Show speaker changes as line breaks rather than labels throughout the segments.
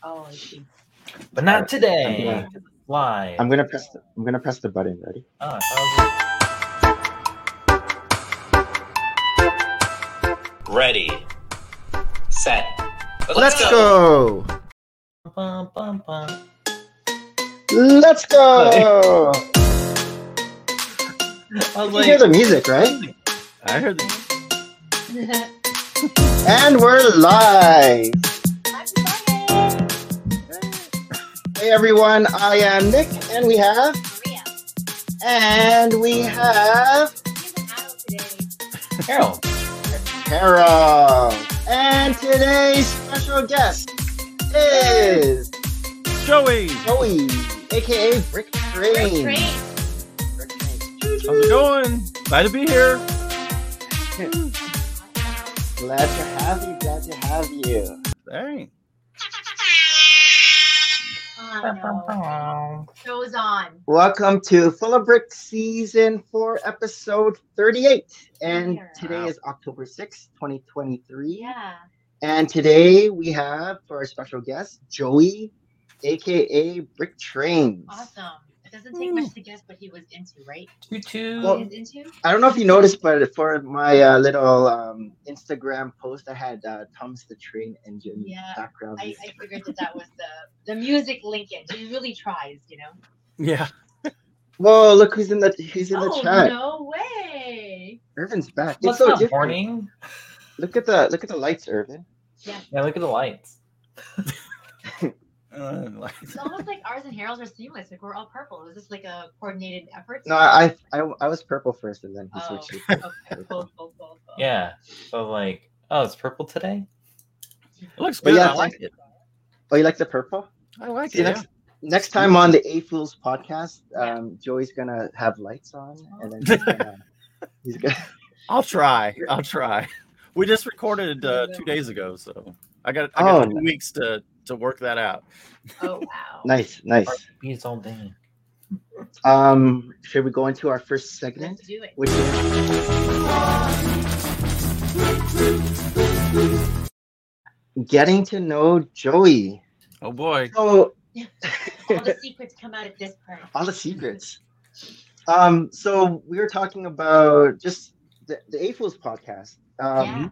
Oh, I see.
But not today.
Yeah.
Live.
I'm gonna press. The, I'm gonna press the button. Ready?
Ah, that Ah,
Ready, set,
Let's go.
was- bum, bum, bum.
Let's go.
I was
You hear
like,
the music, right?
I heard the
And we're live. Hey everyone, I am Nick, and we have,
Maria,
and we have
he's an adult today.
Carol.
Carol. And today's special guest is
Joey.
Joey, aka Brick
Great
Train.
train.
Brick Train.
How's it going? Glad to be here.
Glad to have you. Glad to have you.
Thanks.
Oh, no. Goes on.
Welcome to Full of Brick Season 4, Episode 38. And
Yeah.
today is October sixth, 2023.
Yeah.
And today we have for our special guest, Joey, aka Brick Trains.
Awesome. It doesn't take much to guess what he was into, right?
Two, two.
Well-
He's into?
I don't know if you noticed, but for my uh, little um, Instagram post, I had uh, Tom's the Train Engine
Yeah,
background.
I, I figured that that was the, the music Lincoln. He really tries, you know?
Yeah.
Whoa, look who's in the who's in
oh,
the chat.
no way.
Irvin's back. It's
What's
so
up,
different.
morning?
Look at the look at the lights, Irvin.
Yeah, look at the lights.
Uh, like-
It's almost like ours and Harold's are seamless. Like we're all purple. Is this like a coordinated effort?
No, I I, I, I was purple first, and then he
Oh.
switched.
Okay, cool, cool, cool, cool.
Yeah. So like, oh, it's purple today.
it looks
But
good.
yeah,
I like it.
Oh, you like the purple?
I like
See,
it.
next next time on the A Fools podcast, um, Joey's gonna have lights on, and then he's gonna, he's gonna
I'll try. I'll try. We just recorded uh, two days ago, so I got I
Oh,
got two
nice.
weeks to to work that out.
Oh, wow.
nice, nice.
Bees all day.
Um, should we go into our first segment?
Let's do it.
Which is getting to know Joey.
Oh boy.
All
So
the secrets come out at this part.
all the secrets. Um, so we were talking about just the, the A Fools podcast. Um,
Yeah.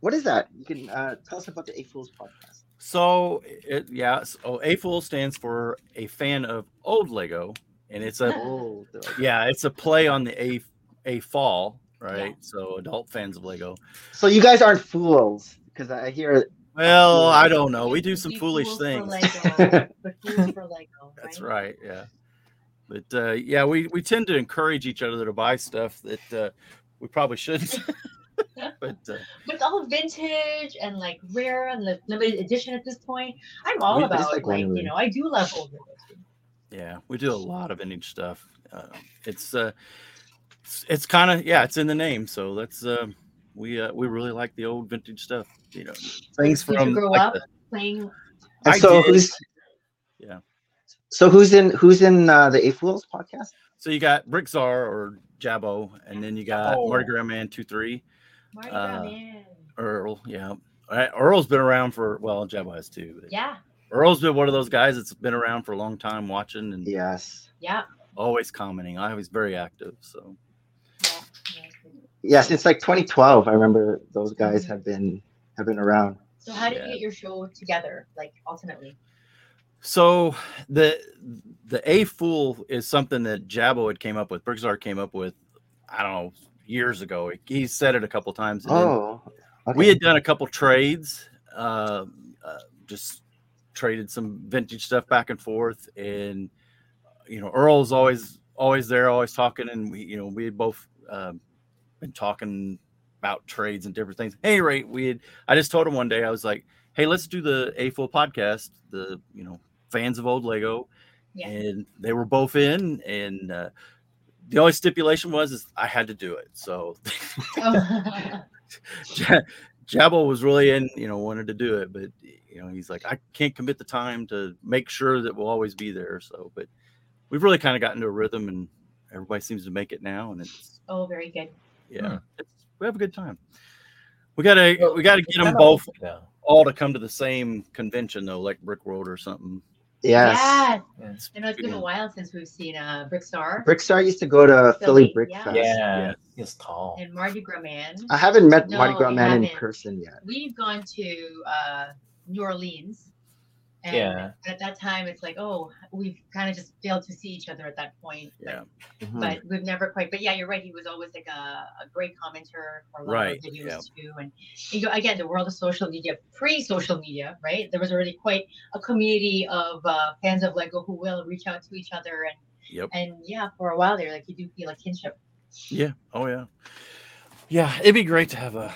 What is that? You can uh, tell us about the A Fools podcast.
So it yeah. So a fool stands for a fan of old Lego, and it's a
Oh, the-
yeah. It's a play on the a a fall
Yeah.
right. So adult fans of Lego.
so you guys aren't fools because I hear
Well, I don't know. We do
You-
some
you
foolish
fools for
things.
Lego, but fools for Lego,
That's right. Yeah. But uh, yeah, we, we tend to encourage each other to buy stuff that uh, we probably shouldn't. but uh,
But it's all vintage and like rare and li- limited edition at this point. I'm all
We just
about
like
like,
Wondery.
you know I do love old Legos.
yeah, we do a lot of vintage stuff. Uh, it's uh, it's, it's kind of yeah, it's in the name. So that's uh, we uh, we really like the old vintage stuff. You know, things
Did you
from
grow
like
up
the-
playing
And
I
so
did.
who's
Yeah.
So who's in who's in uh, the A Fools podcast?
so you got Brick Czar or Jabbo, and then you got
Oh.
Mardi Gras Man two three.
Mardi
Uh,
Gras Man.
Earl, yeah. All right, Earl's been around for well, Jabba has too. But
Yeah,
Earl's been one of those guys that's been around for a long time, watching and
Yes.
yeah.
always commenting. I was very active, so
yeah, yeah.
Yeah, since like 2012, I remember those guys have been have been around.
So how did
Yeah.
you get your show together? Like ultimately,
so the the a fool is something that Jabbo had came up with. Brixar came up with, I don't know, years ago. He said it a couple times. and then-
Oh, okay.
we had done a couple trades uh, uh, just traded some vintage stuff back and forth and you know earl's always always there always talking and we you know we had both um, been talking about trades and different things hey rate we had i just told him one day i was like hey let's do the a full podcast the you know fans of old lego
Yeah.
and they were both in and uh, the only stipulation was is i had to do it so
oh,
Ja- Jabbo was really in, you know, wanted to do it, but you know, he's like, I can't commit the time to make sure that we'll always be there. So, but we've really kind of gotten to a rhythm, and everybody seems to make it now, and it's
oh, very good.
yeah,
Hmm.
it's, we have a good time. We gotta we gotta get them
Kinda
both.
though.
all to come to the same convention though, like Brick World or something.
Yes.
Yes.
Yeah.
I know it's been a whiwhile since we've seen uh, Brickstar
Brickstar used to go to Philly,
Philly,
Brick
yeah.
Fest.
Yeah,
Yes.
he's tall.
and Mardi Gras Man.
I haven't met
No,
Mardi Gras
we
Man in
haven't.
person yet.
We've gone to uh, New Orleans. And
Yeah.
at that time, it's like, oh, we've kind of just failed to see each other at that point. but-
Yeah. Hmm.
Mhm.
But we've never quite. But yeah, you're right. He was always like a, a great commenter for a lot
Right,
of videos
yeah.
too. And you know, again, the world of social media, pre-social media, right? There was already quite a community of uh, fans of Lego who will reach out to each other and
Yep.
and yeah, for a while there, like you do feel a kinship.
Yeah. Oh yeah. Yeah. It'd be great to have a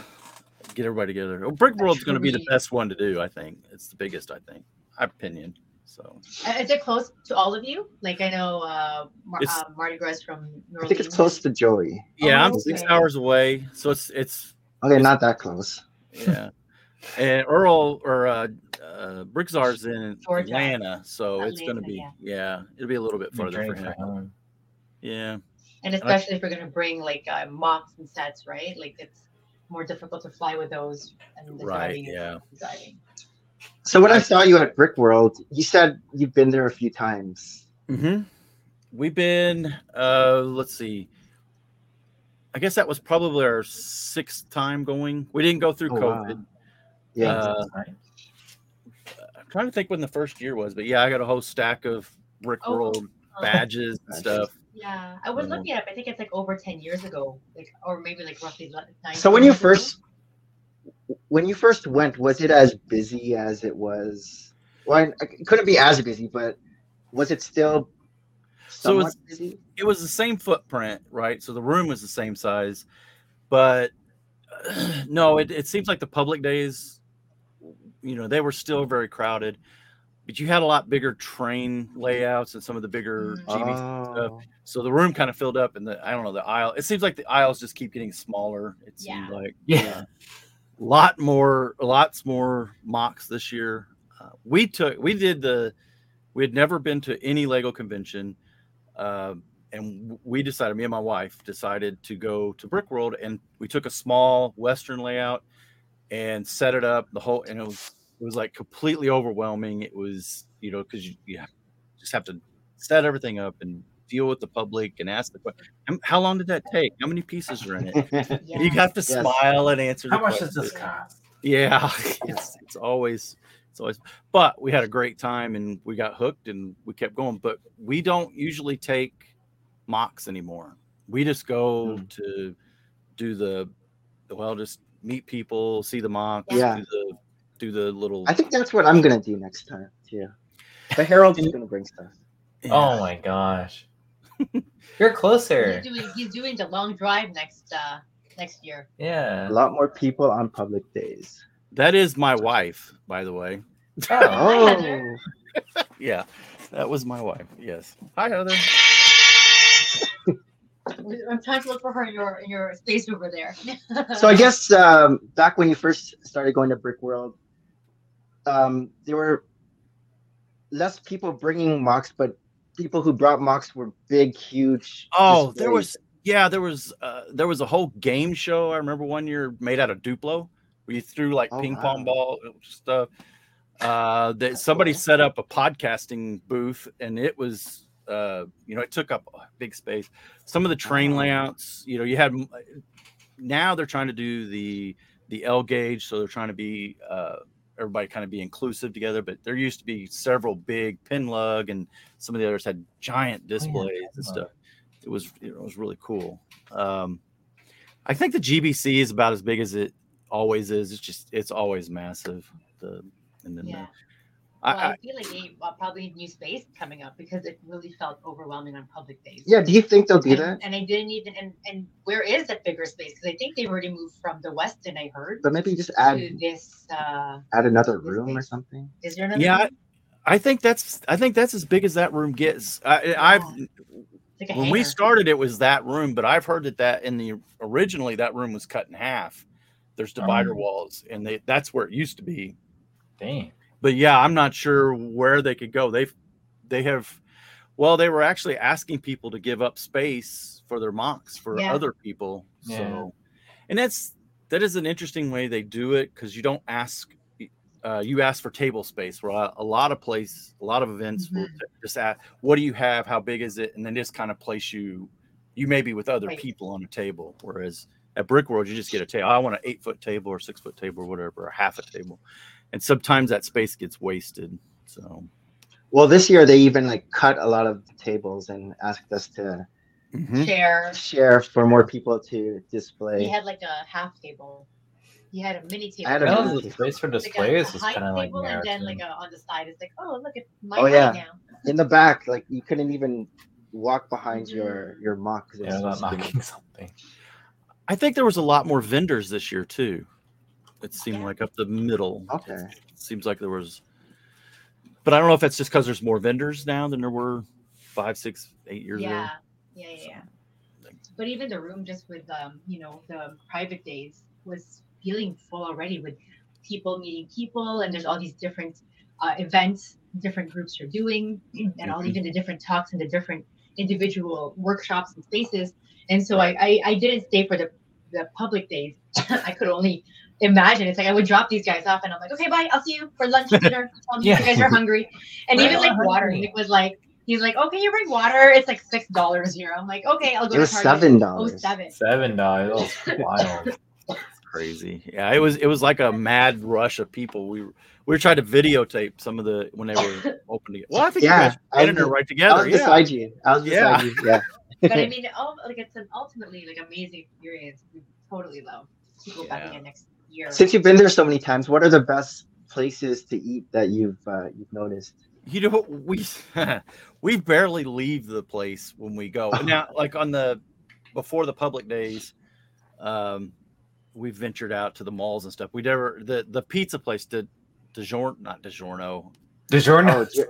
get everybody together. Oh, Brick World's going to be the
Truly.
best one to do. I think it's the biggest. I think. My opinion. So
Uh, Is it close to all of you? Like I know uh, Mar-
It's-
uh, Mardi Gras from New Orleans.
I think it's close to Joey.
yeah, I'm
Oh,
six
okay.
hours away. So it's it's
Okay, not that close.
yeah. and Earl or uh, uh Brickzar's in
Georgia.
Atlanta, so it's going to
Atlanta,
be
yeah.
yeah, it'll be a little bit
Been a
farther for
journey
him.
for him.
Yeah.
And especially if we're gonna bring like uh, mops and sets, right? Like it's more difficult to fly with those and the
Right,
driving is
yeah.
driving.
So when I saw you at Brick World, you said you've been there a few times.
Mm-hmm. We've been, uh, let's see. I guess that was probably our sixth time going. We didn't go through
Oh, wow.
COVID.
Yeah.
Uh, I'm trying to think when the first year was, but yeah, I got a whole stack of Brick
Oh,
World
Oh,
badges and stuff.
Yeah, I was
Mhm.
looking at it. but I think it's like over ten years ago, like or maybe like roughly like nine.
so when you
years ago.
first when you first went, was it as busy as it was? Well, I- it couldn't be as busy, but was it still
So
somewhat
it's-
busy?
It was the same footprint, right? So the room was the same size, but uh, no, it, it seems like the public days, you know, they were still very crowded, but you had a lot bigger train layouts and some of the bigger
Mm.
GBC
Oh.
so the room kind of filled up and the i don't know the aisle it seems like the aisles just keep getting smaller it
Yeah.
seemed like
Yeah.
a lot more lots more mocks this year uh, we took we did the we had never been to any lego convention um, and we decided me and my wife decided to go to brick world and we took a small western layout and set it up the whole and it was it was like completely overwhelming it was you know because you, you have- just have to set everything up and deal with the public and ask the question how long did that take how many pieces are in it
yeah.
you have to
Yes.
smile and answer
How
the
much does
question.
this cost?
yeah it's, it's always it's always but we had a great time and we got hooked and we kept going but we don't usually take mocks anymore we just go
Mm.
to do the well just meet people see the mocks
Yeah.
do the do the little
I think that's what I'm gonna do next time too. The Herald is
And-
gonna bring stuff.
Oh my gosh. You're closer.
He's doing, he's doing the long drive next uh next year.
A
Yeah.
lot more people on public days.
that is my wife by the way
Oh,
Hi, Heather.
Oh,
yeah that was my wife yes hi heather
I'm trying to look for her in your in your space over there.
so I guess um, back when you first started going to Brick World, um, there were less people bringing mocks, but people who brought mocks were big, huge.
Oh, there
displays.
was yeah, there was uh, there was a whole game show. I remember one year made out of Duplo, where you threw like
Oh,
ping
wow.
pong ball stuff. Uh, that somebody
cool.
set up a podcasting booth, and it was uh, you know it took up a big space. Some of the train
Wow.
layouts, you know, you had now they're trying to do the the L gauge, so they're trying to be uh, everybody kind of be inclusive together. But there used to be several big pin lug, and some of the others had
Oh,
giant displays and
Pinlug.
stuff. It was you know, it was really cool. Um, I think the GBC is about as big as it always is. It's just it's always massive. The and then the-
yeah.
I,
well, I,
I,
feel like they uh, probably need new space coming up because it really felt overwhelming on public days.
Yeah, do you think they'll do
And,
that?
and I didn't even and and where is that bigger space? Because I think they've already moved from the Westin. I heard
But maybe just
to
add
this. Uh,
add another
this
room or
space.
something.
is there another?
Yeah,
room?
I think that's I think that's as big as that room gets. I, I've
It's like a
when we
hangar.
started it was that room but i've heard that that in the originally that room was cut in half there's divider
Oh.
walls and they that's where it used to be
dang.
but yeah i'm not sure where they could go they've they have well they were actually asking people to give up space for their mocks for
Yeah.
other people
Yeah.
so and that's that is an interesting way they do it because you don't ask uh, you asked for table space. Where a, a lot of place, a lot of events will just ask, "What do you have? How big is it?" And then just kind of place you. You may be with other
Right.
people on a table, whereas at Brick World you just get a table. I want an eight foot table or six foot table or whatever, or half a table, and sometimes that space gets wasted. So
Well, this year they even like cut a lot of the tables and asked us to
Mm-hmm.
Hmm?
Share.
share for more people to display.
He had like a half table. He had a mini table.
I had a
I
Yeah.
know the space for
Like a-
displays
a
is
high
kind of like
table and then like
narrative.
a, on the side, it's like, oh, look at my
Oh,
right
yeah.
now.
In the back, like you couldn't even walk behind
Mm-hmm.
your your mock. 'cause it
yeah, about
was so skinny.
knocking something.
I think there was a lot more vendors this year too. It seemed like up the middle.
Okay.
It seems like there was, but I don't know if that's just because there's more vendors now than there were five, six, eight years
Yeah.
ago.
Yeah, yeah, yeah. But even the room just with um, you know, the private days was feeling full already with people meeting people and there's all these different uh, events different groups are doing and all
Mm-hmm.
Mhm.
even the different talks and the different individual workshops and spaces. And so I I, I didn't stay for the the public days. I could only imagine. It's like I would drop these guys off and I'm like, okay, bye, I'll see you for lunch, dinner. Tell me if you
Yeah.
guys are hungry. And even
Right.
like water,
Hungry.
it was like he's like, okay, you bring water. It's like six dollars here. I'm like, okay, I'll go.
It was
to Target.
seven
Oh,
dollars.
seven.
Seven dollars. That was wild.
Crazy. Yeah, it was it was like a mad rush of people. We were, we were trying to videotape some of the when they were open together. Well, I think
Yeah,
you
I
guys
was
ran in there
just-
right
I was
together. Yeah.
beside you. I was beside you. Yeah.
But I mean, all, like it's an ultimately like amazing experience. We totally love to go back
Yeah.
again next year.
Since you've been there so many times, what are the best places to eat that you've uh, you've noticed?
you know we we barely leave the place when we go now like on the before the public days um we ventured out to the malls and stuff we never the the pizza place did DiGiorno, not DiGiorno.
Oh,
DiGiorno.
Gi-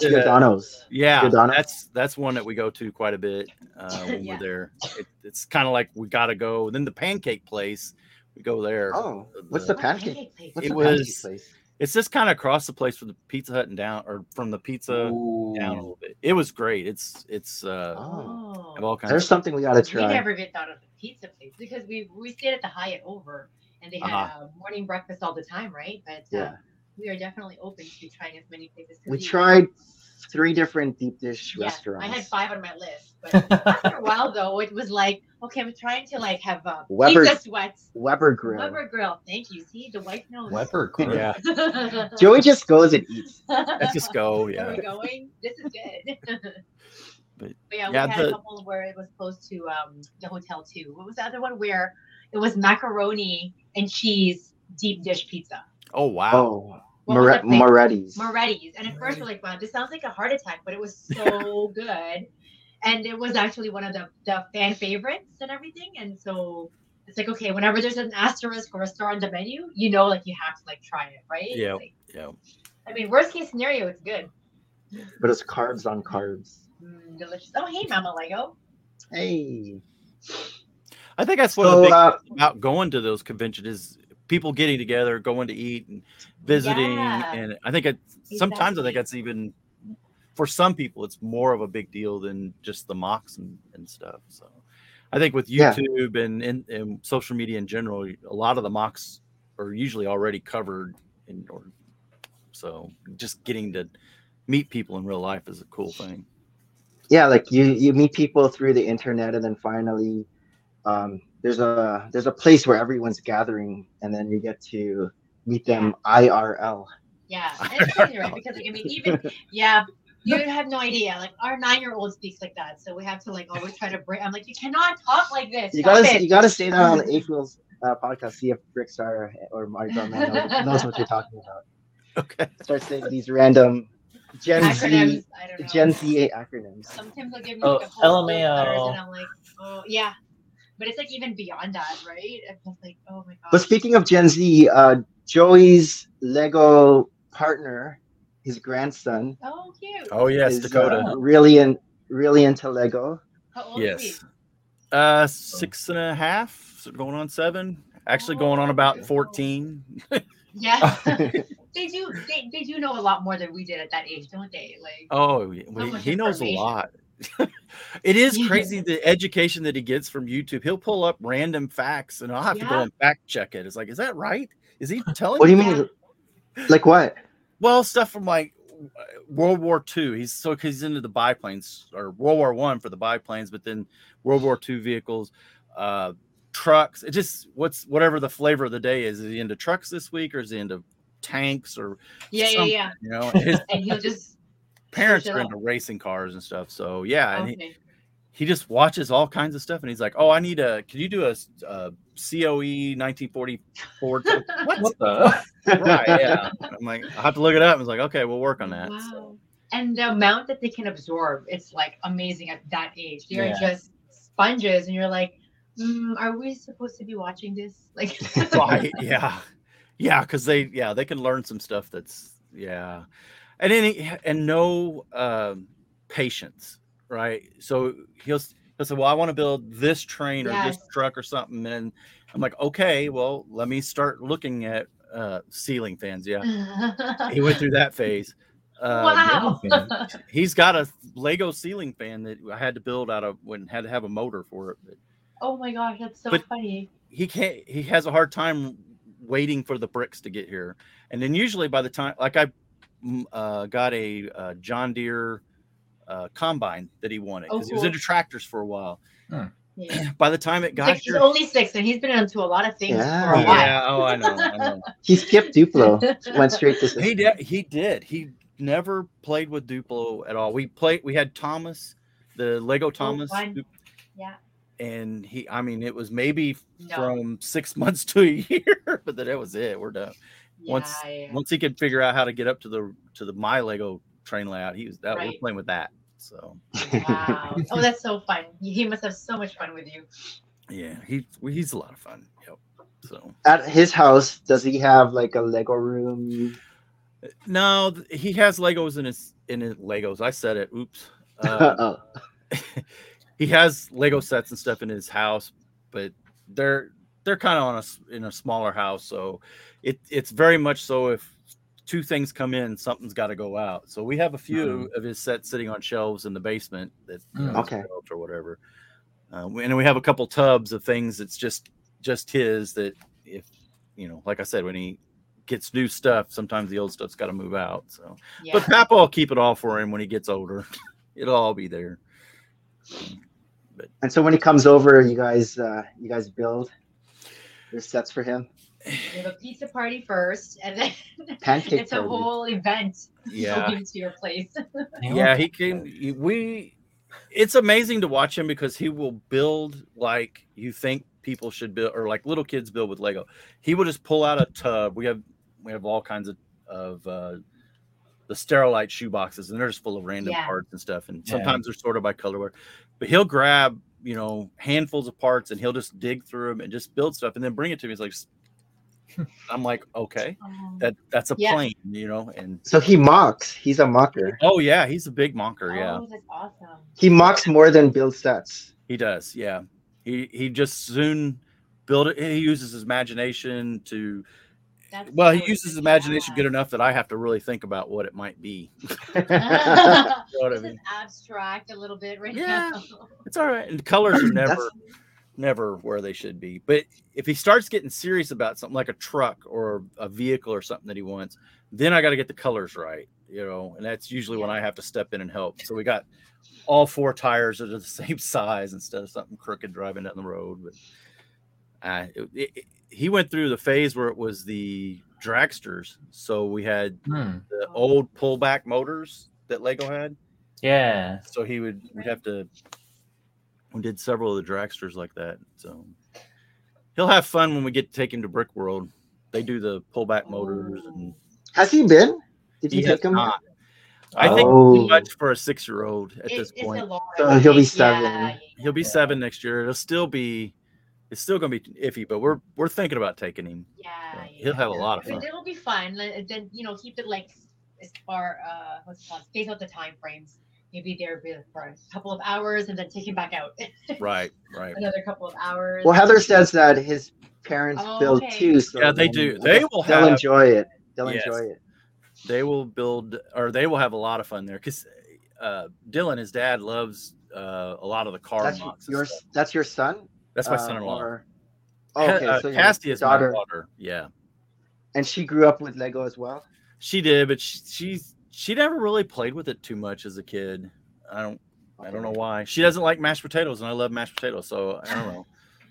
Yeah.
Giordano's.
Yeah,
Giordano?
that's that's one that we go to quite a bit uh, when
Yeah.
we're there. It, it's kind of like we gotta go. Then the pancake place, we go there.
Oh, what's the
What
pancake?
place?
What's
It
the
was-
pancake place?
It's just kind of across the place from the Pizza Hut and down, or from the pizza down a
Ooh.
little bit. It was great. It's it's uh,
Oh,
have all kinds. of
there's something we gotta
We
try.
never even thought of the pizza place because we we stayed at the Hyatt over and they had
Uh-huh.
uh, morning breakfast all the time, right? But uh,
Yeah.
we are definitely open to trying as many places. 'cause
We tried three different deep dish
Yeah,
restaurants.
I had five on my list, but after a while though, it was like, okay, I'm trying to like have uh,
Weber-
pizza sweats.
Weber Grill.
Weber grill, thank you. See, the wife knows.
Weber Grill.
Yeah,
Joey just goes and eats.
let's just go.
Are
Yeah,
we going? This is good.
But-
yeah,
yeah,
we had
the-
a couple where it was close to um, the hotel too. What was the other one where it was macaroni and cheese deep dish pizza?
Oh wow!
Oh,
What was
More-
that thing?
Moretti's.
Moretti's. And at first we're like, wow, this sounds like a heart attack, but it was so good. And it was actually one of the, the fan favorites and everything. And so it's like, okay, whenever there's an asterisk or a star on the menu, you know, like you have to like try it, right?
Yeah.
Like,
Yeah,
I mean, worst case scenario, it's good.
But it's carbs on carbs.
Mm, delicious. Oh, hey, Mama Lego.
Hey.
I think that's one of
So,
the big
uh,
things about going to those conventions is people getting together, going to eat, and visiting.
Yeah.
And I think it, sometimes I
Exactly.
think that's even for some people it's more of a big deal than just the mocks and, and stuff. So I think with
Yeah.
YouTube and, and and social media in general, a lot of the mocks are usually already covered. In or so just getting to meet people in real life is a cool thing.
yeah like you you meet people through the internet and then finally um there's a there's a place where everyone's gathering and then you get to meet them IRL
Yeah, and it's crazy, right? Because like, I mean, even yeah, you have no idea. Like our nine-year-old speaks like that, so we have to like always try to break. I'm like, you cannot talk like this.
you
Stop
gotta
it."
you gotta say that on April's uh, podcast see if Brickstar or Marty Bellman knows, knows what you're talking about
Okay.
start saying these random Gen Z
Acronyms, I don't know.
Gen Z acronyms
Sometimes they'll give me
Oh,
like, a whole bunch of
LMAO.
letters, and I'm like, oh yeah, but it's like even beyond that, right? I'm just like, oh my god.
but speaking of Gen Z uh Joey's Lego partner his grandson
oh cute.
Oh yes,
is, uh,
Dakota.
really in really into Lego
How old is he?
Yes. Uh, six and a half, so going on seven. Actually, going
Oh,
on about fourteen.
Yeah. they do. They, they do know a lot more than we did at that age, don't they? Like.
Oh, yeah, well,
So much
he knows a
information.
lot. it is
Yeah.
crazy the education that he gets from YouTube. He'll pull up random facts, and I'll have to go
Yeah.
and fact check it. It's like, is that right? Is he telling?
what do you
me
mean Like what?
Well, stuff from like World War II. He's so cause he's into the biplanes or World War One for the biplanes, but then World War II vehicles, uh, trucks. It just what's whatever the flavor of the day is. Is he into trucks this week or is he into tanks or
Yeah, yeah,
something,
yeah.
You know, And his
And he'll just
parents
Switch it
are
up.
into racing cars and stuff. So yeah, and he,
okay.
he just watches all kinds of stuff and he's like, "Oh, I need a. Could you do a, s- uh COE 1944?" what?
What the?
right? Yeah. I'm like, I have to look it up. I was like, "Okay, we'll work on that." So-
Wow. And the amount that they can absorb, it's like amazing at that age. They're
Yeah.
just sponges, and you're like, mm, are we supposed to be watching this? Like,
right yeah yeah because they yeah they can learn some stuff that's yeah and any and no um patience right so he'll s- he'll say well i want to build this train or this
Yes.
truck or something and i'm like okay well let me start looking at uh ceiling fans yeah he went through that phase uh,
Uh-huh. wow.
he's got a lego ceiling fan that i had to build out of when had to have a motor for it but
Oh my gosh, that's so
But-
funny.
he can't he has a hard time waiting for the bricks to get here and then usually by the time like i mm, uh, got a uh, john deere uh, combine that he wanted
Oh,
because he was
cool.
into tractors for a like
Yeah.
by the time it got
Like, he's
here
only six, and he's been into a lot of things for a
Yeah.
while.
yeah oh i know, I know.
He skipped Duplo, went straight to.
he did he did he never played with duplo at all we played we had thomas the lego thomas
Oh, fun.
Dup-
Yeah.
and he i mean it was maybe
No.
from six months to a year but then that was it we're done once-
Yeah, yeah.
once he could figure out how to get up to the to the my Lego train layout, he was that we're
Right.
playing with that. So
Wow. oh, that's so fun. He must have so much fun with you.
yeah, he he's a lot of fun. Yep. So
At his house, does he have like a Lego room?
no, th- he has Legos in his in his Legos. I said it. Oops. Uh,
oh,
he has Lego sets and stuff in his house, but they're they're kind of on a s- in a smaller house, so it it's very much so if two things come in, something's got to go out. So we have a few of his sets sitting on shelves in the basement that you know,
Mm.
he's
Okay.
built or whatever, uh, we- and we have a couple tubs of things that's just just his that if you know, like I said, when he gets new stuff, sometimes the old stuff's got to move out. So,
Yeah.
but Papa will keep it all for him when he gets older. It'll all be there.
and so when he comes over, you guys, uh, you guys build. There's sets for him.
We have a pizza party first, and then
Pancake
it's a
party.
whole event.
Yeah.
Going to your place.
yeah he can he- we it's amazing to watch him because he will build like you think people should build or like little kids build with lego he will just pull out a tub we have we have all kinds of of uh the sterilite shoe boxes and they're just full of random
Yeah.
parts and stuff and
Yeah.
sometimes they're sorted by colorware but he'll grab you know handfuls of parts and he'll just dig through them and just build stuff and then bring it to me he's like "S-" i'm like okay
Um,
that that's a
Yeah.
plane you know and
So he mocks. He's a mocker.
oh yeah he's a big monker yeah
Oh, that's awesome.
He mocks more than builds sets.
He does, yeah. He he just soon build it. He uses his imagination to
That's
well, he
cool.
uses his
Yeah.
imagination good enough that I have to really think about what it might be. You
That's
know what I
this is
mean?
abstract a little bit right
Yeah.
now.
It's all right. And colors are
That's-
never never where they should be. But if he starts getting serious about something like a truck or a vehicle or something that he wants, then I got to get the colors right, you know. And that's usually when I have to step in and help. So we got all four tires are the same size instead of something crooked driving down the road. But uh, it, it, it- he went through the phase where it was the dragsters. So we had
Hmm.
the old pullback motors that Lego had.
Yeah.
So he would we'd have to we did several of the dragsters like that. So he'll have fun when we get to take him to Brick World. They do the pullback motors and
Has he been? Did
he
you
has
take him?
not. I think
Oh.
too much for a six year old at
It-
this
it's a
point.
lot,
So
I
he'll be
think. Yeah,
seven.
yeah,
He'll be
Yeah.
seven next year. It'll still be it's still gonna be iffy, but we're we're thinking about taking him. So
Yeah, yeah.
He'll have a lot of fun.
But it'll be fun. like, and Then you know, keep it like as far uh, what's it called? Space out the time frames. Maybe there be for a couple of hours, and then take him back out
Right, right.
another couple of hours.
Well, Heather says that his parents
Oh,
build
okay.
too. So
Yeah, they
then
do.
I
They
guess
will
They'll
have-
enjoy it. They'll
Yes.
enjoy it.
they will build or they will have a lot of fun there because uh, Dylan, his dad, loves uh, a lot of the car
That's
mocks. and
your.
stuff.
That's your son.
That's my
Uh,
son-in-law.
or- Oh, okay,
uh,
so your
Cassie is
daughter.
my daughter. Yeah,
And she grew up with Lego as well.
She did, but she, she she never really played with it too much as a kid. I don't I don't know why. She doesn't like mashed potatoes, and I love mashed potatoes, so I don't know.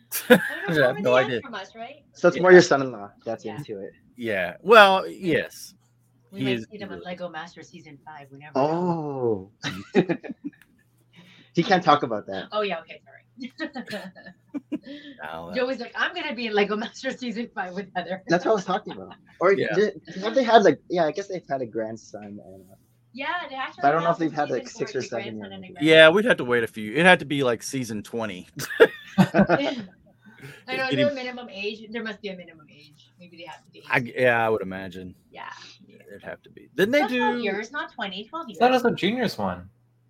I don't know if
I have
Roman
no
had
idea.
From us, right?
So it's more your son-in-law that's
Yeah.
into it.
Yeah. Well, yes.
We
He
might
is-
see them in Lego Master Season Five. Whenever.
Oh. he can't talk about that.
Oh yeah. Okay. Sorry.
No, that-
Joey's like, I'm gonna be in Lego Master Season Five with Heather.
That's what I was talking about. Or
Yeah.
did- have they had like? Yeah, I guess they've had a grandson. And,
Yeah, they actually.
But I don't know
announced
if they've had,
season
like,
four,
six or
it's a
seven
grandson and a
yeah, we'd have to wait a few. It had to be like season twenty.
grandson. I know. Is
Getting-
there a minimum age? There must be a minimum age. Maybe they have to be.
I, yeah, I would imagine
yeah.
it'd have to be. Didn't they
Not 12
do?
years, not 20, 12 years.
That is a juniors one.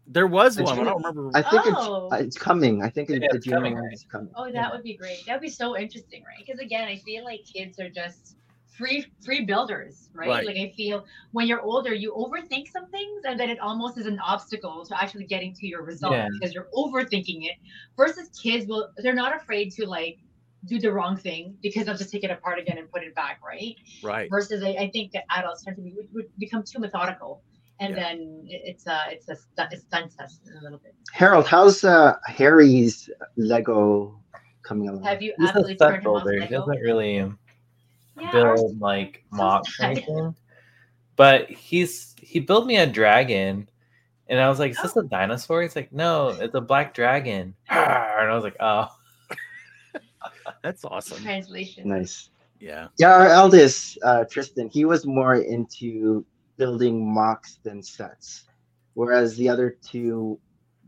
There was
The
one. I
junior-
don't remember.
I think
Oh.
it's, it's coming. I think it,
Yeah,
the
it's
junior
coming,
one
right?
is coming.
Oh, that would be great. That'd be so interesting, right? Because again, I feel like kids are just free free builders, right?
Right.
Like I feel when you're older, you overthink some things, and then it almost is an obstacle to actually getting to your result
Yeah.
because you're overthinking it. Versus kids, will they're not afraid to like do the wrong thing because they'll just take it apart again and put it back, right?
right.
Versus, I, I think that adults tend to be would, would become too methodical. And
Yeah.
then it- it's uh it's a stu- it stunts us a little bit.
Harold, how's uh, Harry's Lego coming along?
Have you
He's
absolutely
a
turned
set
him off?
builder. He
Lego?
doesn't really
Yeah, ours-
build like
so
mocks or
sad.
anything. But he's he built me a dragon, and I was like, "Is
Oh.
this a dinosaur?" He's like, "No, it's a black dragon." And I was like, "Oh,
That's awesome.
translation.
nice.
Yeah.
Yeah, our eldest uh, Tristan, he was more into building mocks than sets, whereas the other two,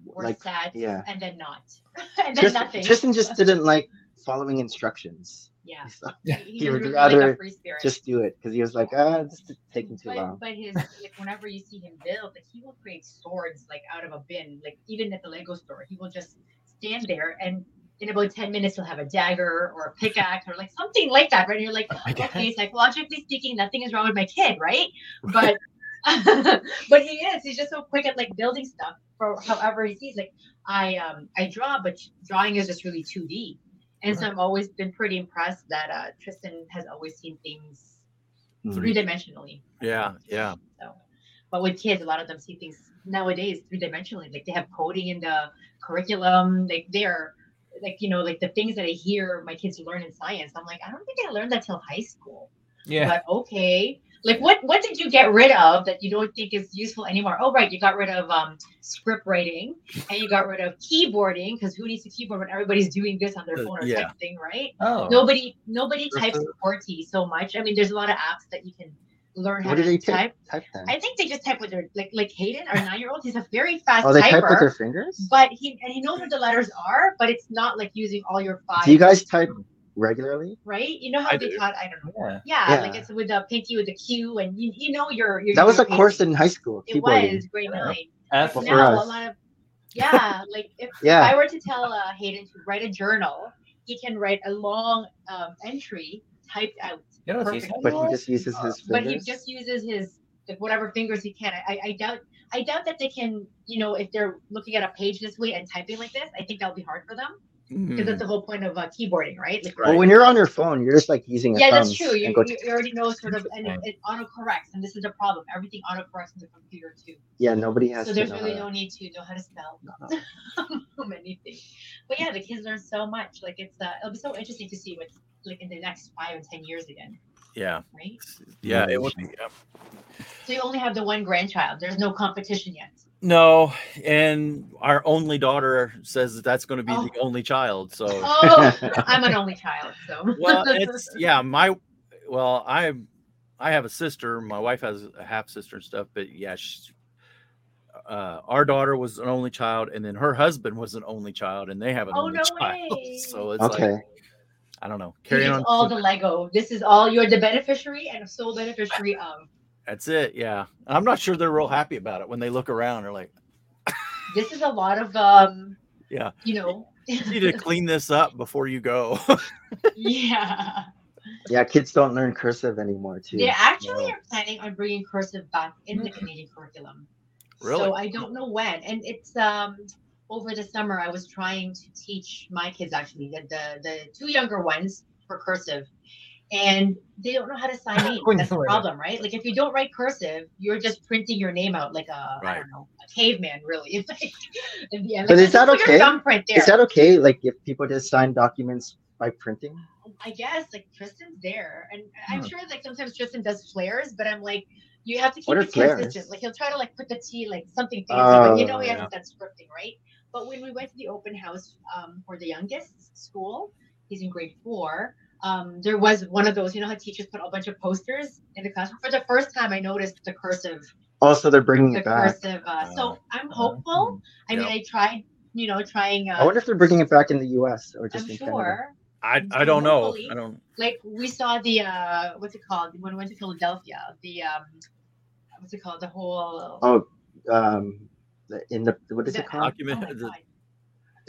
Or
like
sad
yeah,
and then not. and then
Tristan,
nothing.
Tristan just didn't like following instructions.
yeah.
So
He,
he
was
would
really like
rather
a free spirit.
just do it because he was like, ah, this is taking too
but,
long.
But his like whenever you see him build, like he will create swords like out of a bin. Like even at the Lego store, he will just stand there and in about 10 minutes he'll have a dagger or a pickaxe or like something like that, right? And you're like,
Oh
okay, psychologically speaking, nothing is wrong with my kid, right? But but he is. He's just so quick at like building stuff for however he sees. Like I um I draw, but drawing is just really 2D. And so I've always been pretty impressed that uh, Tristan has always seen things
Mhm.
three dimensionally.
Yeah. Yeah.
So, but with kids, a lot of them see things nowadays three dimensionally. Like they have coding in the curriculum. Like they're like you know like the things that I hear my kids learn in science. I'm like I don't think I learned that till high school.
yeah."
But okay, like what what did you get rid of that you don't think is useful anymore? Oh right, you got rid of um, script writing and you got rid of keyboarding because who needs to keyboard when everybody's doing this on their
Uh,
phone or
yeah.
texting, right?
Oh,
Nobody nobody
Sure,
types
sure.
QWERTY so much. I mean, there's a lot of apps that you can learn how
What do
to
they type?
type.
Type then.
I think they just type with their like like Hayden, our nine year old. He's a very fast
Oh, they
typer,
type with their fingers.
but he and he knows what the letters are, but it's not like using all your five.
Do you guys type regularly?
right? You know how
I
they
do.
taught? I don't know.
yeah.
Yeah,
Yeah.
like it's with the pinky with the Q, and you, you know your your.
That was
your
a course
basic-
in high school.
It
keyboarding.
was grade
Yeah.
nine.
That's
Well, for
now a
us.
lot of yeah, like if
Yeah.
if I were to tell uh, Hayden to write a journal, he can write a long um, entry typed out,
you know what's
perfect.
useful?
but he just uses his fingers.
uh, but he just uses his like, whatever fingers he can. I, I doubt I doubt that they can you know if they're looking at a page this way and typing like this. I think that'll be hard for them because
Mm.
that's the whole point of uh, keyboarding, right? Like,
Well,
Right.
when you're on your phone, you're just like using a
yeah,
thumb
that's true. You,
and go
you, you already know sort of, and it,
Interesting.
it autocorrects, and this is the problem. Everything autocorrects in the computer too.
Yeah, nobody has
so
to
there's
know
really
how
no need to know how to spell um, anything. But yeah, the kids learn so much. Like it's uh, it'll be so interesting to see what's like in the next five or ten years again,
Yeah.
right?
Yeah. It would be. yeah.
So you only have the one grandchild. There's no competition yet.
No, and our only daughter says that that's going to be
Oh.
the only child. So.
Oh, I'm an only child, so
well, it's yeah, my well, I I have a sister. My wife has a half sister and stuff, but yeah, she's, uh, our daughter was an only child, and then her husband was an only child, and they have an
Oh,
only
no
child.
way.
So it's
Okay.
like I don't know.
This
Carry
is
on.
all the Lego. This is all you're the beneficiary and sole beneficiary of.
That's it. Yeah, And I'm not sure they're real happy about it when they look around. They're like,
This is a lot of um.
Yeah.
You know.
"You need to clean this up before you go."
yeah.
yeah, kids don't learn cursive anymore, too. Mm.
They actually
Yeah.
are planning on bringing cursive back in the Canadian curriculum.
Really?
So I don't know when, and it's um over the summer. I was trying to teach my kids actually the the, the two younger ones for cursive, and they don't know how to sign names.
When
That's
you
the
were-
problem, right? Like if you don't write cursive, you're just printing your name out like a I
Right.
don't know a caveman, really. Like, yeah,
But is
just
that
put
okay?
Your thumbprint there.
Is that okay? Like if people just sign documents by printing?
I guess like Tristan's there, and I'm
Hmm.
sure like sometimes Tristan does flares, but I'm like, you have to keep
What are
it consistent.
flares?
Like he'll try to like put the T like something fancy, but you
Oh,
know he
yeah.
hasn't done scripting, right? But when we went to the open house um, for the youngest school, he's in grade four. Um, there was one of those, you know how teachers put a bunch of posters in the classroom. For the first time, I noticed the cursive,
Also, they're bringing
the
it back.
cursive. Uh, so
Uh,
I'm hopeful. I mean,
yeah.
I tried, you know, trying. Uh,
I wonder if they're bringing it back in the U.S. or just
I'm
in
sure.
Canada.
I,
And
I don't know.
hopefully-
I don't.
like we saw the uh what's it called when we went to Philadelphia the um what's it called the whole
Oh, Um, the- in the what is
the-
it called?
Document-
oh my
the-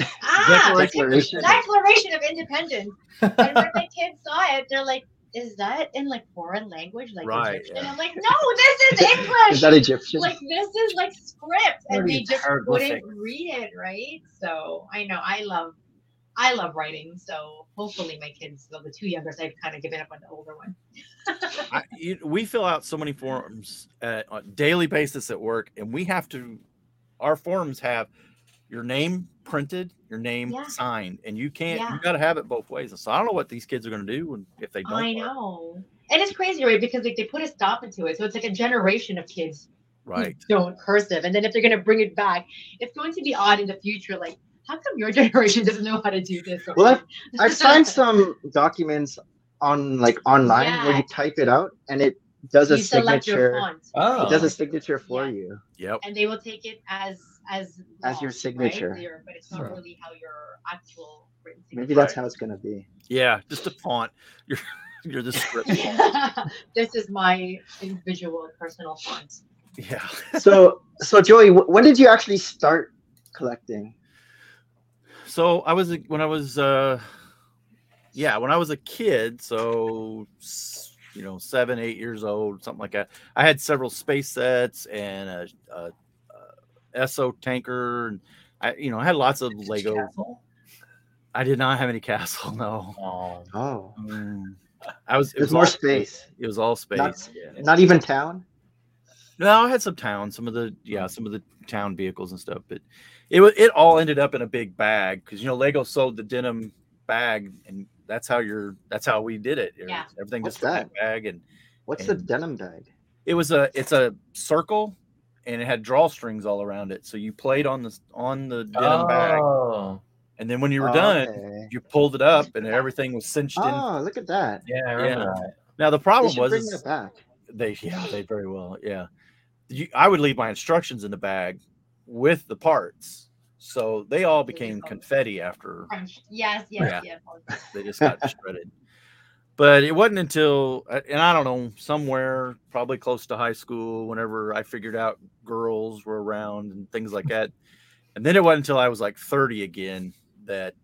God. ah the
Declaration.
Declaration of Independence and when my kids saw it they're like is that in like foreign language like
Right,
Egyptian?
yeah.
I'm like no this is English
Is that Egyptian?
like this is like script and
Already
they just
hieroglyphic.
wouldn't read it right so i know i love i love writing so hopefully my kids though the two youngest i've kind of given up on the older one
I, you, we fill out so many forms at, on a daily basis at work, and we have to. Our forms have your name printed, your name
Yeah.
signed, and you can't.
Yeah.
You got to have it both ways. And so I don't know what these kids are going to do when, if they don't.
I
learn.
know. And it's crazy, right? Because like they put a stop into it. So it's like a generation of kids who
Right.
don't cursive. And then if they're gonna bring it back, it's going to be odd in the future. Like, how come your generation doesn't know how to do this?
Well, I've signed some documents on like online where
Yeah.
you type it out and it does a
you select your
signature.
font.
Oh.
It does a signature for
Yeah.
you.
Yep.
And they will take it as as
As your
law,
signature.
Right? Your- But it's not
Sure.
really how your actual written signature.
Maybe that's how it's gonna be.
Yeah. Just a font. You're you're the script. font.
this is my individual personal font.
yeah.
So, so Joey, wh- when did you actually start collecting?
So I was a- when I was uh yeah, when I was a kid, so s- you know, 7, 8 years old, something like that. I had several space sets and a, a, a SO tanker and I you know, I had lots of Lego. I did not have any castle, no.
Oh.
Oh,
Mm. I was it
there's
was
more
all-
space.
It was all space.
Not-
yeah.
Not even town.
No, I had some town, some of the yeah, some of the town vehicles and stuff, but it was it all ended up in a big bag because you know Lego sold the denim bag, and that's how you're that's how we did it. It
Yeah.
was- Everything
What's
just went in a bag, and
What's the
And-
denim bag?
it was a it's a circle, and it had drawstrings all around it. So you played on the on the denim bag,
Oh.
and then when you were
Oh,
done,
okay.
you pulled it up, and everything was cinched in.
Oh, look at that.
Yeah, I remember
Yeah.
that.
Now the
They
problem
should
was
bring
is-
that back.
They yeah, they very well. Yeah. You, I would leave my instructions in the bag with the parts. So they all became confetti after
French. Yes, yes, yes.
they just got shredded. But it wasn't until uh, and I don't know, somewhere probably close to high school whenever I figured out girls were around and things like that. And then it wasn't until I was like 30 again that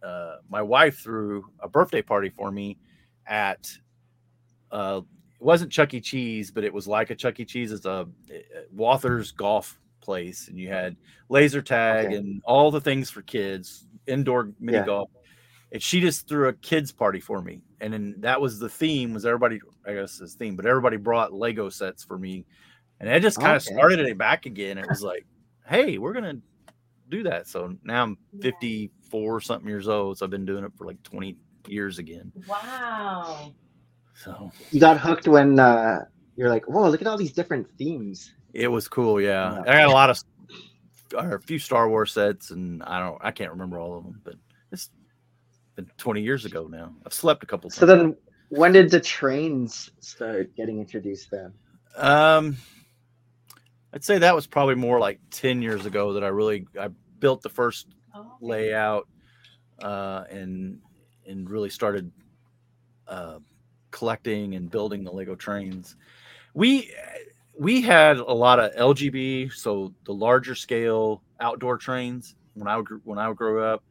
uh, my wife threw a birthday party for me at uh, it wasn't Chuck E. Cheese, but it was like a Chuck E. Cheese. It's a uh, Wather's golf place, and you had laser tag
Okay.
and all the things for kids, indoor mini
Yeah.
golf. And she just threw a kids party for me, and then that was the theme. Was everybody? I guess it's theme, but everybody brought Lego sets for me, and it just kind of
Okay.
started it back again. It was like, hey, we're gonna do that. So now I'm
Yeah.
54 something years old, so I've been doing it for like 20 years again.
Wow.
So
You got hooked when uh, you're like, whoa, look at all these different themes.
It was cool, yeah.
Yeah.
I got a lot of or a few Star Wars sets, and I don't, I can't remember all of them, but it's been 20 years ago now. I've slept a couple times.
So then, when did the trains start getting introduced? Then
um, I'd say that was probably more like 10 years ago that I really I built the first
Oh,
layout uh, and and really started uh, collecting and building the Lego trains. We we had a lot of LGB, so the larger scale outdoor trains when I gr- when I grew up,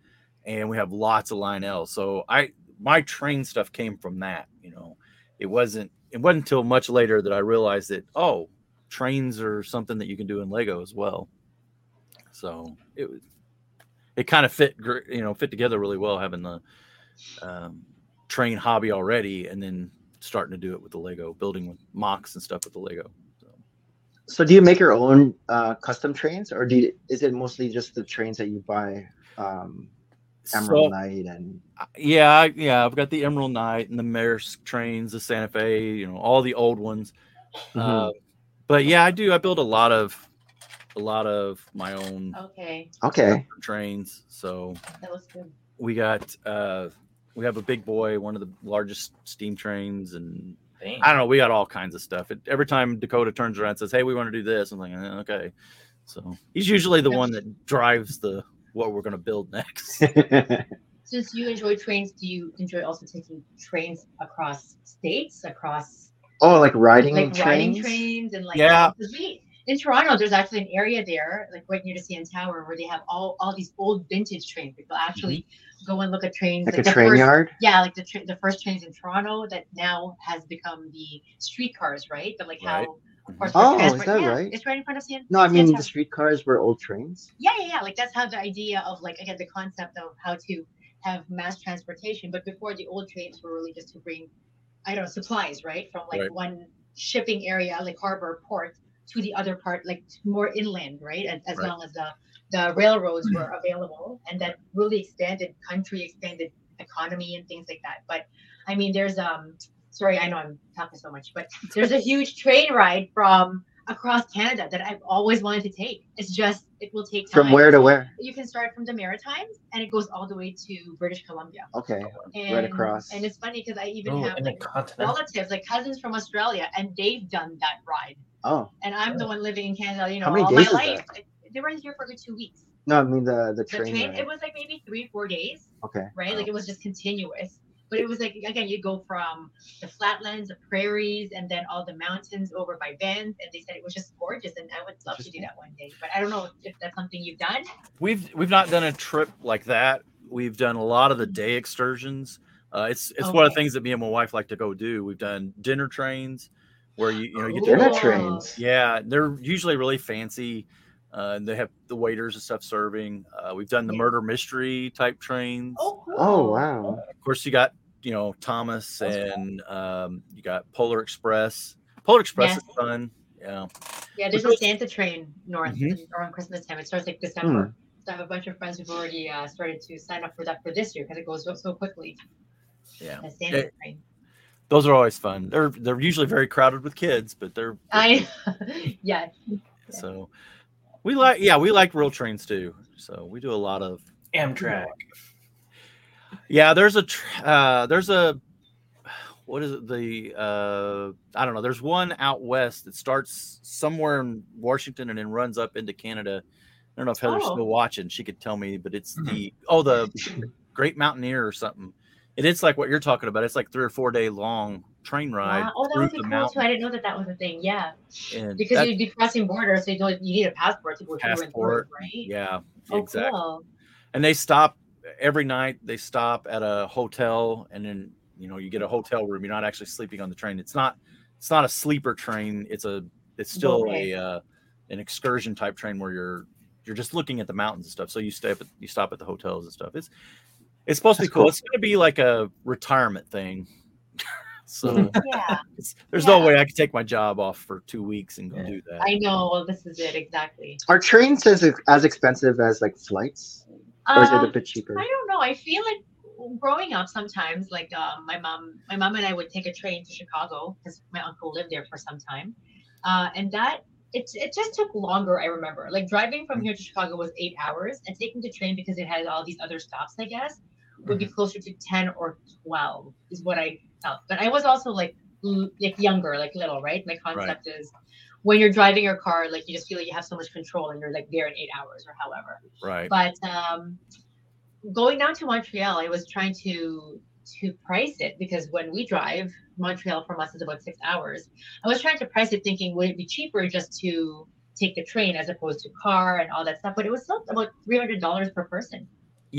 and we have lots of Line L. So I my train stuff came from that. You know, it wasn't it wasn't until much later that I realized that oh, trains are something that you can do in Lego as well. So it was it kind of fit gr- you know fit together really well having the um, train hobby already, and then starting to do it with the Lego, building with mocks and stuff with the Lego. So
So do you make your own uh, custom trains, or do you, is it mostly just the trains that you buy, um, Emerald
So,
Knight and
I- yeah, I- yeah, I've got the Emerald Knight and the Maersk trains, the Santa Fe, you know, all the old ones.
Mm-hmm.
Uh, but yeah, I do. I build a lot of a lot of my own
Oh. Okay,
Mm-hmm. okay,
trains. So
that looks good.
we got uh we have a big boy, one of the largest steam trains, and
Dang.
I don't know. We got all kinds of stuff. It, every time Dakota turns around and says, "Hey, we want to do this," I'm like, "Eh, "Okay." So he's usually the one that drives the what we're going to build next.
Since you enjoy trains, do you enjoy also taking trains across states, across
oh, like riding
like
trains.
riding trains and like
Yeah.
'cause we in Toronto, there's actually an area there, like right near the CN Tower, where they have all, all these old vintage trains. People actually go and look at trains,
Mm-hmm. Like, a
the
train
first-
yard.
Yeah, like the tra- the first trains in Toronto that now has become the streetcars, right? But like
Right.
how, of course,
Oh,
for
is
transport-
that
yeah,
right?
It's right in front of CN.
No, I
CN
mean
Tower.
the streetcars were old trains.
Yeah, yeah, yeah. Like that's how the idea of like again the concept of how to have mass transportation. But before the old trains were really just to bring, I don't know, supplies, right, from like
Right.
one shipping area, like harbor port, to the other part, like more inland, right? As, as
Right.
long as the the railroads were available, and that really expanded country, expanded economy, and things like that. But I mean, there's um, sorry, I know I'm talking so much, but there's a huge train ride from across Canada that I've always wanted to take. It's just it will take time.
From where to where?
You can start from the Maritimes, and it goes all the way to British Columbia.
Okay,
And,
across.
And it's funny because I even
Ooh,
have
in the
like,
continent.
relatives, like cousins from Australia, and they've done that ride.
Oh
And I'm the one living in Canada, you know,
How many
all
days
my
is
life. They were here for a good two weeks.
no, I mean the
The
the train.
train,
ride.
it was like maybe three, four days,
okay.
right? Like it was just continuous. But it was like again, you go from the flatlands, the prairies, and then all the mountains over by Banff, and they said it was just gorgeous. And I would love to do that one day, but I don't know if that's something you've done.
we've we've not done a trip like that. We've done a lot of the day excursions. Uh, it's it's one of the
Okay.
things that me and my wife like to go do. We've done dinner trains where you you know you get to
Dinner
go
Cool.
trains.
Yeah, they're usually really fancy. Uh, and they have the waiters and stuff serving. Uh, we've done the
Yeah.
murder mystery type trains.
Oh, cool.
Oh wow.
Of course, you got you know Thomas and um, you got Polar Express. Polar Express
Yes.
is fun. Yeah,
Yeah, there's a Santa train north
Mhm.
in- around Christmas time. It starts like December.
Hmm.
So I have a bunch of friends who've already uh, started to sign up for that for this year because it goes so, so quickly.
yeah.
The Santa
Yeah.
train.
Those are always fun. They're they're usually very crowded with kids, but they're
I, yeah,
so we like yeah we like real trains too. So we do a lot of
Amtrak.
Yeah, there's a tr- uh, there's a what is it the uh, I don't know. There's one out west that starts somewhere in Washington and then runs up into Canada. I don't know if Heather's
Oh.
still watching. She could tell me, but it's the oh the Great Mountaineer or something. And it's like what you're talking about. It's like three or four day long train ride
Wow. Oh, that
through
would be cool
the
too.
mountain.
I didn't know that that was a thing. Yeah,
And
because
that-
you'd be crossing borders, so you don't you need a passport to go through and through,
Passport,
right?
yeah,
Oh,
exactly.
cool.
and they stop every night they stop at a hotel and then you know you get a hotel room you're not actually sleeping on the train it's not it's not a sleeper train it's a it's still
Okay.
a uh, an excursion type train where you're you're just looking at the mountains and stuff so you stay up at, you stop at the hotels and stuff it's it's supposed to
That's
be cool,
cool.
it's going to be like a retirement thing so
Yeah,
it's, there's
Yeah.
no way i could take my job off for two weeks and go do that
I know. Well, this is it exactly.
Are trains as as expensive as like flights, or is it a
Um,
bit cheaper?
I don't know. I feel like growing up sometimes, like um, my mom, my mom and I would take a train to Chicago because my uncle lived there for some time, uh, and that it it just took longer. I remember, like driving from here to Chicago was eight hours, and taking the train because it had all these other stops. I guess would be closer to ten or twelve is what I felt. But I was also like l- like younger, like little, right? My concept is. When you're driving your car, like you just feel like you have so much control, and you're like there in eight hours or however
right
but um, going down to Montreal, I was trying to to price it because when we drive Montreal from us is about six hours. I was trying to price it, thinking would it be cheaper just to take the train as opposed to car and all that stuff. But it was still about three hundred dollars per person.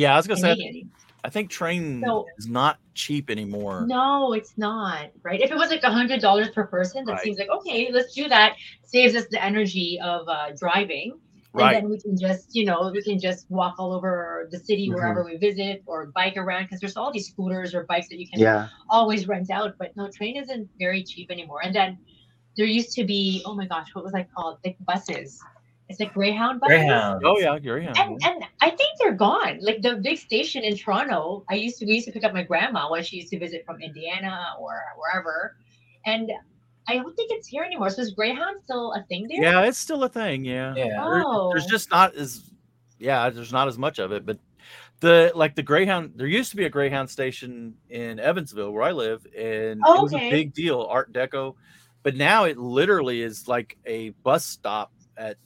yeah i was going to say
Canadian.
i think train
So-
is not cheap anymore
No, it's not right. If it was like hundred dollars per person, that
Right.
seems like okay. Let's do that. Saves us the energy of uh, driving.
Right.
And then we can just, you know, we can just walk all over the city
Mhm.
wherever we visit or bike around because there's all these scooters or bikes that you can
Yeah.
always rent out. But no, train isn't very cheap anymore. And then there used to be, oh my gosh, what was I called? Like buses. It's like Greyhound buses.
Greyhound.
Oh yeah, Greyhound.
And, and I think they're gone. Like the big station in Toronto, I used to we used to pick up my grandma when she used to visit from Indiana or wherever, and I don't think it's here anymore. So is Greyhound still a thing there?
yeah, it's still a thing. Yeah.
Yeah.
There-
Oh.
there's just not as yeah, there's not as much of it, but the like the Greyhound there used to be a Greyhound station in Evansville where I live and it was a
Okay.
big deal, Art Deco. But now it literally is like a bus stop at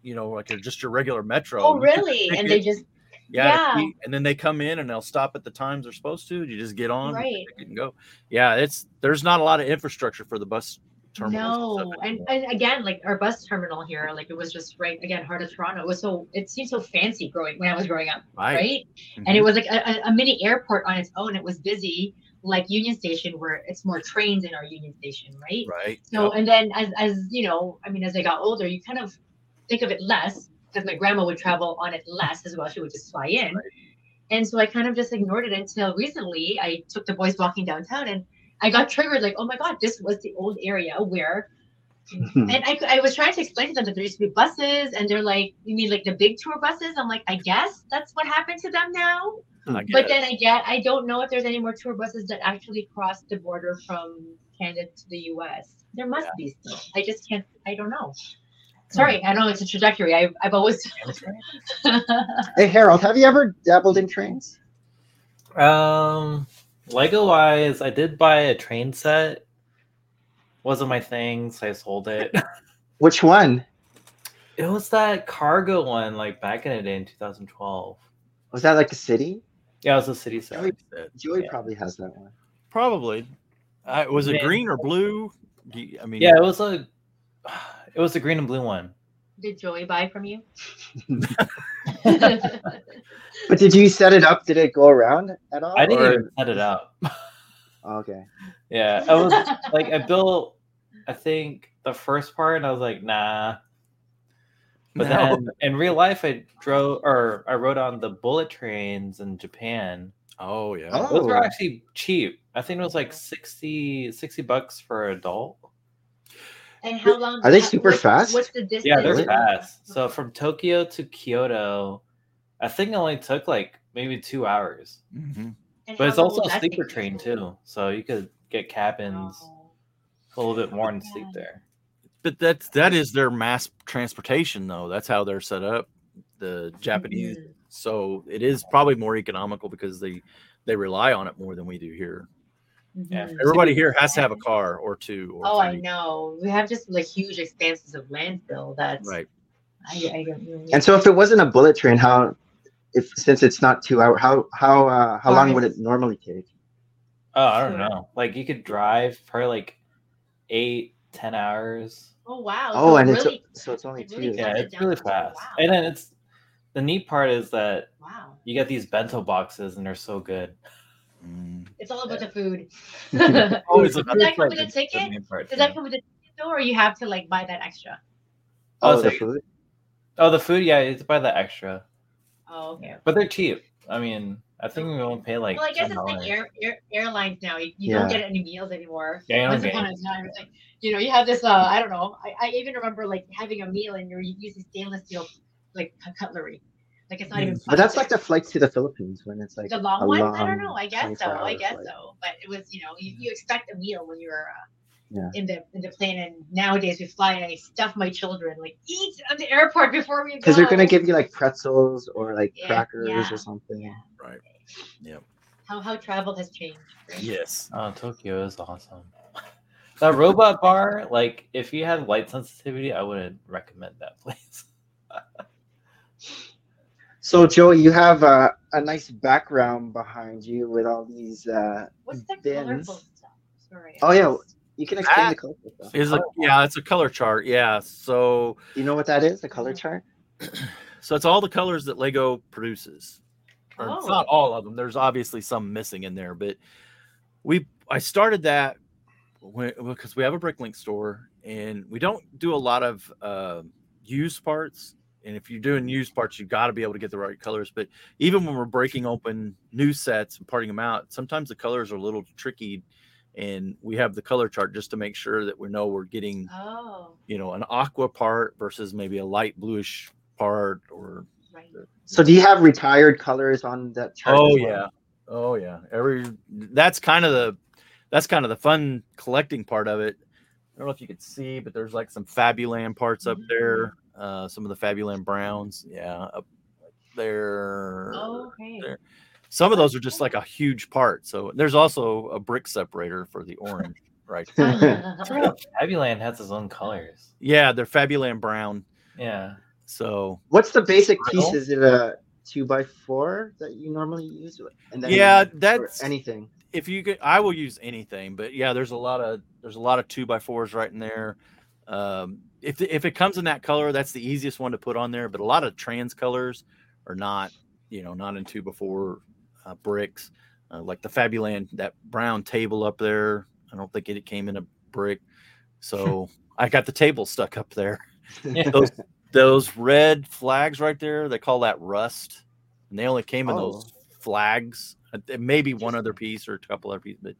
you know, like a, just your regular metro.
Oh,
You can
really?
pick
And
it-
they just
yeah,
yeah.
and then they come in and they'll stop at the times they're supposed to. and You just get on,
Right.
you can go. Yeah, it's there's not a lot of infrastructure for the bus terminals.
no. And, and again, like our bus terminal here, like it was just right again, heart of Toronto. It was so it seemed so fancy growing when I was growing up, right? And it was like a, a- a mini airport on its own. It was busy, like Union Station, where it's more trains in our Union Station, right?
right.
So, and then as, as you know, I mean, as I got older, you kind of think of it less because my grandma would travel on it less as well. She would just fly in. And so I kind of just ignored it until recently I took the boys walking downtown and I got triggered like, oh my God, this was the old area where,
Hmm.
and I, I was trying to explain to them that there used to be buses and they're like, you mean like the big tour buses? I'm like, I guess that's what happened to them now.
I
But
guess.
then I get, I don't know if there's any more tour buses that actually cross the border from Canada to the U.S. There must be still. I just can't. I don't know. Sorry, I know it's a trajectory. I've, I've always.
Hey Harold, have you ever dabbled in trains?
Um, Lego wise, I did buy a train set. Wasn't my thing, so I sold it.
Which one?
it was that cargo one, like back in the day in 2012.
Was that like a city?
Yeah, it was a city set.
Joey
Yeah.
probably has that one.
Probably. Uh, was it
Yeah.
green or blue? Do you- I mean,
Yeah, it was a, it was a green and blue one.
Did Joey buy from you? oh,
But did you set it up? Did it go around at all?
I didn't
or-
even set it up.
Okay.
Yeah, I was like, I built, I think the first part, and I was like, nah. But
No.
then in real life, I drove or I rode on the bullet trains in Japan.
oh yeah.
Oh.
Those were actually cheap. I think it was like 60, 60 bucks for adult.
and how long?
Are they
how-
super
what-
fast?
What's the distance?
Yeah, they're
Really?
fast. So from Tokyo to Kyoto, I think it only took like maybe two hours.
Mhm.
Oh. And
But
how
it's
long
also
will
a
that
sleeper
take?
train too, so you could get cabins
Oh.
a little bit more and sleep there.
But that's that is their mass transportation though. That's how they're set up. The Japanese.
Mhm.
So it is probably more economical because they they rely on it more than we do here.
Yeah.
Mhm.
Everybody here has to have a car or two or
Oh, I
three.
know. We have just like huge expanses of landfill. That's
Right.
I, I don't know.
And so if it wasn't a bullet train, how if since it's not two hour how how uh, how long would it normally take?
Oh, I don't
Sure.
know. Like you could drive for like eight, ten hours.
Oh wow!
Oh,
so
and
really,
it's so it's only
it really
two.
Yeah,
Yeah,
it's really
downtown.
fast.
Wow.
And then it's the neat part is that
wow,
you get these bento boxes and they're so good.
Mm.
it's all about the food. Does
Oh, it's a
Does that come with a
That's the
ticket?
main part,
that
yeah.
come with a ticket though, or you have to like buy that extra?
Oh,
Oh,
the
so-
food.
Oh, the food, yeah, it's by the extra.
Oh, okay.
But they're cheap. I mean, I think we only pay like.
well, I guess it's
$10.
like air, air, airlines now. You, you don't get any meals anymore.
Yeah, you don't
Once
get
upon a time, it's like, you know, you have this. Uh, I don't know. I, I even remember like having a meal and you're using stainless steel like cu- cutlery. Like it's not even.
But Hmm. Oh, that's
plastic.
like the flights to the Philippines when it's like
the long
a
ones. I don't know.
long
I guess so.
24
I
hour
guess
flight.
so. But it was, you know, you, you expect a meal when you're uh,
Yeah.
in the in the plane. And nowadays we fly, and I stuff my children like eat at the airport before we go.
Because they're gonna give you like pretzels or like
Yeah,
crackers
yeah.
or something.
Yeah.
Right. Yep.
how how travel has changed. right?
Yes.
Oh, Tokyo is awesome. That robot bar, like if you have light sensitivity, I wouldn't recommend that place.
So Joey, you have a, a nice background behind you with all these. Uh,
What's the
Bins.
colorful stuff? Sorry.
oh yeah, you can explain the
That
color. Stuff.
Is a yeah, it's a color chart. Yeah. So
You know what that is? The
Mm-hmm.
color chart.
so it's all the colors that Lego produces. Or It's
Oh.
not all of them. There's obviously some missing in there, but we I started that when, because we have a Bricklink store and we don't do a lot of uh, used parts And if you're doing used parts, you've got to be able to get the right colors. But even when we're breaking open new sets and parting them out, sometimes the colors are a little tricky. And we have the color chart just to make sure that we know we're getting,
Oh,
you know, an aqua part versus maybe a light bluish part or
right.
So do you have retired colors on that chart?
Oh
as well?
yeah. Oh yeah. Every that's kind of the that's kind of the fun collecting part of it. I don't know if you could see, but there's like some Fabuland parts up there. Uh some of the Fabuland Browns. Yeah, up there.
Okay.
There. Some of those are just like a huge part. So there's also a brick separator for the orange, right?
Abbeyland has its own colors.
Yeah, they're Fabuland Brown.
Yeah.
So
What's the basic
Well-
piece? Is it a two by four that you normally use? And
Yeah,
or
that's-
anything.
if you could i will use anything but yeah there's a lot of there's a lot of two by fours right in there um if if it comes in that color that's the easiest one to put on there but a lot of trans colors are not you know not in two by four uh, bricks uh, like the fabuland that brown table up there i don't think it came in a brick so i got the table stuck up there
Yeah.
those those red flags right there they call that rust and they only came in
Oh.
those flags uh, maybe one other piece or a couple other pieces but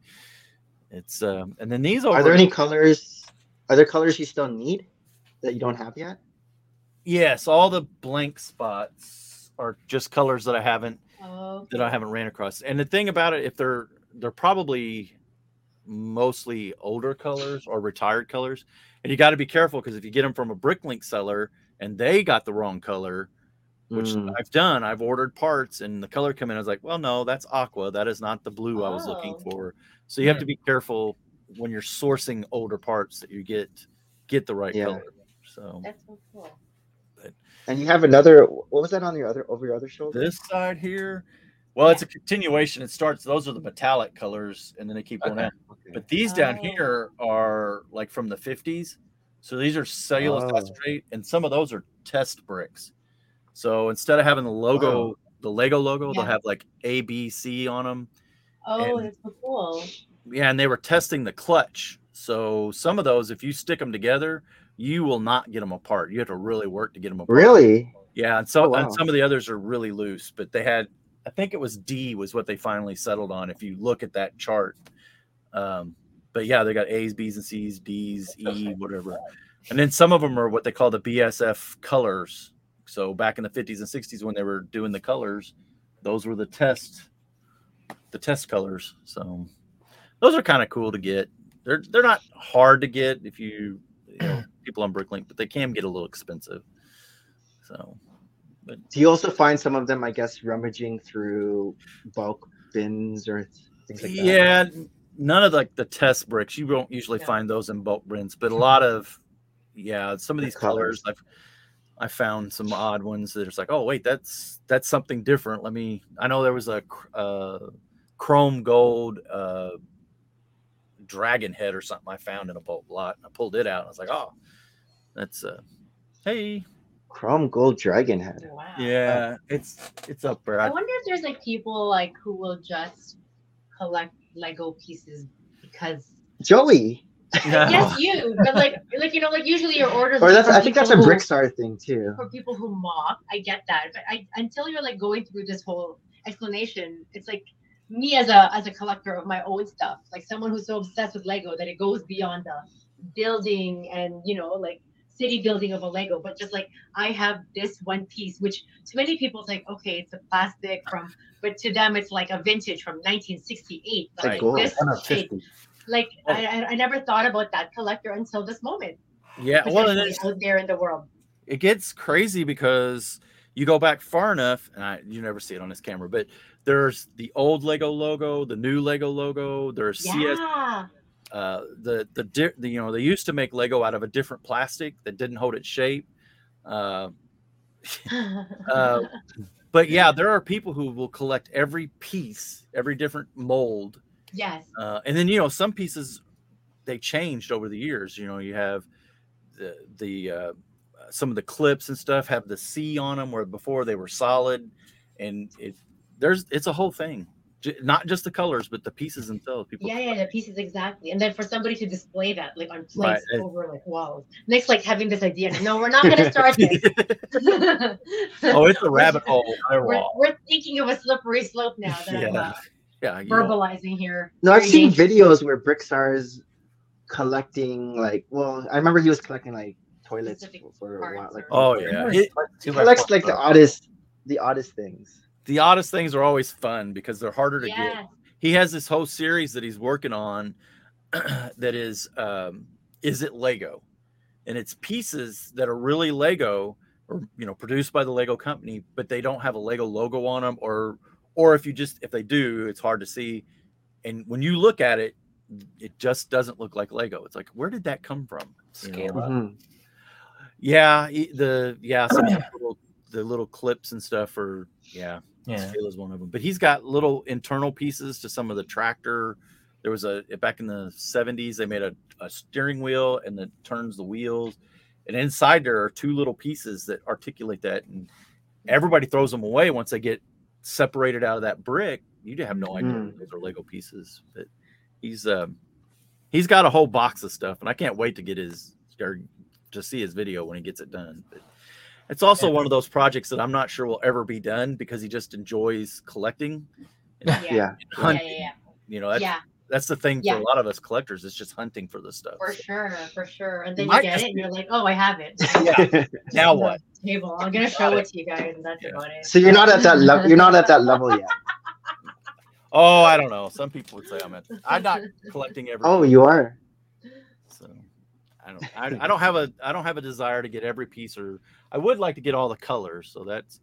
it's um and then these
Are there any colors? Are there colors you still need that you don't have yet?
yes all the blank spots are just colors that i haven't
Oh,
that i haven't ran across and the thing about it if they're they're probably mostly older colors or retired colors and you got to be careful because if you get them from a bricklink seller and they got the wrong color which
Mm.
I've done. I've ordered parts and the color come in. I was like, well, no, that's aqua. That is not the blue I was looking
Oh.
for. So you have to be careful when you're sourcing older parts that you get get the right
Yeah.
color. So
that's so cool.
And you have another. What was that on your other over your other shoulder?
this side here, well, it's a continuation. It starts. Those are the metallic colors, and then they keep going
Okay.
out. But these down
Oh.
here are like from the 50s. So these are cellulose
Oh.
acetate, and some of those are test bricks. So instead of having the logo,
Wow.
the Lego logo, they'll
Yeah.
have like A, B, C on them.
Oh,
And-
that's so cool.
yeah, and they were testing the clutch. So some of those, if you stick them together, you will not get them apart. You have to really work to get them apart.
Really?
Yeah, and so
Oh, wow.
and some of the others are really loose, but they had, I think it was D was what they finally settled on. If you look at that chart, um, but yeah, they got A's, B's, and C's, D's, E, whatever, and then some of them are what they call the BSF colors. So back in the 50s and 60s, when they were doing the colors, those were the test, the test colors. So those are kind of cool to get. They're they're not hard to get if you, you know, people on Bricklink, but they can get a little expensive. So.
Do you also find some of them? I guess rummaging through bulk bins or things like that.
yeah n- none of like the test bricks you won't usually
No.
find those in bulk prints but a lot of yeah some of
The
these colors, i've i found some odd ones that it's like oh wait that's that's something different let me i know there was a cr- uh, chrome gold uh dragon head or something i found in a bulk lot and i pulled it out and i was like oh that's uh hey
Chrome gold dragon head.
Wow.
yeah it's it's up there
I
I,
wonder if there's like people like who will just collect Lego pieces because
Joey.
yes, you. But like, like you know, like usually your orders.
Or
are
that's.
for
I think that's a
people who-
Brickstar thing too.
for people who mock. I get that, but I until you're like going through this whole explanation, it's like me as a as a collector of my own stuff, like someone who's so obsessed with Lego that it goes beyond the building and you know like city building of a Lego, but just like I have this one piece, which to many people it's like okay, it's a plastic from, but to them it's like a vintage from 1968. But
Like
like
gold.
this shit,
150.
like I, I I never thought about that collector until this moment.
Oh. yeah well and
potentially
it's-
out there in the world.
it gets crazy because you go back far enough, and I you never see it on this camera, but there's the old Lego logo, the new Lego logo. There's CS,
Yeah.
uh, the, the di- the you know they used to make Lego out of a different plastic that didn't hold its shape. Uh, Uh, but yeah, there are people who will collect every piece, every different mold,
yes.
uh, and then you know some pieces they changed over the years you know you have the the uh, some of the clips and stuff have the c on them where before they were solid and it there's it's a whole thing J- not just the colors, but the pieces themselves. People,
Yeah, yeah, the pieces exactly. And then for somebody to display that like on
Right,
plates
it-
over like walls. Nick's like having this idea. No, we're not gonna start this.
oh, it's a rabbit hole.
we're, we're thinking of a slippery slope now that I'm
Yeah.
uh,
Yeah, you know,
verbalizing here.
No, I've
Very
seen
dangerous.
videos where Brickstar is collecting like well, I remember he was collecting like toilets
Specific
for a while.
parts
Like,
or-
Oh yeah, It-
he
Two by
collects
four.
like the oddest, the oddest things.
the oddest things are always fun because they're harder to get.
Yes.
he has this whole series that he's working on that is um is it lego and it's pieces that are really lego or you know produced by the lego company but they don't have a lego logo on them or or if you just if they do it's hard to see and when you look at it it just doesn't look like lego it's like where did that come from you know?
Scale up.
Mhm.
Mm-hmm. yeah e- the yeah some of the little, the little clips and stuff are yeah
Yeah.
Scale is one of them. But he's got little internal pieces to some of the tractor. There was a back in the 70s, they made a, a steering wheel and that turns the wheels. And inside there are two little pieces that articulate that. And everybody throws them away once they get separated out of that brick. You have no idea
Mm.
Mhm.
those are Lego pieces. But he's um he's got a whole box of stuff, and I can't wait to get his or to see his video when he gets it done. But it's also
Yeah.
one of those projects that I'm not sure will ever be done because he just enjoys collecting,
Yeah.
Yeah.
Yeah, yeah,
hunting.
yeah.
You know,
Yeah,
that's, that's the thing
Yeah.
for a lot of us collectors. It's just hunting for this stuff.
for
So,
sure, for sure. And then
Might
you get
just
it and you're like, oh, I have it.
Now what?
Table. I'm gonna show it to you guys, and that's
Yeah.
about it.
so you're not at that level. You're not at that level yet.
Oh, I don't know. Some people would say I'm at. I'm not collecting every.
Oh, you are.
So I don't I, I don't have a I don't have a desire to get every piece or I would like to get all the colors. So that's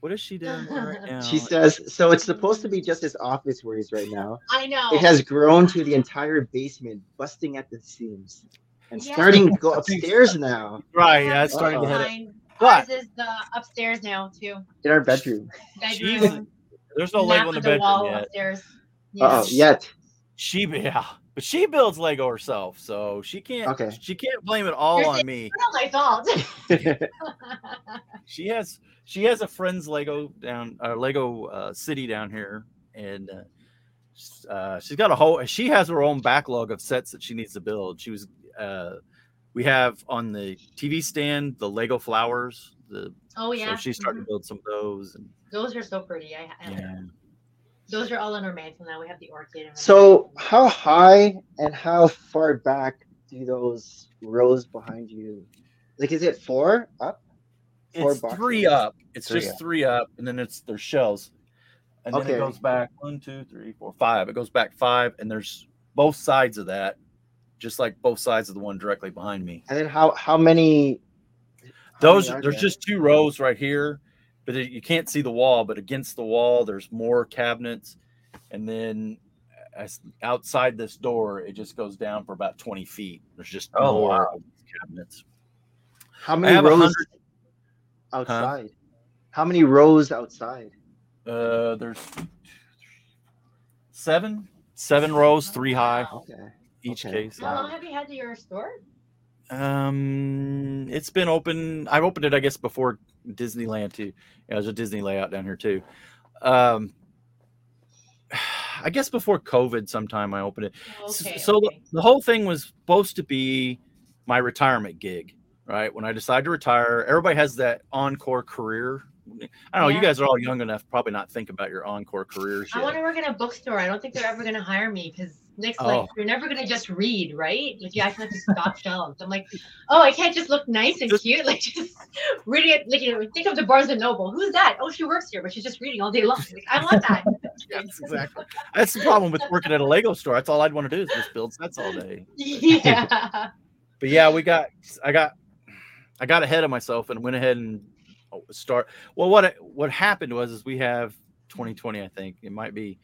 what is she doing right now?
She says. So it's supposed to be just his office where he's right now.
I know.
It has grown to the entire basement, busting at the seams, and
Yeah.
starting to go upstairs now
right, yeah, it's starting to
Uh-oh.
hit it.
Mine- Ours
But-
is the upstairs now too.
in our bedroom.
She's-
Bedroom.
There's no
map
Lego in the
of
bedroom
wall
yet.
Upstairs.
Oh, yet.
She yeah, but she builds Lego herself, so she can't
Okay.
she can't blame it all
You're
on
saying-
me.
Not my fault.
She has she has a friend's Lego down uh, Lego uh, city down here, and uh, s- uh, she's got a whole. She has her own backlog of sets that she needs to build. She was uh, we have on the TV stand the Lego flowers. The
oh yeah.
so she's starting to build some of those. And
Mhm. Those are so pretty. I, I Those are all on our mantle now. We have the orchid. and-
So, how high and how far back do those rows behind you? Like, is it four up? Four
it's
boxes.
three up. It's
Three
just
up.
three up, and then it's their shells, and then
Okay.
it goes back one, two, three, four, five. It goes back five, and there's both sides of that, just like both sides of the one directly behind me.
And then how how many? how
Those
many are
there's
there?
just two rows right here, but it- you can't see the wall. But against the wall, there's more cabinets, and then uh, as, outside this door, it just goes down for about 20 feet. There's just
Oh,
more
wow.
of these cabinets.
how
I
many
have a
rows
hundred-
outside? How many rows outside?
Uh, there's seven, seven rows, three high
Wow.
Okay.
each
Okay.
case.
How long have you had your store?
Um, it's been open. I opened it, I guess, before Disneyland too. Yeah, there's a Disney layout down here too. Um, I guess before COVID, sometime I opened it. S-
Okay.
so
okay.
The, the whole thing was supposed to be my retirement gig, right? When I decide to retire, everybody has that encore career. I don't know. You
Yeah.
guys are all young enough, to probably not think about your encore careers.
I
Yet.
want to work in a bookstore. I don't think they're ever going to hire me because Nick's
Oh.
like, you're never going to just read, right? Like, you actually have to stop shelves. I'm like, oh, I can't just look nice and
Just-
cute. Like, just reading it. Like, you know, think of the Barnes and Noble. Who's that? Oh, she works here, but she's just reading all day long. Like, I want that.
Yes, exactly. That's the problem with working at a Lego store. That's all I'd want to do is just build sets all day.
yeah.
But yeah, we got I got I got ahead of myself and went ahead and oh, start. Well, what what happened was is we have 2020, I think it might be.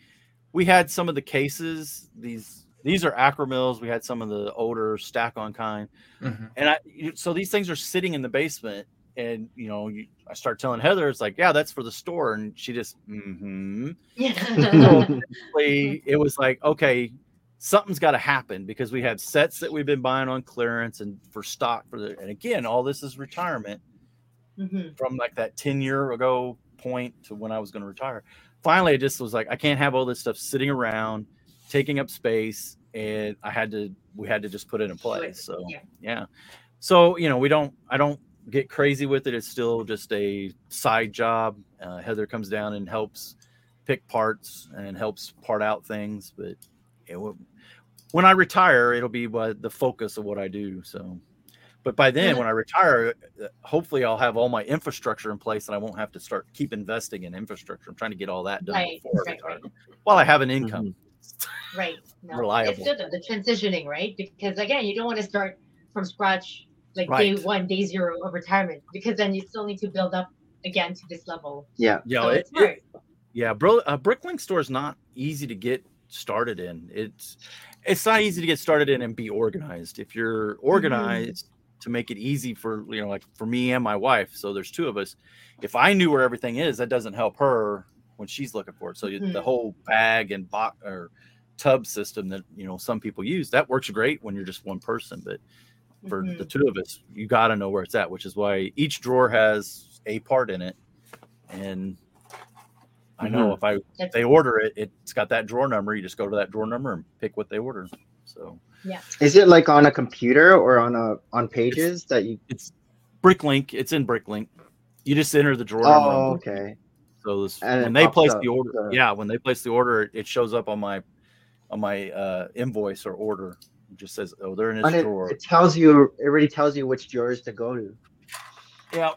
We had some of the cases. These these are Acromills. We had some of the older stack on kind.
Mhm.
And I you- so these things are sitting in the basement, and you know you, I start telling Heather, it's like, yeah, that's for the store, and she just, mm-hmm.
Yeah.
basically, it was like okay something's got to happen because we have sets that we've been buying on clearance and for stock for the and again all this is retirement
Mhm.
from like that 10 year ago point to when I was going to retire. Finally, I just was like, I can't have all this stuff sitting around, taking up space, and I had to. We had to just put it in
Do
play.
it.
So
Yeah.
yeah, so you know, we don't. I don't get crazy with it. It's still just a side job. Uh, Heather comes down and helps pick parts and helps part out things, but it, will- when I retire, it'll be what the focus of what I do. So, but by then, when I retire, uh, hopefully I'll have all my infrastructure in place and I won't have to start keep investing in infrastructure. I'm trying to get all that done
Right,
before I
right, Mm-hmm.
retire. While I have an income,
Right. No. It's
Reliable.
good though, the transitioning, right? Because again, you don't want to start from scratch like day
Right.
one, day zero of retirement, because then you still need to build up again to this level.
Yeah.
yeah,
so
it-
it's smart.
Yeah, bro, a bricklink store is not easy to get started in. It's it's not easy to get started in and be organized. If you're organized to make it easy for you know, like for me and my wife, so there's two of us. If I knew where everything is, that doesn't help her when she's looking for it. So you the
Mhm.
whole bag and box or tub system that you know some people use that works great when you're just one person, but for
Mhm.
Mm-hmm.
the two of us, you got to know where it's at, which is why each drawer has a part in it. And I know
Mm-hmm.
if I if
That's-
they order it, it's got that drawer number. You just go to that drawer number and pick what they order. So
Is it like on a computer or on a on pages that you?
it's BrickLink. It's in BrickLink. You just enter the drawer number.
Oh,
on Bricklink.
okay.
So this,
And it
when they
pops
place
up,
the order,
so-
yeah, when they place the order, it- it shows up on my on my uh, invoice or order. It just says, "Oh, they're in this
And it,
drawer."
it tells you. It already tells you which drawers to go to.
yeah.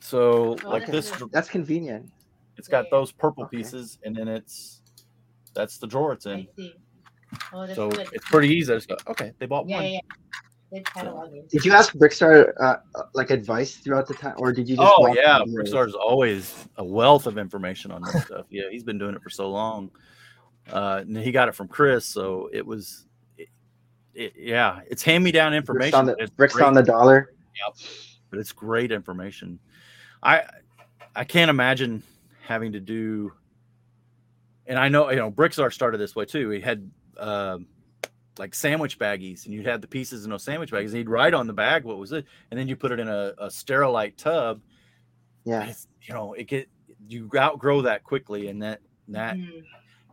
So
Oh,
like
that's
this,
nice.
dr-
That's convenient.
it's got
Yeah.
those purple
Okay.
pieces, and then it's that's the drawer it's in.
I see. Oh, that's
So
good.
it's pretty easy. I just go, okay, they bought
Yeah,
one.
yeah. yeah. It's cataloging.
Did you ask Brickstar uh, like advice throughout the time, or did you just?
Oh
walk
yeah,
in there?
Brickstar's always a wealth of information on this stuff. Yeah, he's been doing it for so long. Uh, and he got it from Chris, so it was, it, it, yeah, it's hand me down
Bricks
information.
on the
but it's
bricks
great,
on the dollar.
but it's great information. I, I can't imagine having to do. And I know you know Brickstar started this way too. He had um, like sandwich baggies, and you'd have the pieces in those sandwich baggies. And he'd write on the bag what was it, and then you put it in a, a sterilite tub,
Yeah.
it's, you know it get you outgrow that quickly and that that
Mhm.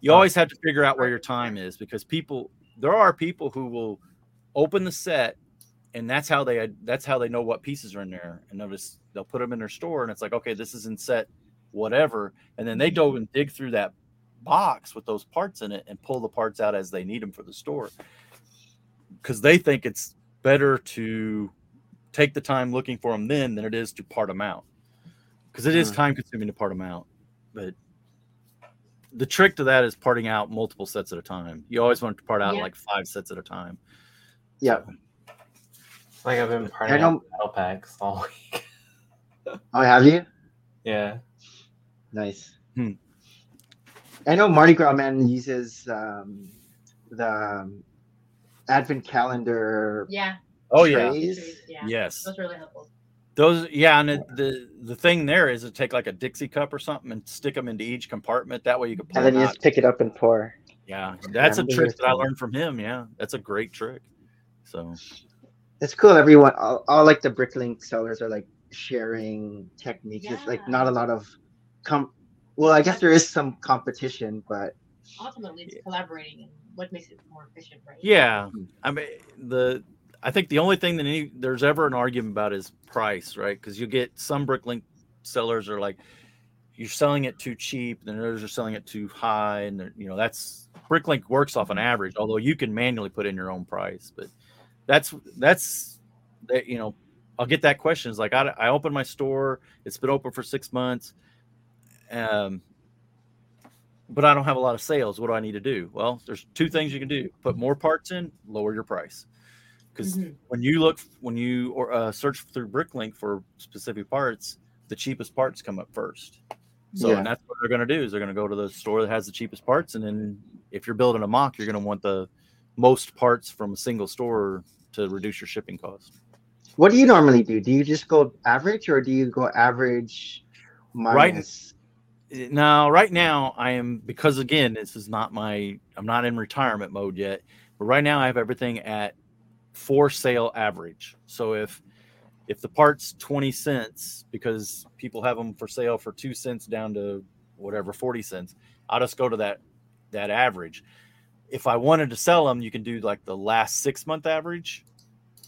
you always have to figure out where your time is because people there are people who will open the set and that's how they that's how they know what pieces are in there and notice they'll put them in their store and it's like okay this is in set whatever and then they go and dig through that box with those parts in it and pull the parts out as they need them for the store because they think it's better to take the time looking for them then than it is to part them out because it is
Mhm.
time consuming to part them out but the trick to that is parting out multiple sets at a time you always want to part out
Yeah.
like five sets at a time
Yeah.
Like I've been
I
partying out
don't-
battle packs all week.
Oh, have you?
yeah.
Nice.
Hmm.
I know Mardi Gras man uses um, the um, advent calendar.
Yeah.
oh yeah
trays.
Yeah.
yes
That's really helpful.
Those, yeah, and it, the the thing there is to take like a Dixie cup or something and stick them into each compartment. That way you can pull
And then
them
you
out.
just pick it up and pour.
Yeah, that's a
Yeah.
trick that I learned from him. Yeah, that's a great trick. So
It's cool. Everyone, all, all like the Bricklink sellers are like sharing techniques. It's like
Yeah.
not a lot of com. Well, I guess there is some competition, but
Ultimately, it's collaborating and what makes it more efficient, right?
yeah, I mean the I think the only thing that any, there's ever an argument about is price, right? Because you get some Bricklink sellers are like you're selling it too cheap, and others are selling it too high, and they're- you know that's Bricklink works off an average, although you can manually put in your own price, but that's that's that you know i'll get that question it's like i, I opened my store it's been open for six months um but i don't have a lot of sales what do i need to do well there's two things you can do put more parts in lower your price because
Mhm.
when you look when you or uh, search through bricklink for specific parts the cheapest parts come up first so
Yeah.
and that's what they're going to do is they're going to go to the store that has the cheapest parts and then if you're building a mock you're going to want the most parts from a single store to reduce your shipping cost
what do you normally do? Do you just go average, or do you go average
Right.
minus?
now right now i am because again this is not my i'm not in retirement mode yet but right now i have everything at for sale average so if if the part's 20 cents because people have them for sale for 2 cents down to whatever 40 cents i'll just go to that that average if i wanted to sell them you can do like the last six month average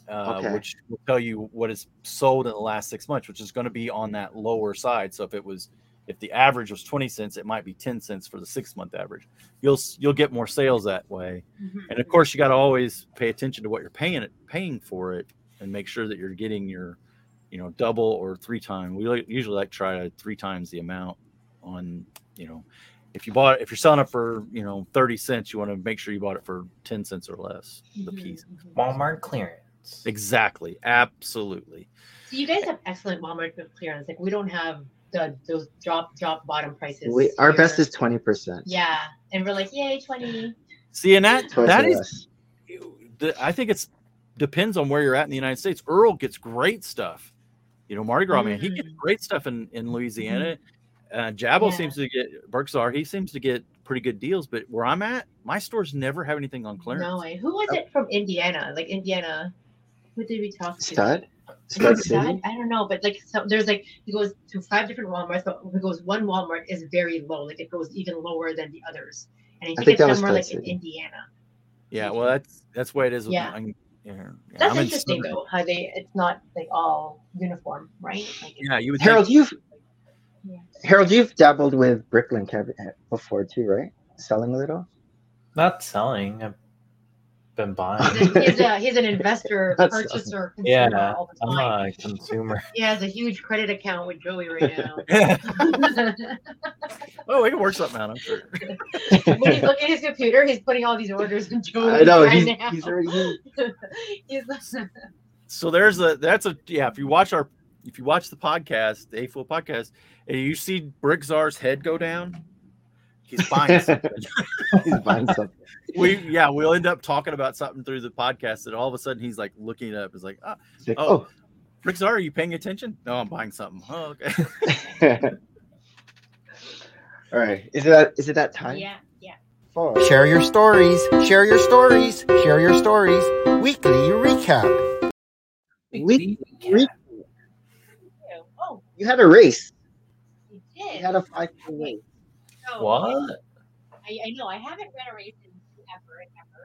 uh,
Okay.
which will tell you what is sold in the last six months which is going to be on that lower side so if it was if the average was 20 cents it might be 10 cents for the six month average you'll s- you'll get more sales that way
Mhm.
and of course you got to always pay attention to what you're paying it paying for it and make sure that you're getting your you know double or three time we like, usually like try to three times the amount on you know if you bought if you're selling it for you know 30 cents you want to make sure you bought it for 10 cents or less the
Mhm,
piece
mhm.
Walmart clearance.
exactly absolutely
So you guys have excellent Walmart with clearance. Like we don't have the those drop drop bottom prices.
We, our
here.
best is 20%.
Yeah, and we're like, yay, twenty.
see and that
Twice
that
or
is
less.
the- I think it's depends on where you're at in the United States. Earl gets great stuff. You know, Mardi Gras man, he gets
Mm.
great stuff in in Louisiana. Uh, Jabbo
Mm-hmm. Yeah.
seems to get Berksar. He seems to get pretty good deals. But where I'm at, my stores never have anything on clearance.
No way. Who was it from Indiana? Like Indiana. Who did we talk to?
Stud?
Was it
Stud
Stud?
City?
I don't know, but like so there's like he goes to five different Walmarts, but he goes one Walmart is very low, like it goes even lower than the others. And I think,
think that
it's
was
somewhere like
Stud
in
City.
Indiana.
Yeah, well, that's that's the way it is. with
Yeah.
my- yeah, yeah,
That's
I'm in
interesting
Southern-
though, how they it's not like all uniform, right? Like it's-
Yeah, you would think
Harold, you've
Yeah.
Harold, you've dabbled with Bricklink have- before too, right? Selling a little.
Not selling. I've been buying.
He's a- he's, a, he's an investor,
That's- Uh-huh.
purchaser,
Yeah,
consumer all the
I'm
time.
not a consumer.
He has a huge credit account with Joey right now.
oh, we can work something out. I'm sure.
when he's looking at his computer, he's putting all these orders in Joey
I know
right
he's,
now.
he's already
He's like-
So there's a that's a yeah. If you watch our if you watch the podcast, the A Fool podcast, and you see Brick Czar's head go down, he's buying. something.
he's buying something.
we yeah we'll end up talking about something through the podcast that all of a sudden he's like looking up is like ah,
He's like,
Oh. Rick Czar, are you paying attention no i'm buying something oh okay
oh. All right. Is it that is it that time?
yeah, yeah.
For
Share your stories, share your stories, share your stories. Weekly recap.
We-
Recap.
Oh,
you had a race.
you
You
did. Oh,
had a five point race.
So,
What?
I, I know. I haven't ran a race in ever and ever.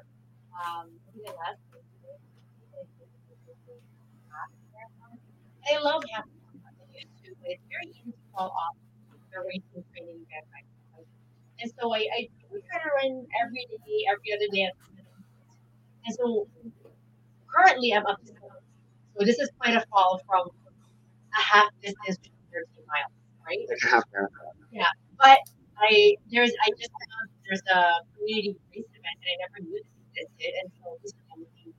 Um, I think the last race was- I love having fun on the YouTube. It's very easy to fall off the racing training you guys might have. And so I, I we try to run every day, every other day. at the minimum. And so currently I'm up to seven. So this is quite a fall from a half distance to 13 miles, right?
Like a half marathon.
But I there's I just found there's a community race event that I never knew this existed, and so this is I'm looking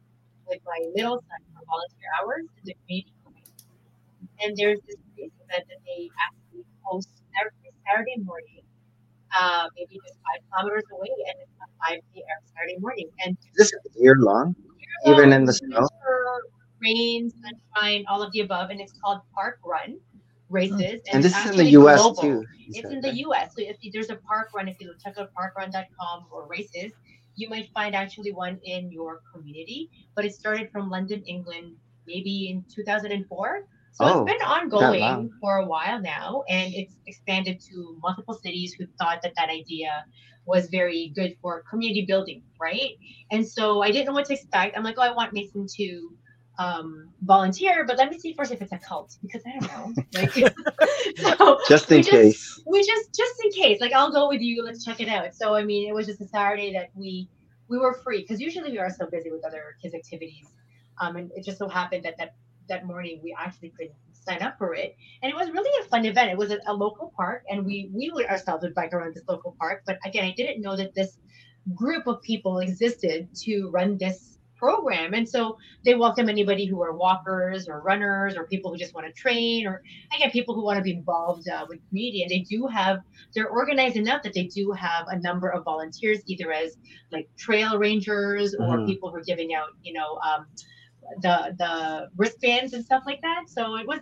with my middle son for volunteer hours in the community. race. And there's this race event that they actually host every Saturday morning, uh, maybe just five kilometers away, and it's a five day every Saturday morning. And
Is this year long?
year-long,
Even in the snow?
winter, rain, sunshine, all of the above, and it's called Park Run races.
Hmm. And
it's
this is in the
actually
U.S.
global
too. he
it's
said,
in the
right?
U.S. So if there's a park run, if you check out parkrun.com or races, you might find actually one in your community. But it started from London, England, maybe in 2004. So
Oh,
it's been
long.
ongoing for a while now, and it's expanded to multiple cities who thought that that idea was very good for community building, right? And so I didn't know what to expect. I'm like, oh, I want Mason to um, volunteer, but let me see first if it's a cult because I don't know. Like, so
Just in
we
case.
we just just in case like i'll go with you let's check it out so i mean it was just a saturday that we we were free because usually we are so busy with other kids activities um and it just so happened that that that morning we actually could sign up for it and it was really a fun event it was at a local park and we we would ourselves would bike around this local park but again i didn't know that this group of people existed to run this program and so they welcome anybody who are walkers or runners or people who just want to train or again people who want to be involved uh, with community and they do have they're organized enough that they do have a number of volunteers either as like trail rangers or
Mhm.
people who are giving out you know um, the the wristbands and stuff like that so it was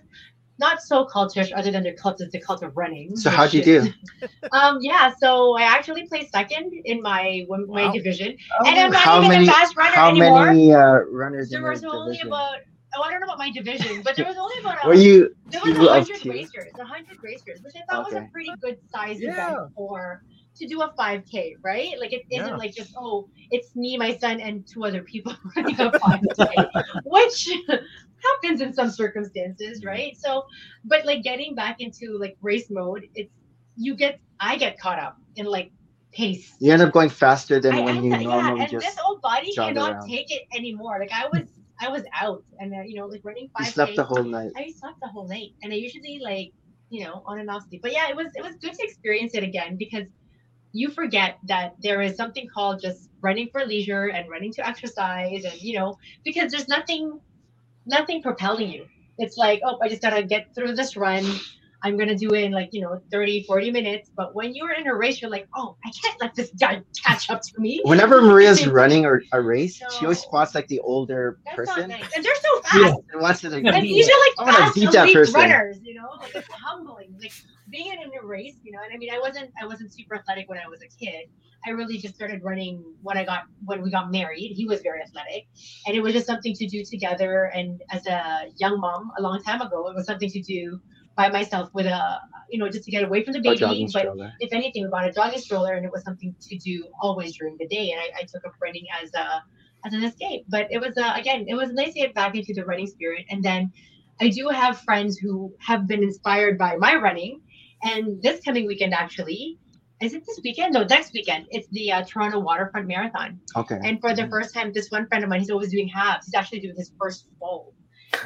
not so cultish other than the cult is the cult of running
So
which
how'd you
is-
do?
um, yeah, so I actually placed second in my wom- my
Wow.
division, and I'm not
How
even
many-
the fast runner
How
anymore.
many uh, runners
There
in your
was only
division?
about oh, I don't know about my division, but there was only about
Were
a,
you?
there was
you love
100
to?
racers, 100 racers, which I thought was
Okay.
a pretty good size
Yeah.
event for to do a 5K, right? Like it isn't
Yeah.
like just oh, it's me, my son, and two other people running a 5K, which happens in some
Mm-hmm.
circumstances, right? So, but like getting back into like race mode, it's you get I get caught up in like pace.
You end up going faster than when
am
you
not-
normally
and
just.
this old body
jog
cannot
around.
take it anymore. Like I was, I was out, and uh, you know, like running
You
five.
slept the whole night.
I slept the whole night, and I usually like you know on and off sleep. But yeah, it was it was good to experience it again because you forget that there is something called just running for leisure and running to exercise, and you know because there's nothing nothing propelling you. It's like oh, I just gotta get through this run. I'm gonna do it in like you know 30, 40 minutes. But when you're in a race, you're like, oh, I can't let this guy catch up to me.
Whenever Maria's running or a race, she always
No.
spots like the older
That's not
person.
nice. And they're so fast.
Yeah, and wants to like,
And
beat
these
her.
are
I
like
wanna
fast
beat that
elite
person.
runners, you know. Like it's humbling. Like being in a race, you know. And I mean, I wasn't, I wasn't super athletic when I was a kid. I really just started running when I got when we got married. He was very athletic, and it was just something to do together. And as a young mom, a long time ago, it was something to do by myself with a, you know, just to get away from the
Or
baby,
jogging
but
stroller.
if anything, we bought a jogging stroller, and it was something to do always during the day. And I, I took up running as a as an escape. But it was uh, again, it was nice to get back into the running spirit. And then I do have friends who have been inspired by my running. And this coming weekend, actually, is it this weekend? No, next weekend. It's the uh, Toronto Waterfront Marathon.
Okay.
And for the
Mhm.
first time, this one friend of mine, he's always doing halves. He's actually doing his first full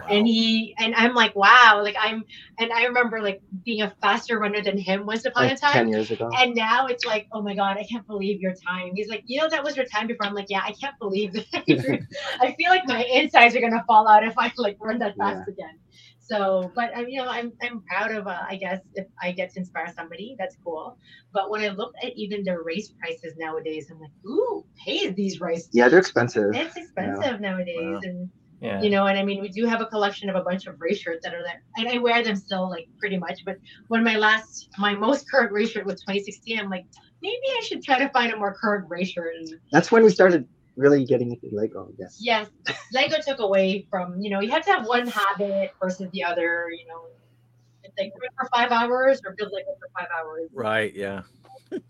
and he and I'm like, wow, like I'm and I remember like being a faster runner than him once upon
Like
a time.
ten years ago.
And now it's like, oh my god, I can't believe your time. He's like, you know, that was your time before. I'm like, yeah, I can't believe that. I feel like my insides are gonna fall out if I like run that fast again. So, but I'm, you know, I'm I'm proud of. Uh, I guess if I get to inspire somebody, that's cool. But when I look at even the race prices nowadays, I'm like, ooh, pay these races.
Yeah, they're expensive.
It's expensive nowadays,
Wow.
and
Yeah.
you know and i mean we do have a collection of a bunch of race shirts that are there and i wear them still like pretty much but when my last my most current race shirt was 2016 i'm like maybe i should try to find a more current race shirt and
That's when we started really getting into Lego. I guess.
yes lego took away from you know you have to have one habit versus the other you know it's like do it for five hours or build lego for five hours
Right. Yeah.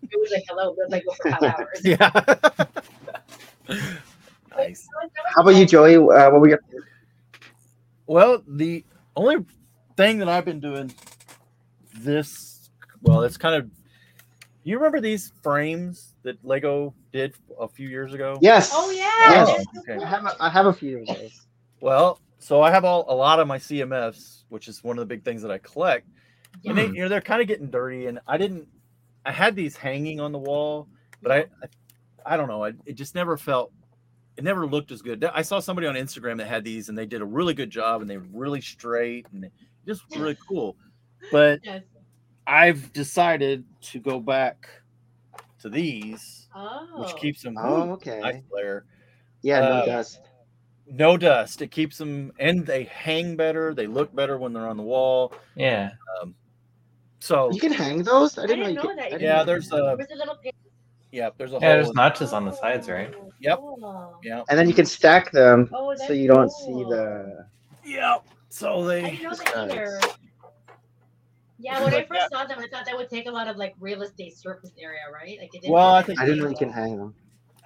it was like hello build lego for five hours
Yeah. nice.
How about you, Joey? Uh, what we got?
Well, the only thing that I've been doing this, well, it's kind of. You remember these frames that Lego did a few years ago?
Yes.
oh yeah
Yes.
there's
Oh,
no
okay.
I
problem.
have a, I have a few of those.
Well, so I have all a lot of my CMFs, which is one of the big things that I collect. And they,
Mhm.
you know, they're kind of getting dirty, and I didn't. I had these hanging on the wall, but I, I, I don't know. I, it just never felt. It never looked as good. I saw somebody on Instagram that had these, and they did a really good job, and they were really straight and just really cool. But
Yes.
I've decided to go back to these,
oh
which keeps them
Oh,
Ooh, nice
okay.
glare
Yeah,
Uh,
no dust.
no dust. It keeps them, and they hang better. They look better when they're on the wall.
Yeah.
So
You can hang those. I
I
didn't,
didn't
know, you
know that.
could. I didn't
yeah,
know-
there's a
Where's the little pin?
yeah, there's a
Yeah,
hole.
there's notches on the sides, right?
Yep.
Cool.
Yeah,
And then you can stack them
Oh, that's
so you don't see
cool.
the.
yeah. So
I
they
didn't know that
Nice.
either. Yeah,
Something
when I
like
first saw them, I thought that would take a lot of like real estate surface area, right? Like it didn't
Well, I
look
think-
I didn't know you can hang them.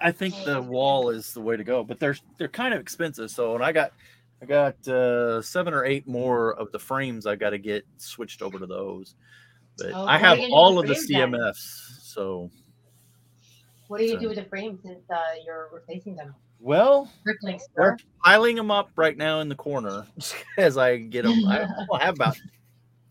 I think the wall is the way to go, but they're they're kind of expensive. So and I got I got uh seven or eight more of the frames I gotta get switched over to those. But
Oh,
I
what are
have
you gonna do
all
with
of the
frames then?
CMFs. So
What do you
so-
do with the frames since uh, you're replacing them?
well,
Bricklinks.
We're piling them up right now in the corner as I get them. I I have about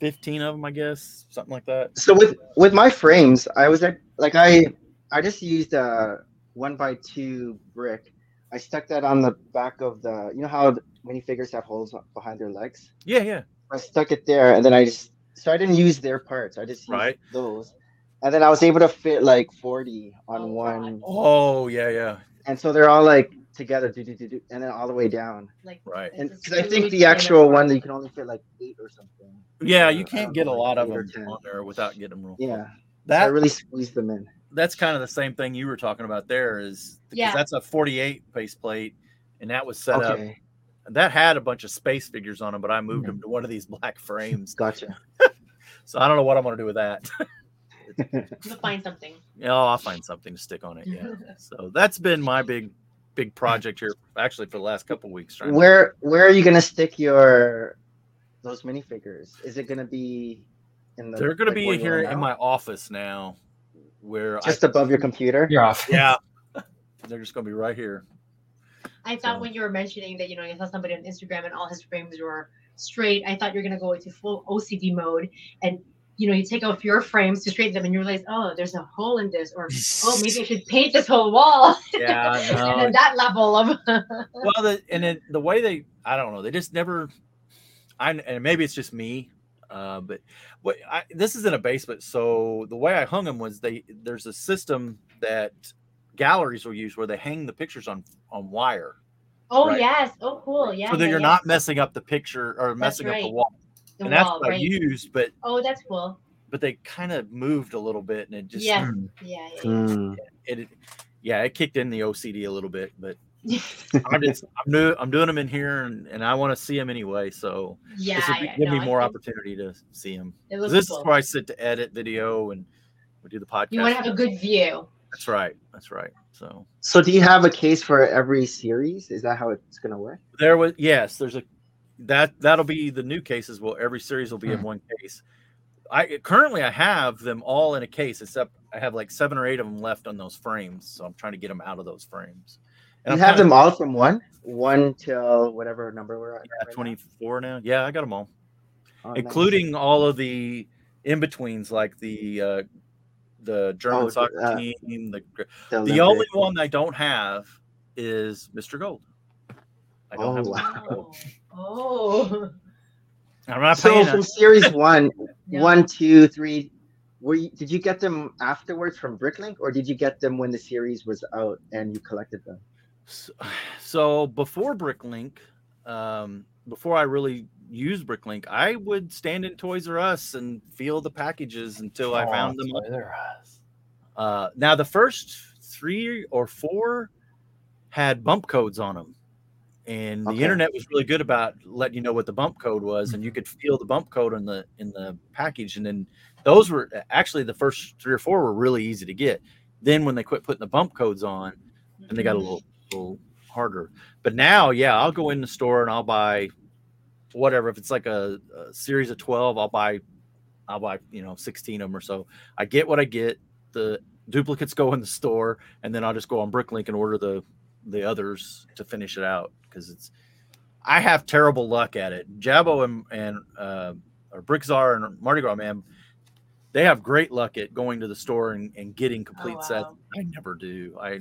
15 of them, I guess, something like that.
So with with my frames, I was at like I I just used a one by two brick. I stuck that on the back of the. You know how the minifigures have holes behind their legs.
Yeah, yeah.
I stuck it there, and then I just so I didn't use their parts. I just used
Right.
those, and then I was able to fit like forty on
Oh,
one.
Oh, yeah, yeah.
and so they're all like together, do, do, do, do, and then all the way down.
Like,
Right.
And
it's
'cause
just
I think
really
the
thin
actual
and
one
flat.
that you can only fit like eight or something.
Yeah,
Uh,
you
I
can't
don't
get a
know, like
lot of
eight or
them
10.
on there without getting them real.
Yeah, I
That
really squeezed them in.
that's kind of the same thing you were talking about there is because
Yeah.
that's a 48 faceplate and that uh, was set
Okay,
up that had a bunch of space figures on them, but I moved them to one of these black frames.
Gotcha.
So I don't know what I'm gonna do with that.
You'll find something.
oh, I'll find something to stick on it. Yeah. So that's been my big, big project here, actually, for the last couple weeks. trying to-
Where where are you gonna stick your those minifigures? Is it gonna be in the?
They're gonna
like,
be
where you
here
are
in
now?
my office now, where
Just
I,
above your computer.
You're off.
yeah, they're just gonna be right here.
I thought
So-
when you were mentioning that, you know, you saw somebody on Instagram and all his frames were straight, I thought you're gonna go into full OCD mode and you know, you take off your frames to straighten them and you realize, oh, there's a hole in this, or oh, maybe I should paint this whole wall.
Yeah, Oh, I
and
know.
then that level of
well, the, and then the way they, I don't know, they just never. I and maybe it's just me, uh, but what I, this is in a basement, so the way I hung them was they there's a system that galleries will use where they hang the pictures on on wire,
oh
Right.
yes, oh cool, yeah.
so that
yeah,
you're
yeah.
not messing up the picture or messing up the
right.
wall.
the
and that's
wall,
what I
right?
used, but
Oh, that's cool.
but they kind of moved a little bit, and it just mm.
Yes. Yeah, yeah,
Hmm.
it, yeah, it kicked in the OCD a little bit, but
yeah.
I'm just I'm doing I'm doing them in here, and, and I want to see them anyway. So
yeah,
this will be-
yeah,
give
no,
me
I
more
think
opportunity to see them.
It looks
This is
cool.
where I sit to edit video, and we do the podcast.
You want to have a good view.
that's right, that's right. So
So do you have a case for every series? Is that how it's gonna work?
there was yes, there's a that that'll be the new cases. Well, every series will be
Hmm.
in one case. I currently I have them all in a case, except I have like seven or eight of them left on those frames. So I'm trying to get them out of those frames.
You
I'm
have
kinda-
them all from one, one till whatever number we're at.
Yeah,
right now?
24 now. Yeah, I got them all,
Oh, nice.
including all of the in betweens, like the uh, the German
Oh,
soccer
uh,
team. The gr-
Till
the
number-
only one I don't have is Mr. Gold. I don't have.
Oh,
Mr.
wow.
Gold.
Oh, oh.
I'm not
So
paying.
from series one,
Yeah.
one, two, three, were you, did you get them afterwards from Bricklink, or did you get them when the series was out and you collected them?
So, so before Bricklink, um, before I really used Bricklink, I would stand in Toys R Us and feel the packages until I found them. Uh, now the first three or four had bump codes on them, and the
Okay.
internet was really good about letting you know what the bump code was, and you could feel the bump code in the in the package. And then those were actually the first three or four were really easy to get. Then when they quit putting the bump codes on, and they got a
Mm-hmm.
little, little harder. But now, yeah, I'll go in the store and I'll buy whatever. If it's like a, a series of twelve, I'll buy, I'll buy you know sixteen of them or so. I get what I get. The duplicates go in the store, and then I'll just go on Bricklink and order the the others to finish it out because it's. I have terrible luck at it. Jabbo and and uh, or Brickzar and Mardi Gras man, they have great luck at going to the store and, and getting complete sets.
Oh, wow.
I never do. I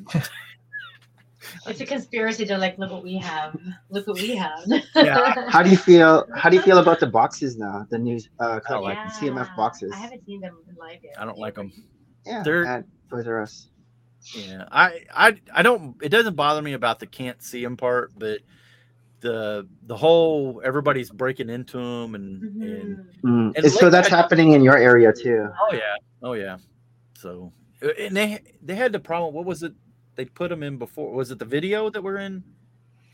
It's a conspiracy. They're like, look what we have. Look what we have.
Yeah.
How do you feel? How do you feel about the boxes now? The new uh,
I like
Yeah.
CMF boxes.
I haven't seen them in live yet.
I don't like them.
yeah,
they're-
at Toys R Us.
Yeah, I, I, I don't. It doesn't bother me about the can't see them part, but the the whole everybody's breaking into them and, and
Mhm.
Mm.
And
So
like-
that's happening in your area too.
oh yeah, oh yeah. So uh, and they they had the problem. What was it? They put them in before. Was it the video that we're in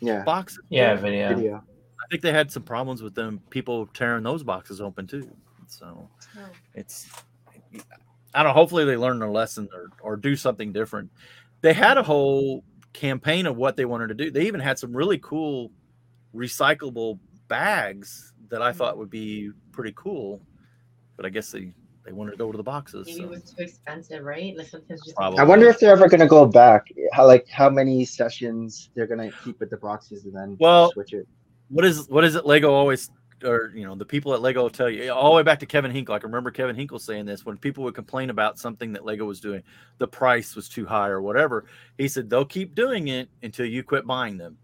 Yeah,
boxes?
Yeah, video.
video.
I think they had some problems with them. People tearing those boxes open too. So
Oh.
it's I don't know, hopefully they learn their lesson or, or do something different. They had a whole campaign of what they wanted to do. They even had some really cool recyclable bags that I thought would be pretty cool, but I guess they, they wanted to go to the boxes.
Maybe
so
it was too expensive, right? Like sometimes just
Probably.
I wonder if they're ever gonna go back. How like how many sessions they're gonna keep with the boxes and then
Well,
switch it.
what is what is it Lego always or you know the people at Lego will tell you all the way back to Kevin Hinkle. I can remember Kevin Hinkle saying this when people would complain about something that Lego was doing, the price was too high or whatever. He said they'll keep doing it until you quit buying them.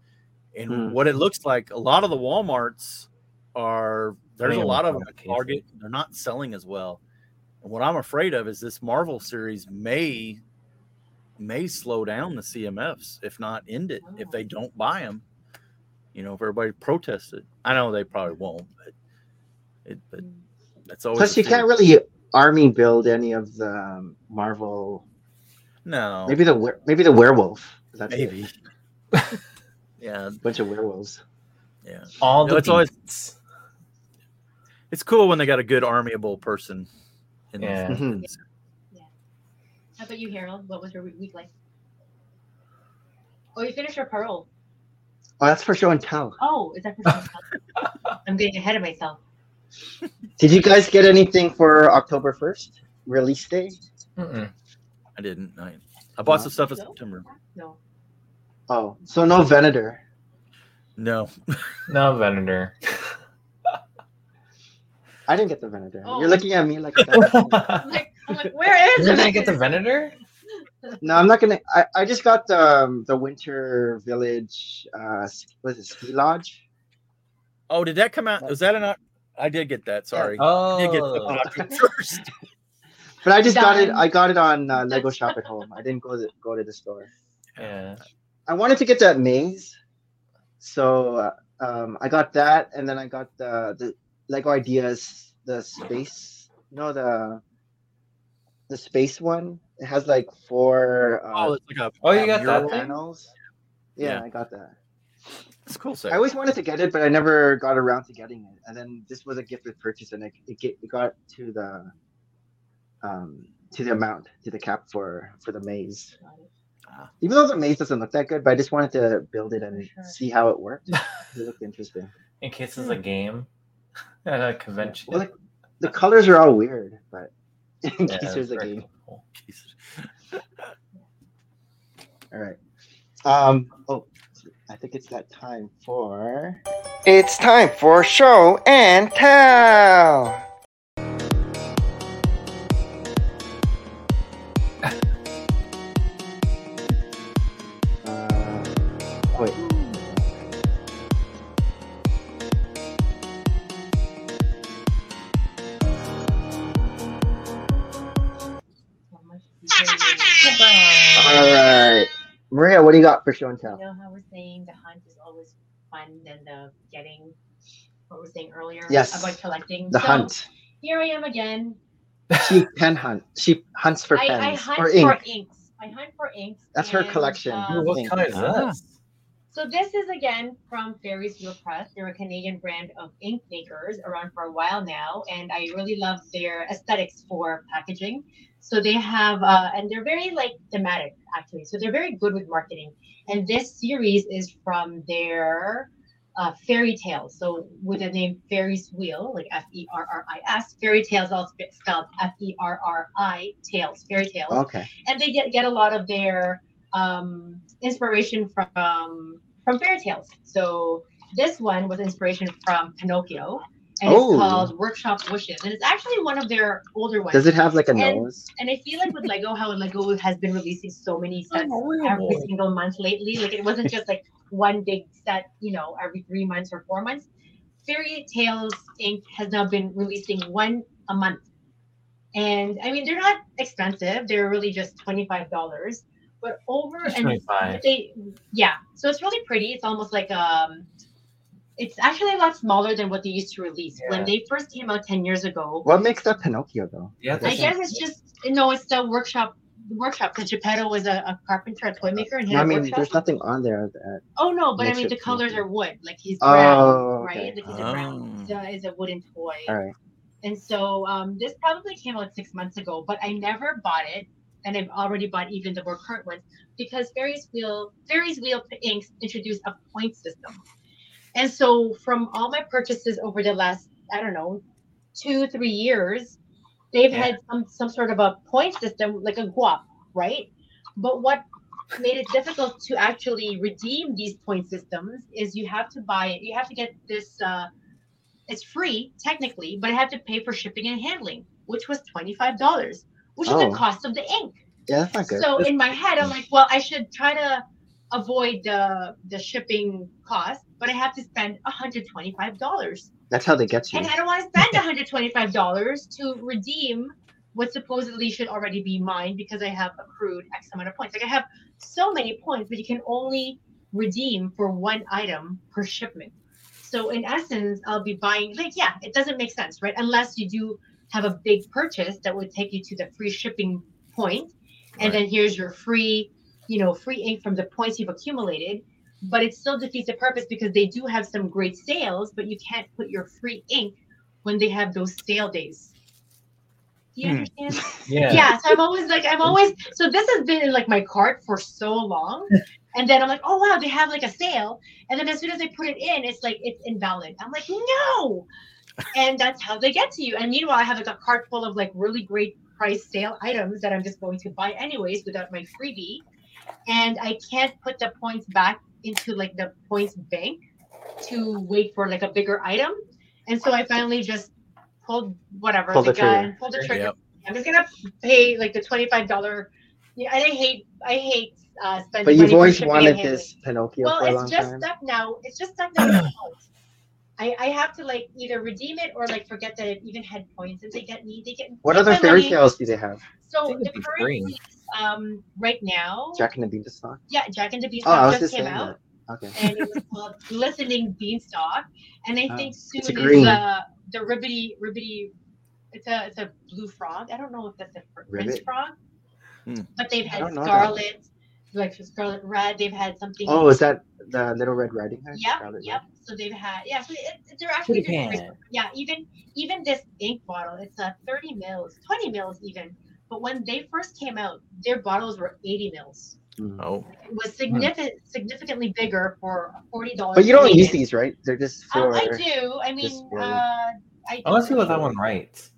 And
Hmm.
what it looks like, a lot of the WalMarts are there's a
Playing
lot
with
of them at
complications.
Target. They're not selling as well. And what I'm afraid of is this Marvel series may may slow down the CMFs, if not end it, if they don't buy them. You know, if everybody protests it. I know they probably won't, but it but that's always
Plus,
a
you can't
fear.
really army build any of the um, Marvel.
no
Maybe the were- Oh. maybe the werewolf. That's it.
maybe. yeah,
bunch of werewolves.
Yeah.
All
No,
the
it's always-
beats.
It's cool when they got a good armyable person. In
Yeah.
the,
Mm-hmm. Hmm.
in the-
How about you, Harold? What was your we- week like? Oh, you finished your parole.
Oh, that's for show and tell.
Oh, is that for someone else? I'm getting ahead of myself.
Did you guys get anything for October first release day?
Mm-mm.
I didn't. I, I bought
No.
some stuff in
No?
September.
No.
Oh, so no Venator.
No,
No, Venator.
I didn't get the Venator.
Oh.
You're looking at me like that.
I'm
you
like, I'm like where is it?
didn't get the Venator?
no, I'm not gonna. I, I just got the um, the Winter Village. Uh, s- was it Ski Lodge?
Oh, did that come out? Was that an? Oc- I did get that. Sorry. I did get something on
Oh,
October first.
But I just got it.
Done.
I got it on uh, Lego Shop at home. I didn't go to, go to the store.
yeah.
I wanted to get that maze, so uh, um, I got that, and then I got the the Lego Ideas the space. No, the the space one. It has like four
Oh,
uh,
it's like a.
Oh, you
a
got
mural.
that thing?
panels. Yeah,
Yeah.
I got that.
It's cool.
I
Sir.
always wanted to get it, but I never got around to getting it. And then this was a gift with purchase, and it, it, get, it got to the um to the amount to the cap for for the maze. Even though the maze doesn't look that good, but I just wanted to build it and
Sure.
see how it worked. It looked interesting.
In case it's a game at a convention.
Well, the, the colors are all weird, but in
Yeah,
case there's a
very
game.
cool.
All right. Um. Oh, I think it's that time for.
It's time for show and tell.
Uh, oh, wait.
So much easier.
All right, Maria, what do you got for show and
You
tell?
know how we're saying the hunt is always fun than the getting. What we we're saying earlier
Yes.
about collecting.
The
So,
hunt.
Here I am again.
She pen hunt. She hunts for pens
I, I hunt
or ink.
for inks. I hunt for inks.
That's her
and,
collection.
Ooh,
um,
what color is
Ah.
that?
So this is again from Fairies Wheel Press. They're a Canadian brand of ink makers around for a while now, and I really love their aesthetics for packaging. So they have, uh, and they're very like thematic actually. So they're very good with marketing. And this series is from their uh, fairy tales. So with the name Fairies Wheel, like F E R R I S, fairy tales all sp- spelled F E R R I tales, fairy tales
Okay.
and they get, get a lot of their um, inspiration from from fairy tales. So this one was inspiration from Pinocchio, and
Oh.
it's called Workshop Wishes, and it's actually one of their older ones.
Does it have like a
And-
nose?
and I feel like with Lego, how Lego has been releasing so many sets every
Unbelievable.
single month lately. Like it wasn't just like one big set, you know, every three months or four months. Fairy Tales Inc. has now been releasing one a month. And I mean, they're not expensive. They're really just $25. But over
Just
and
25.
they, yeah. So it's really pretty. It's almost like, um, it's actually a lot smaller than what they used to release. When
Yeah.
they first came out 10 years ago,
What makes that Pinocchio though?
Yeah,
I
that's-
guess it's just you know it's the workshop workshop because Geppetto was a, a carpenter, a toy maker, and he
No, I
had a
mean,
workshop.
there's nothing on there. That,
Oh no, but I
Makes
mean
it
the colors
easier.
are wood. Like he's brown,
oh,
right?
okay.
Like he's a brown.
Oh.
So it's a wooden toy.
All right.
And so um, this probably came out six months ago, but I never bought it, and I've already bought even the more current ones because Fairies Wheel Fairies Wheel Inks introduced a point system, and so from all my purchases over the last I don't know two three years, they've
Yeah.
had some some sort of a point system like a guap, right? But what made it difficult to actually redeem these point systems is you have to buy it. You have to get this. Uh, it's free technically, but I have to pay for shipping and handling, which was twenty five dollars, which is
Oh.
the cost of the ink.
Yeah, that's not good.
So in my head, I'm like, well, I should try to avoid the the shipping cost, but I have to spend one hundred twenty five dollars.
that's how they get you.
And I don't want to spend one hundred twenty-five dollars to redeem what supposedly should already be mine because I have accrued X amount of points. Like I have so many points, but you can only redeem for one item per shipment. So in essence, I'll be buying like yeah, it doesn't make sense, right? Unless you do have a big purchase that would take you to the free shipping point, and then here's your free, you know, free ink from the points you've accumulated. but it still defeats the purpose because they do have some great sales, but you can't put your free ink when they have those sale days. Do you
Hmm.
understand?
Yeah.
yeah so i'm always like i'm always so this has been in like my cart for so long and then i'm like oh wow they have like a sale and then as soon as i put it in it's like it's invalid i'm like no and that's how they get to you and meanwhile i have like a cart full of like really great price sale items that i'm just going to buy anyways without my freebie and i can't put the points back into like the points bank to wait for like a bigger item and so i finally just pulled whatever
Pull the
gun
trigger.
pulled the trigger
Yep.
I'm just gonna pay like the twenty five dollar. Yeah, and I hate I hate uh, spending.
But
money
you've
for
always
shipping and
wanted
handling.
this Pinocchio
Well,
for a
it's
long
just
time.
stuck now. It's just stuck now. in my account. I I have to like either redeem it or like forget that it even had points. If they get me, they get.
What
take
other
my
fairy
money.
tales do they have?
I
So
think
the
it'd be free.
current um right now,
Jack and the Beanstalk.
yeah, Jack and the Beanstalk
Oh, I was
just
just
came
saying
out,
that. Okay.
and it was called Glistening Beanstalk, and I
Oh,
think soon
a green.
is uh, the ribbity ribbity. It's a it's a blue frog. I don't know if that's a fr- prince
Ribbit?
frog,
Hmm.
but they've
I
had
don't know that.
scarlet, like scarlet red. They've had something.
Oh, is that the Little Red Riding Hood?
Yep,
Scarlet
yep. So they've had yeah. So it, it- they're actually
Pretty
doing great.
bad.
yeah. Even even this ink bottle, it's uh, thirty mils, twenty mils even. But when they first came out, their bottles were eighty mils.
Red? Mm.
Oh,
It was significant, significantly bigger for forty dollars.
But you don't use these, right? They're just
Um,
for.
I do. I mean,
Just for-
uh, I.
I want to see what that one writes.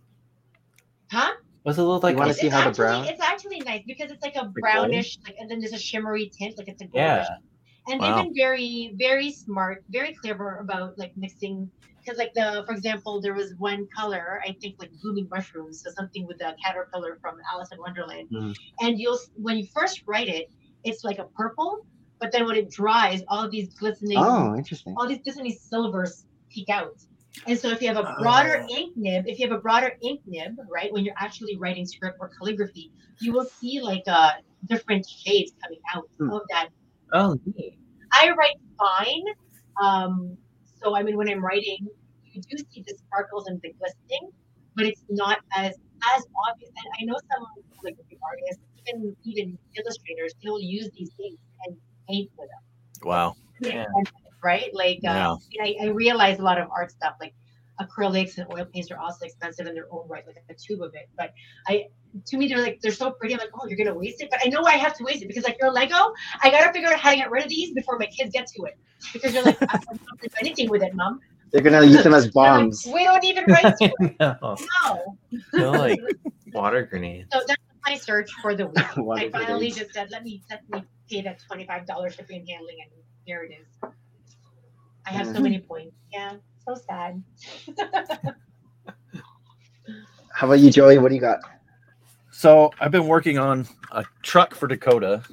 Huh?
What's it look like?
You wanna
It's-
see
it's
how the
actually,
brown-
It's actually nice because it's like a
goldish?
brownish, like, and then there's a shimmery tint, like it's a goldish.
Yeah.
And
Wow.
they've been very, very smart, very clever about like mixing. Because like the, for example, there was one color I think like blooming mushrooms, so something with the caterpillar from Alice in Wonderland.
Mm.
And you'll s- when you first write it, it's like a purple, but then when it dries, all these glistening
Oh, interesting.
all these Disney silvers peek out. And so if you have a broader ink nib, if you have a broader ink nib, right, when you're actually writing script or calligraphy, you will see like uh, different shades coming out
Hmm.
of that.
Oh, neat.
I write fine. Um, so I mean, when I'm writing, you do see the sparkles and the glistening, but it's not as as obvious. And I know some calligraphy artists, even even illustrators, they'll use these things and paint with
wow.
them.
Yeah.
Right? Like uh,
Yeah.
I, I realize a lot of art stuff like acrylics and oil paints are also expensive in their own right, like a tube of it. But I, to me, they're like they're so pretty. I'm like, oh, you're gonna waste it, but I know I have to waste it because like your Lego, I gotta figure out how to get rid of these before my kids get to it. Because you're like, I'm not gonna do anything with it, mom.
They're gonna use them as
They're like,
bombs.
we don't even write to it.
no,
No.
they're like water grenades.
So that's my search for the week.
Water
I finally
grenades.
just said, let me let me pay that twenty five dollars shipping and handling, and here it is. I have so
Mhm.
many points. Yeah, so sad.
How about you, Joey? What do you got?
So I've been working on a truck for Dakota.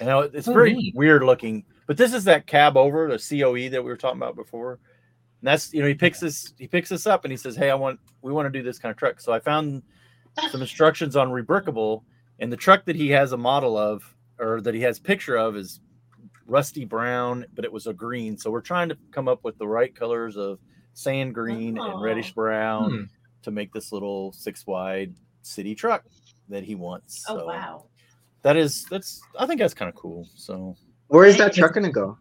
And I- it's
Oh,
very
neat.
weird looking, but this is that cab over the COE that we were talking about before. And that's you know he picks this he picks this up and he says, "Hey, I want we want to do this kind of truck." So I found some instructions on rebrickable, and the truck that he has a model of or that he has picture of is rusty brown, but it was a green. So we're trying to come up with the right colors of sand green
Oh.
and reddish brown
Hmm.
to make this little six wide city truck that he wants.
Oh
So
wow.
That is that's I think that's kind of cool. So
Where is that truck gonna go?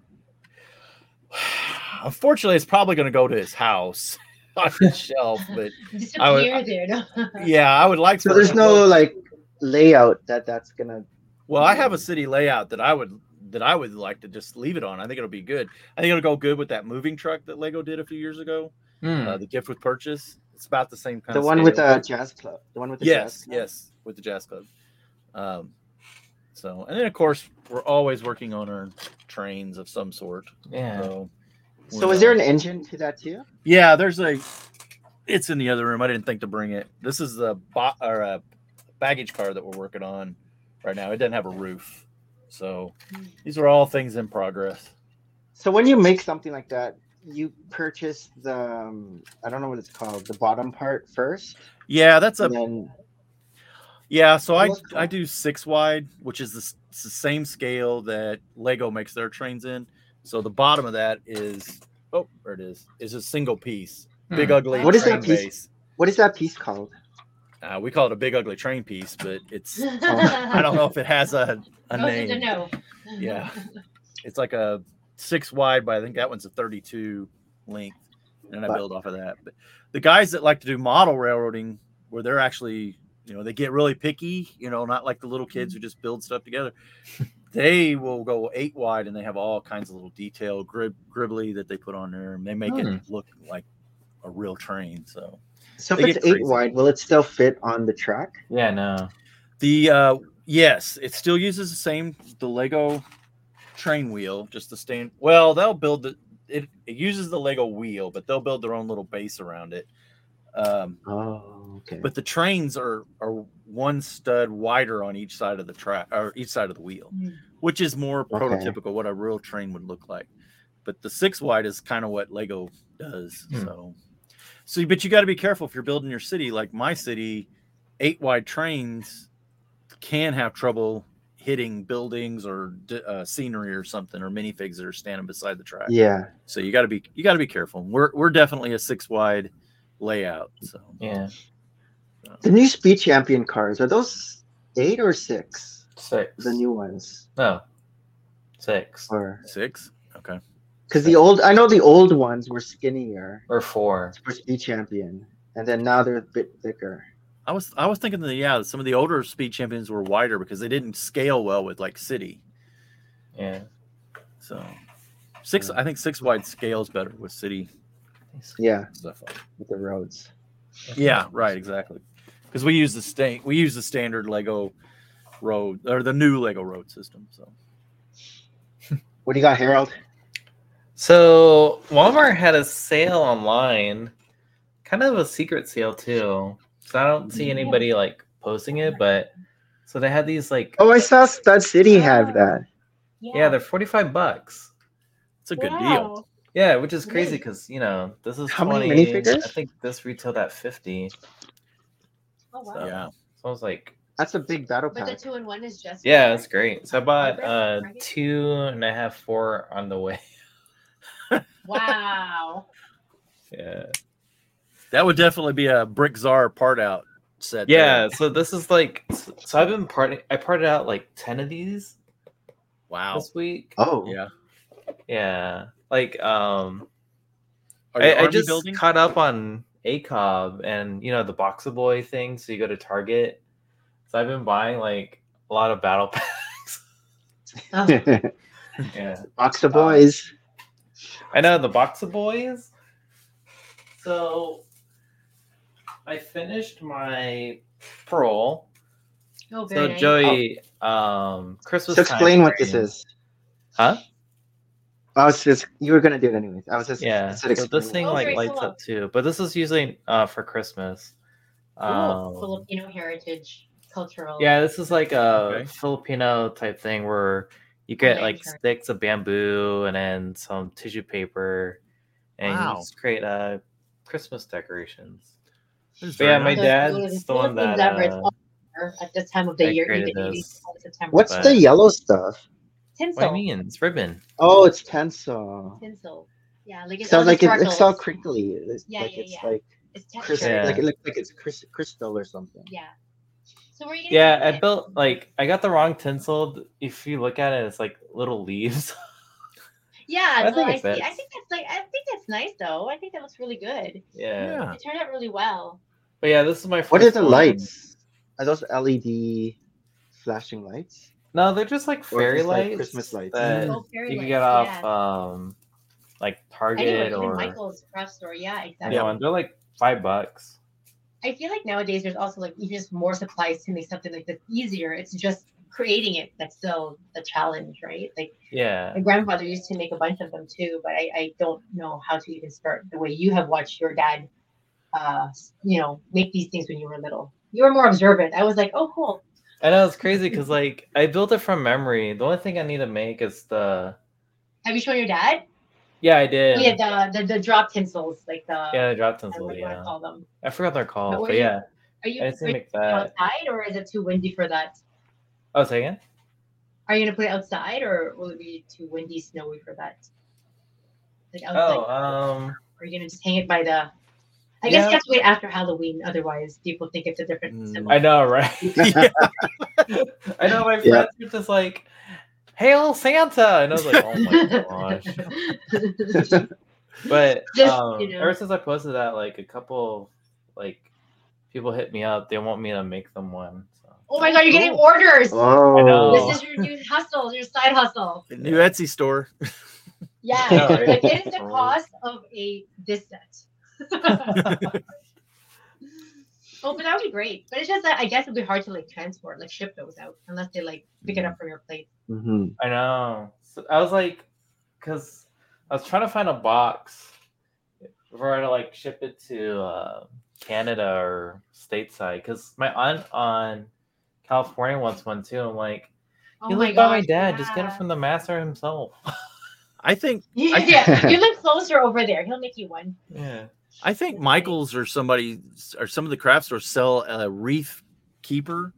unfortunately, it's probably going to go to his house on the shelf. But I would-
disappear there. No?
yeah, I would like to.
So there's no like layout that that's gonna.
Well, I have a city layout that I would that I would like to just leave it on. I think it'll be good. I think it'll go good with that moving truck that Lego did a few years ago.
Hmm.
Uh, the gift with purchase. It's about the same kind
The
of
one with
scale.
the jazz club. The one with the jazz.
yes
club?
yes with the jazz club um so and then of course we're always working on our trains of some sort
yeah.
so
So
we're,
is there
uh,
an engine to that too?
yeah there's a it's in the other room i didn't think to bring it this is the bo- or uh baggage car that we're working on right now it doesn't have a roof so these are all things in progress
So when you make something like that, you purchase the um, I don't know what it's called, the bottom part first,
yeah that's a
and then
Yeah, so
Oh,
I
that's cool.
I do six wide, which is the, s- it's the same scale that Lego makes their trains in. So the bottom of that is oh, there it is. Is a single piece, big
Hmm.
ugly.
What is
train
that piece?
base.
what is that piece called?
Uh, we call it a big ugly train piece, but it's I don't know if it has a, a
Oh, Those are the
name.
no.
Yeah. It's like a six wide, but I think that one's a 32 length. And I build off of that. But the guys that like to do model railroading, where they're actually, you know, they get really picky, you know, not like the little kids who just build stuff together. They will go eight wide and they have all kinds of little detail grib, gribbly that they put on there and they make
Hmm.
it look like a real train. So
So if
They
it's
get
eight
crazy.
wide, will it still fit on the track?
Yeah, no.
The uh yes, it still uses the same the Lego train wheel, just the stand. Well, they'll build the it, it uses the Lego wheel, but they'll build their own little base around it. Um,
Oh, okay.
but the trains are are one stud wider on each side of the track or each side of the wheel,
Mm.
which is more prototypical what a real train would look like. But the six wide is kind of what Lego does.
Hmm.
So, so but you got to be careful if you're building your city. Like my city, eight wide trains can have trouble hitting buildings or d- uh, scenery or something or minifigs that are standing beside the track.
yeah.
So you got to be you got to be careful. We're we're definitely a six wide layout. So
Yeah.
The new Speed Champion cars are those eight or six?
Six.
The new ones,
No. Six.
or
six. Okay.
because the old I know the old ones were skinnier
Or four.
for Speed Champion, and then now they're a bit thicker.
I was I was thinking that yeah, some of the older speed champions were wider because they didn't scale well with like city.
Yeah.
So six, I think six wide scales better with city
Yeah,
stuff.
with the roads.
Yeah, right, exactly. Because we use the state, we use the standard Lego road or the new Lego road system. So
What do you got, Harold?
So Walmart had a sale online, kind of a secret sale too. So I don't
Mm-hmm.
see anybody like posting it, but so they had these like
Oh, I saw Stud City have that.
yeah, they're forty five bucks.
it's a good deal.
Wow.
Yeah, which is
It
crazy
is.
because you know this is
How many
twenty.
minifigures?
I think this retailed at fifty. So
Oh, wow.
Yeah.
Yeah,
I was like,
That's a big battle
But the
pack.
two in one is just
yeah, that's great. So I bought
Okay.
uh
Right.
two and I have four on the way.
Wow.
Yeah.
that would definitely be a brick czar part out set.
Yeah.
there.
So this is like so I've been parting I parted out like ten of these
Wow.
this week.
Oh,
Yeah.
Yeah. Like um
Are you
I, I
army
just
building?
caught up on ACOB and you know the boxer boy thing, so you go to Target. So I've been buying like a lot of battle packs.
Oh,
yeah.
Box of Boys.
I know the boxer boys. So I finished my parole.
oh,
So
very nice.
Joey,
Oh.
um Christmas.
So
time
explain what this
frame.
is.
Huh?
I was just you were gonna do it anyways. I was just
Yeah.
I
So
said explain
this thing
Oh,
like
very
lights
cool.
up too. But this is usually uh for Christmas.
Cool.
Um,
Filipino heritage, cultural.
Yeah, this is like a
Okay.
Filipino type thing where you get
Okay,
like
sure.
sticks of bamboo and then some tissue paper, and
Wow.
you just create uh, Christmas decorations.
This is
But
very
yeah, my
nice.
Those-
dad's
those
the one
Philippines
that,
average
uh,
are at this time of the
I
year,
created
even in
those.
September.
What's
but-
the yellow stuff?
tinsel?
What do you mean? It's ribbon.
Oh, it's pencil.
Tinsel. Yeah, like it's all
Sounds
the
like it, it's all
sparkles.
crinkly. It's
Yeah,
like
yeah,
it's
yeah.
like
It's
crystal,
textured.
Yeah.
like it looks like it's crys- crystal or something.
Yeah. So where are you gonna
Yeah,
keep
I
it?
built like I got the wrong tinsel. If you look at it, it's like little leaves.
Yeah,
I
no,
think
I
it
see. I
fits.
think that's like I think that's nice though. I think that looks really good.
yeah.
Yeah.
It turned out really well.
but yeah, this is my. First
What are the
one.
lights? Are those LED flashing lights?
No, they're just like
Or
fairy
just, like,
lights.
Christmas lights?
that
Oh, fairy
you can
lights,
get off
yeah.
um, like Target
Anywhere, even
or
Michael's craft store. Yeah,
Yeah,
exactly.
and they're like five bucks.
I feel like nowadays there's also like even just more supplies to make something like this easier. It's just creating it that's still the challenge, right? Like
Yeah.
my grandfather used to make a bunch of them too, but I, I don't know how to even start the way you have watched your dad, uh, you know, make these things when you were little. You were more observant. I was like, oh, cool.
I know it's crazy because like I built it from memory. The only thing I need to make is the
Have you shown your dad?
yeah I did
Oh,
yeah,
yeah, the, the the drop tinsels, like the
the drop
I don't
tinsel
know what I
yeah
call them.
I forgot their call
But
but,
were you-
yeah
Are you,
I just
are
need
you
to make
gonna
that.
outside or is it too windy for that?
Oh, say again.
Are you gonna put it outside or will it be too windy, snowy for that? Like outside,
Oh um
or are you gonna just hang it by the? I
Yeah.
guess you
Hmm.
have to wait after Halloween, otherwise people think it's a different.
Mm.
symbol.
I know right. I know my
Yeah.
friends are just like "Hail Santa!" And I was like, "Oh my gosh!" But
Just,
um,
you know.
ever since I posted that, like a couple, like people hit me up. They want me to make them one. So.
oh my god, you're getting
Cool.
orders.
know.
Oh,
This is your new hustle, your side hustle.
New Etsy store.
Yeah.
Yeah, right.
Like it is the
Right.
cost of a distance. Oh, but that would be great. But it's just that I guess it'd be hard to like transport, like ship those out, unless they like pick it up from your plate.
hmm
I know. So I was like, because I was trying to find a box for her to like ship it to uh, Canada or stateside. Because my aunt on California wants one too. I'm like,
Oh
you
my
look by my
gosh,
dad. Just get it
yeah.
from the master himself.
I think
yeah, you look closer over there. He'll make you one.
yeah.
I think Michaels or somebody or some of the craft stores sell a wreath keeper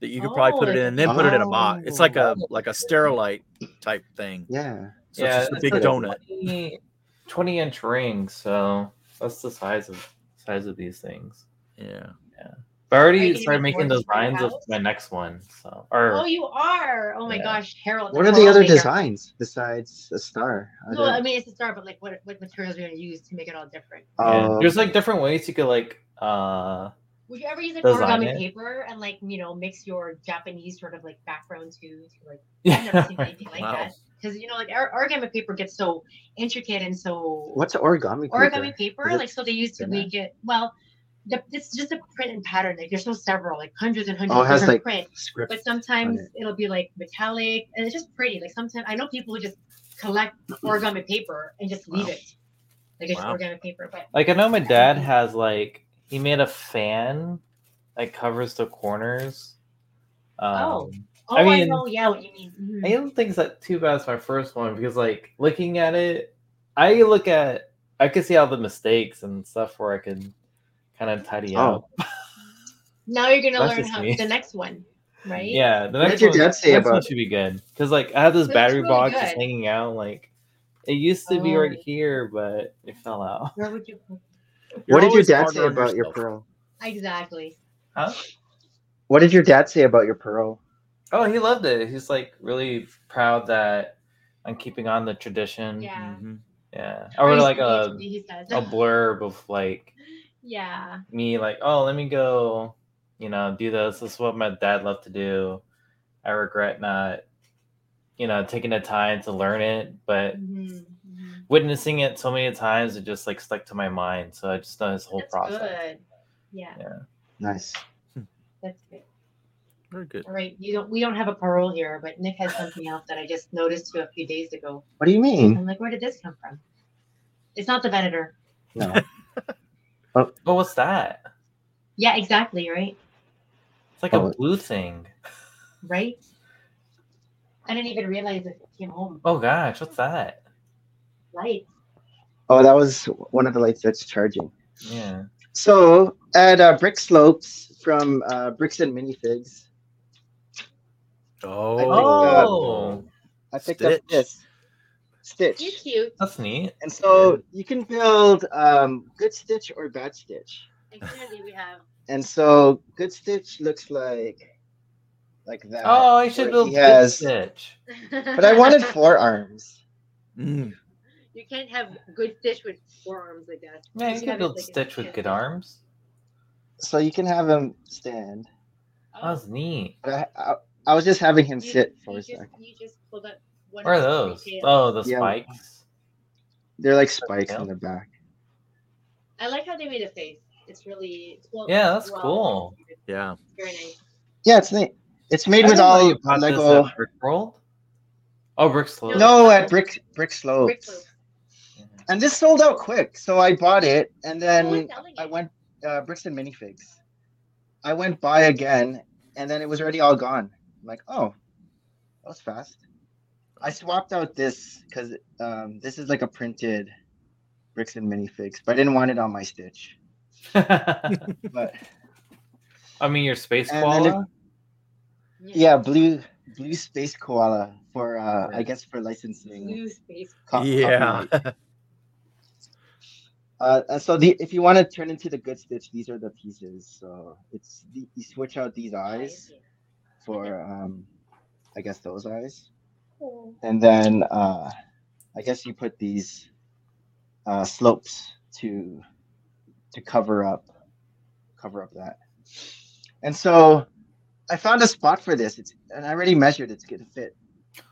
that you could probably put it
Oh.
in and then put it in a box. It's like a
Oh.
like a sterilite type thing.
yeah.
So it's just a big
like
donut.
20, 20 inch ring. So that's the size of size of these things.
Yeah.
But I
Are you
already
gonna
started
make orange
making those
for your
lines of
house?
my next one. So or
Oh, you are. Oh my
Yeah.
gosh, Harold.
What are the other
designs?
designs besides a star? Are
Well,
there-
I mean, it's a start, but like, what what materials are you gonna use to make it all different?
Yeah.
Oh,
There's like different ways you could like uh
Would you ever use like
Design
origami
it.
paper and like you know mix your Japanese sort of like background to, to like I've never
yeah,
seen anything like
Wow.
that because you know like or- origami paper gets so intricate and so
what's origami? paper?
origami paper
Is it-
like so they used to
Goodness.
make it well. The, it's just a print and pattern. Like there's so several, like hundreds and hundreds
Oh, it
of
has,
different
like,
print.
Script.
But sometimes
Okay.
it'll be like metallic, and it's just pretty. Like sometimes I know people who just collect origami paper and just leave
Wow.
it, like it's
Wow.
origami paper. But
Like I know my dad has like he made a fan that covers the corners. Um,
Oh. Oh,
I
I,
mean-
know. Yeah, what you mean. Mhm.
I don't think that too bad as my first one because like looking at it, I look at I could see all the mistakes and stuff where I can kind of tidy
Oh.
up.
Now you're gonna
That's
learn
just
how
me.
the next one, right?
Yeah, the
What
next
did your
one,
dad say
next one
about-
should be good because like I have this
That's
battery
really
box just
good.
hanging out. Like it used to be right
Oh.
here, but it fell out.
Where would you? put-
You're
What did your
always
dad
harder
say
on
about your
yourself.
pearl?
Exactly.
What did your dad say about your pearl?
Oh, he loved it. He's like really proud that I'm keeping on the tradition.
Yeah.
Mhm.
Yeah. I wrote
he's-
like a,
he says.
a blurb of like
yeah.
me like, oh, let me go, you know, do this. This is what my dad loved to do. I regret not, you know, taking the time to learn it, but
Mhm, mhm.
witnessing it so many times, it just like stuck to my mind. So I just know his whole
That's
process.
good. Yeah,
Nice.
that's good.
Very good.
All right, you don't. We don't have a parole here, but Nick has something else that I just noticed too a few days ago.
What do you mean?
I'm like, where did this come from? It's not the Venator.
No.
Oh, what's that?
Yeah, exactly. Right.
It's like
Oh.
a blue thing.
Right. I didn't even realize it came home.
Oh gosh, what's that?
Light.
Oh, that was one of the lights that's charging.
Yeah.
So at uh, Brick Slopes from uh, Bricks and Minifigs,
Oh,
Oh.
I picked
Stitch.
up this
You're
stitch.
cute.
That's neat.
And so you can build um, good stitch or bad stitch.
And clearly we have.
And so good stitch looks like like that.
Oh, I should
where
build
he has,
Stitch.
But I wanted forearms.
Mm.
You can't have good stitch with forearms, I guess.
Yeah, you
should
can
have
build
it, like,
Stitch with
enhanced.
good arms.
So you can have him stand.
That was neat.
But I, I, I was just having him
You-
sit
Oh, you
for a
just-
second.
You just pulled up one
What are
of the
those?
retail-
Oh, the
Yeah.
spikes.
They're like spikes
Yeah.
on the back.
I like how they made a face. It's really well,
Yeah, that's
well-
cool.
Yeah.
Very nice.
Yeah, it's neat. It's made
I
with
didn't know
all
you bought this
Lego.
at Brick World. Oh, Brick Slope.
No, at brick brick
Brick
slopes.
Loop.
And this sold out quick, so I bought it, and
Who was
then
selling
I
it?
went uh, bricks and minifigs. I went by again, and then it was already all gone. I'm like, oh, that was fast. I swapped out this because um, this is like a printed bricks and minifigs, but I didn't want it on my stitch. But
I mean, your space
And then it-
koala.
Yeah, blue blue space koala for uh
Yeah.
I guess for licensing.
Blue space.
co-
yeah.
copyright. Uh, and so the if you want to turn into the good stitch, these are the pieces. So it's the, you switch out these eyes for um I guess those eyes. and then uh, I guess you put these uh, slopes to to cover up cover up that. And so I found a spot for this. It's and I already measured it's gonna fit.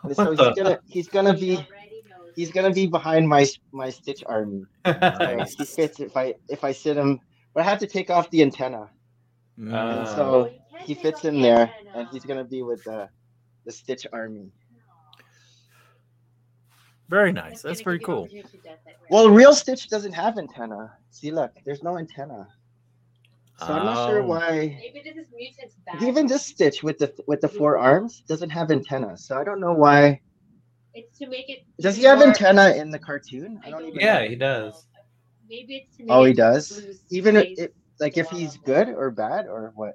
And so
What
he's
the-
gonna he's gonna be he's gonna be behind my my stitch army. So
Nice.
he fits if I if I sit him, but I have to take off the antenna.
Mm.
And
Ah.
Oh,
so he fits in there, and he's gonna be with the the Stitch Army.
very nice. That's very cool.
Well, real Stitch doesn't have antenna. See, look, there's no antenna, so I'm not sure
Oh.
why.
maybe this is mutant's bad.
Even this Stitch with the with the four arms doesn't have antenna, so I don't know why.
It's to make it.
Does he have
more-
antenna in the cartoon? I don't even. know.
Yeah, he does.
Maybe it's to make
Oh, he
it
does.
lose
Even
space.
if like if he's good or bad or what?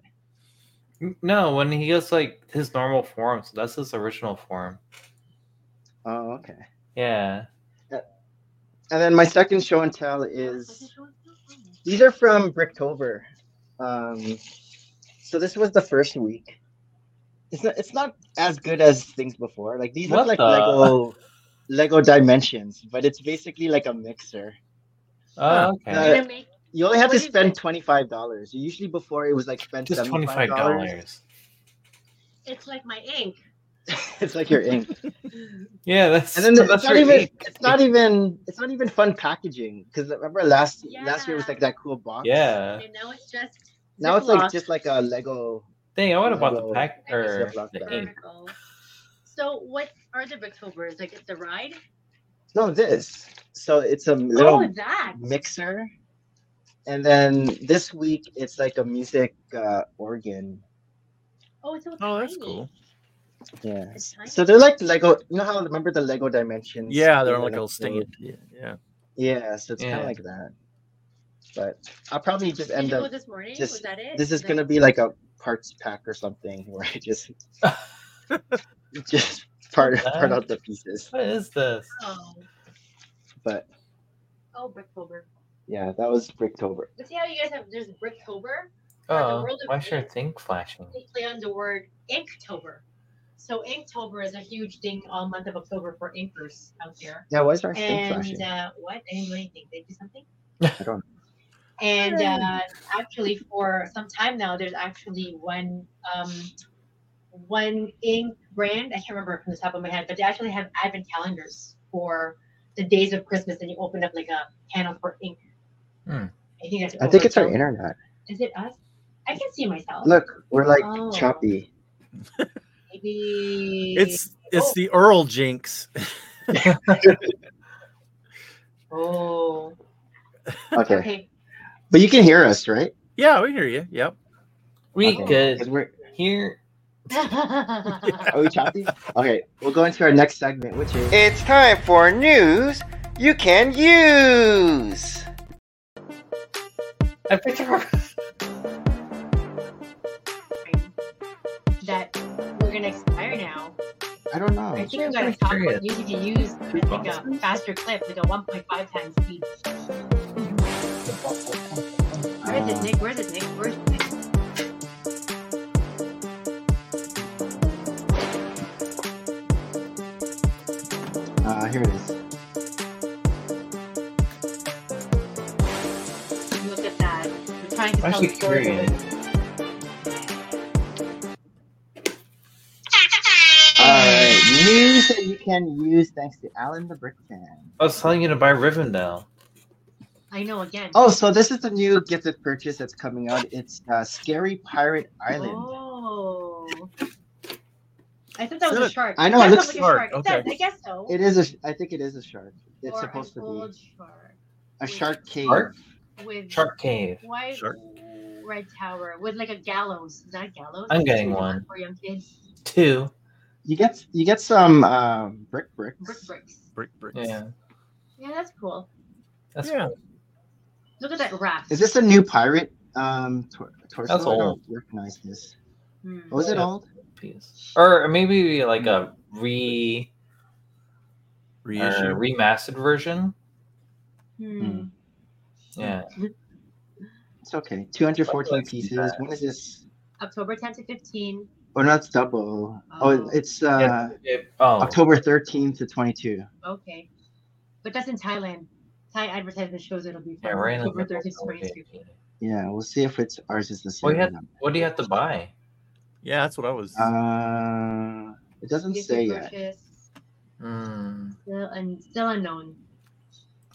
No, when he goes like his normal form, so that's his original form.
Oh, okay.
Yeah.
And then my second show and tell is these are from Bricktober. Um, so this was the first week. It's not, it's not as good as things before. Like these
What
look like
the-
Lego Lego Dimensions, but it's basically like a mixer.
Oh,
Uh,
okay.
You're gonna make-
You only have
What is
to spend
it?
twenty five dollars. Usually before it was like spend
Just
seventy
twenty five
five dollars.
dollars.
Uh,
It's like my ink.
it's like your ink.
Yeah, that's
And then the,
that's
it's not
your
even
ink.
it's not even it's not even fun packaging because remember last last year was
Yeah.
like that cool box.
Yeah.
And now it's just.
Now it's like
Ziploc
just like a Lego
Dang, I would have bought
Lego-
the pack or
Ziploc
the
bag.
ink.
vertical. So what are the Booktubers? Like it's a ride?
No, this. So it's a little
oh, that.
mixer, and then this week it's like a music uh, organ.
Oh, it's so tiny.
Oh, that's cool.
Yeah.
It's tiny.
So they're like Lego. You know how remember the Lego dimensions?
Yeah, they're
Yeah,
like a little
that's cool.
stand. Yeah, yeah.
Yeah. So it's kind
Yeah.
of like that. But I'll probably
Did
just
you
end
go
up.
this morning?
just-
was that it?
This is
Like,
gonna be like a parts pack or something where I just just part part out the pieces.
What is this?
Oh,
But
oh, Bricktober.
yeah, that was Bricktober.
But see how you guys have there's Bricktober.
Oh,
world of
why is your
ink.
thing flashing?
They play on the word Inktober. So Inktober is a huge thing all month of October for inkers out there.
Yeah, why is our thing flashing?
And uh, what? I didn't do anything. Did I do something?
I don't.
And uh, actually, for some time now, there's actually one um, one ink brand. I can't remember from the top of my head, but they actually have advent calendars for the days of Christmas, and you open up like a candle for ink.
Hmm.
I think that's.
I think it's our
overkill.
internet.
Is it us? I can see myself.
Look, we're like
Oh.
choppy.
Maybe
It's
Oh.
it's the Earl Jinx.
Oh.
Okay.
Okay.
But you can hear us, right?
Yeah, we hear you. Yep.
We
Okay.
good
'Cause we're
here.
are we choppy? okay, we'll go into our next segment, which is
It's time for news you can use.
I picked her.
that we're gonna expire now.
I don't
Oh,
I
know.
think I'm
I'm
gonna
pretty
talk
curious.
about music to use
Two
like a
boxes?
faster clip, like a 1.5 times speed. Where
Um,
is it, Nick? Where is it, Nick? Where is it, Nick?
Uh, here it is.
Look at that. We're trying to
I'm
tell the
actually
story.
curious.
Alright, news that you can use thanks to Alan the Brick Fan.
I was telling you to buy Rivendell.
I know again.
Oh, so this is the new gifted purchase that's coming out. It's uh, Scary Pirate Island.
Oh. I thought that was
Is that
a
a-
shark.
I know,
That
it looks
sounds like a
shark,
It
okay.
does, I guess so.
It is a. Sh- I think it is a shark. It's
Or
supposed
an
to
old shark
be a shark cave.
Shark?
with
Shark Cave.
white
Shark.
red tower with like a gallows. Is that a gallows?
I'm
That's
getting
what you want
one.
for young kids.
Two.
You get you get some um, brick bricks.
Brick bricks.
Brick bricks.
Yeah.
Yeah, that's cool.
That's
Yeah.
Look at that raft.
Is this a new pirate um tor- torso?
That's
I don't
old.
recognize this.
Hmm.
Was it
Yeah.
old?
piece. Or maybe like a re uh,
Reissue.
remastered version.
Hmm.
Yeah.
It's okay. Two hundred fourteen
Like,
pieces.
uh,
When is this?
October 10 to 15.
Or not it's double. Oh,
Oh.
it's uh,
It- it- oh,
October 13th to 22.
Okay. But that's in Thailand. Thai advertisement shows it'll be
yeah,
from
we're in
October
the
13th to 22nd.
Yeah, we'll see if it's ours is the same.
Well, you
or
had-
not.
What do you have to buy?
Yeah, that's what I was.
Uh, it doesn't
Gift
say
and
yet.
purchase,
Hmm.
Still, un- still unknown.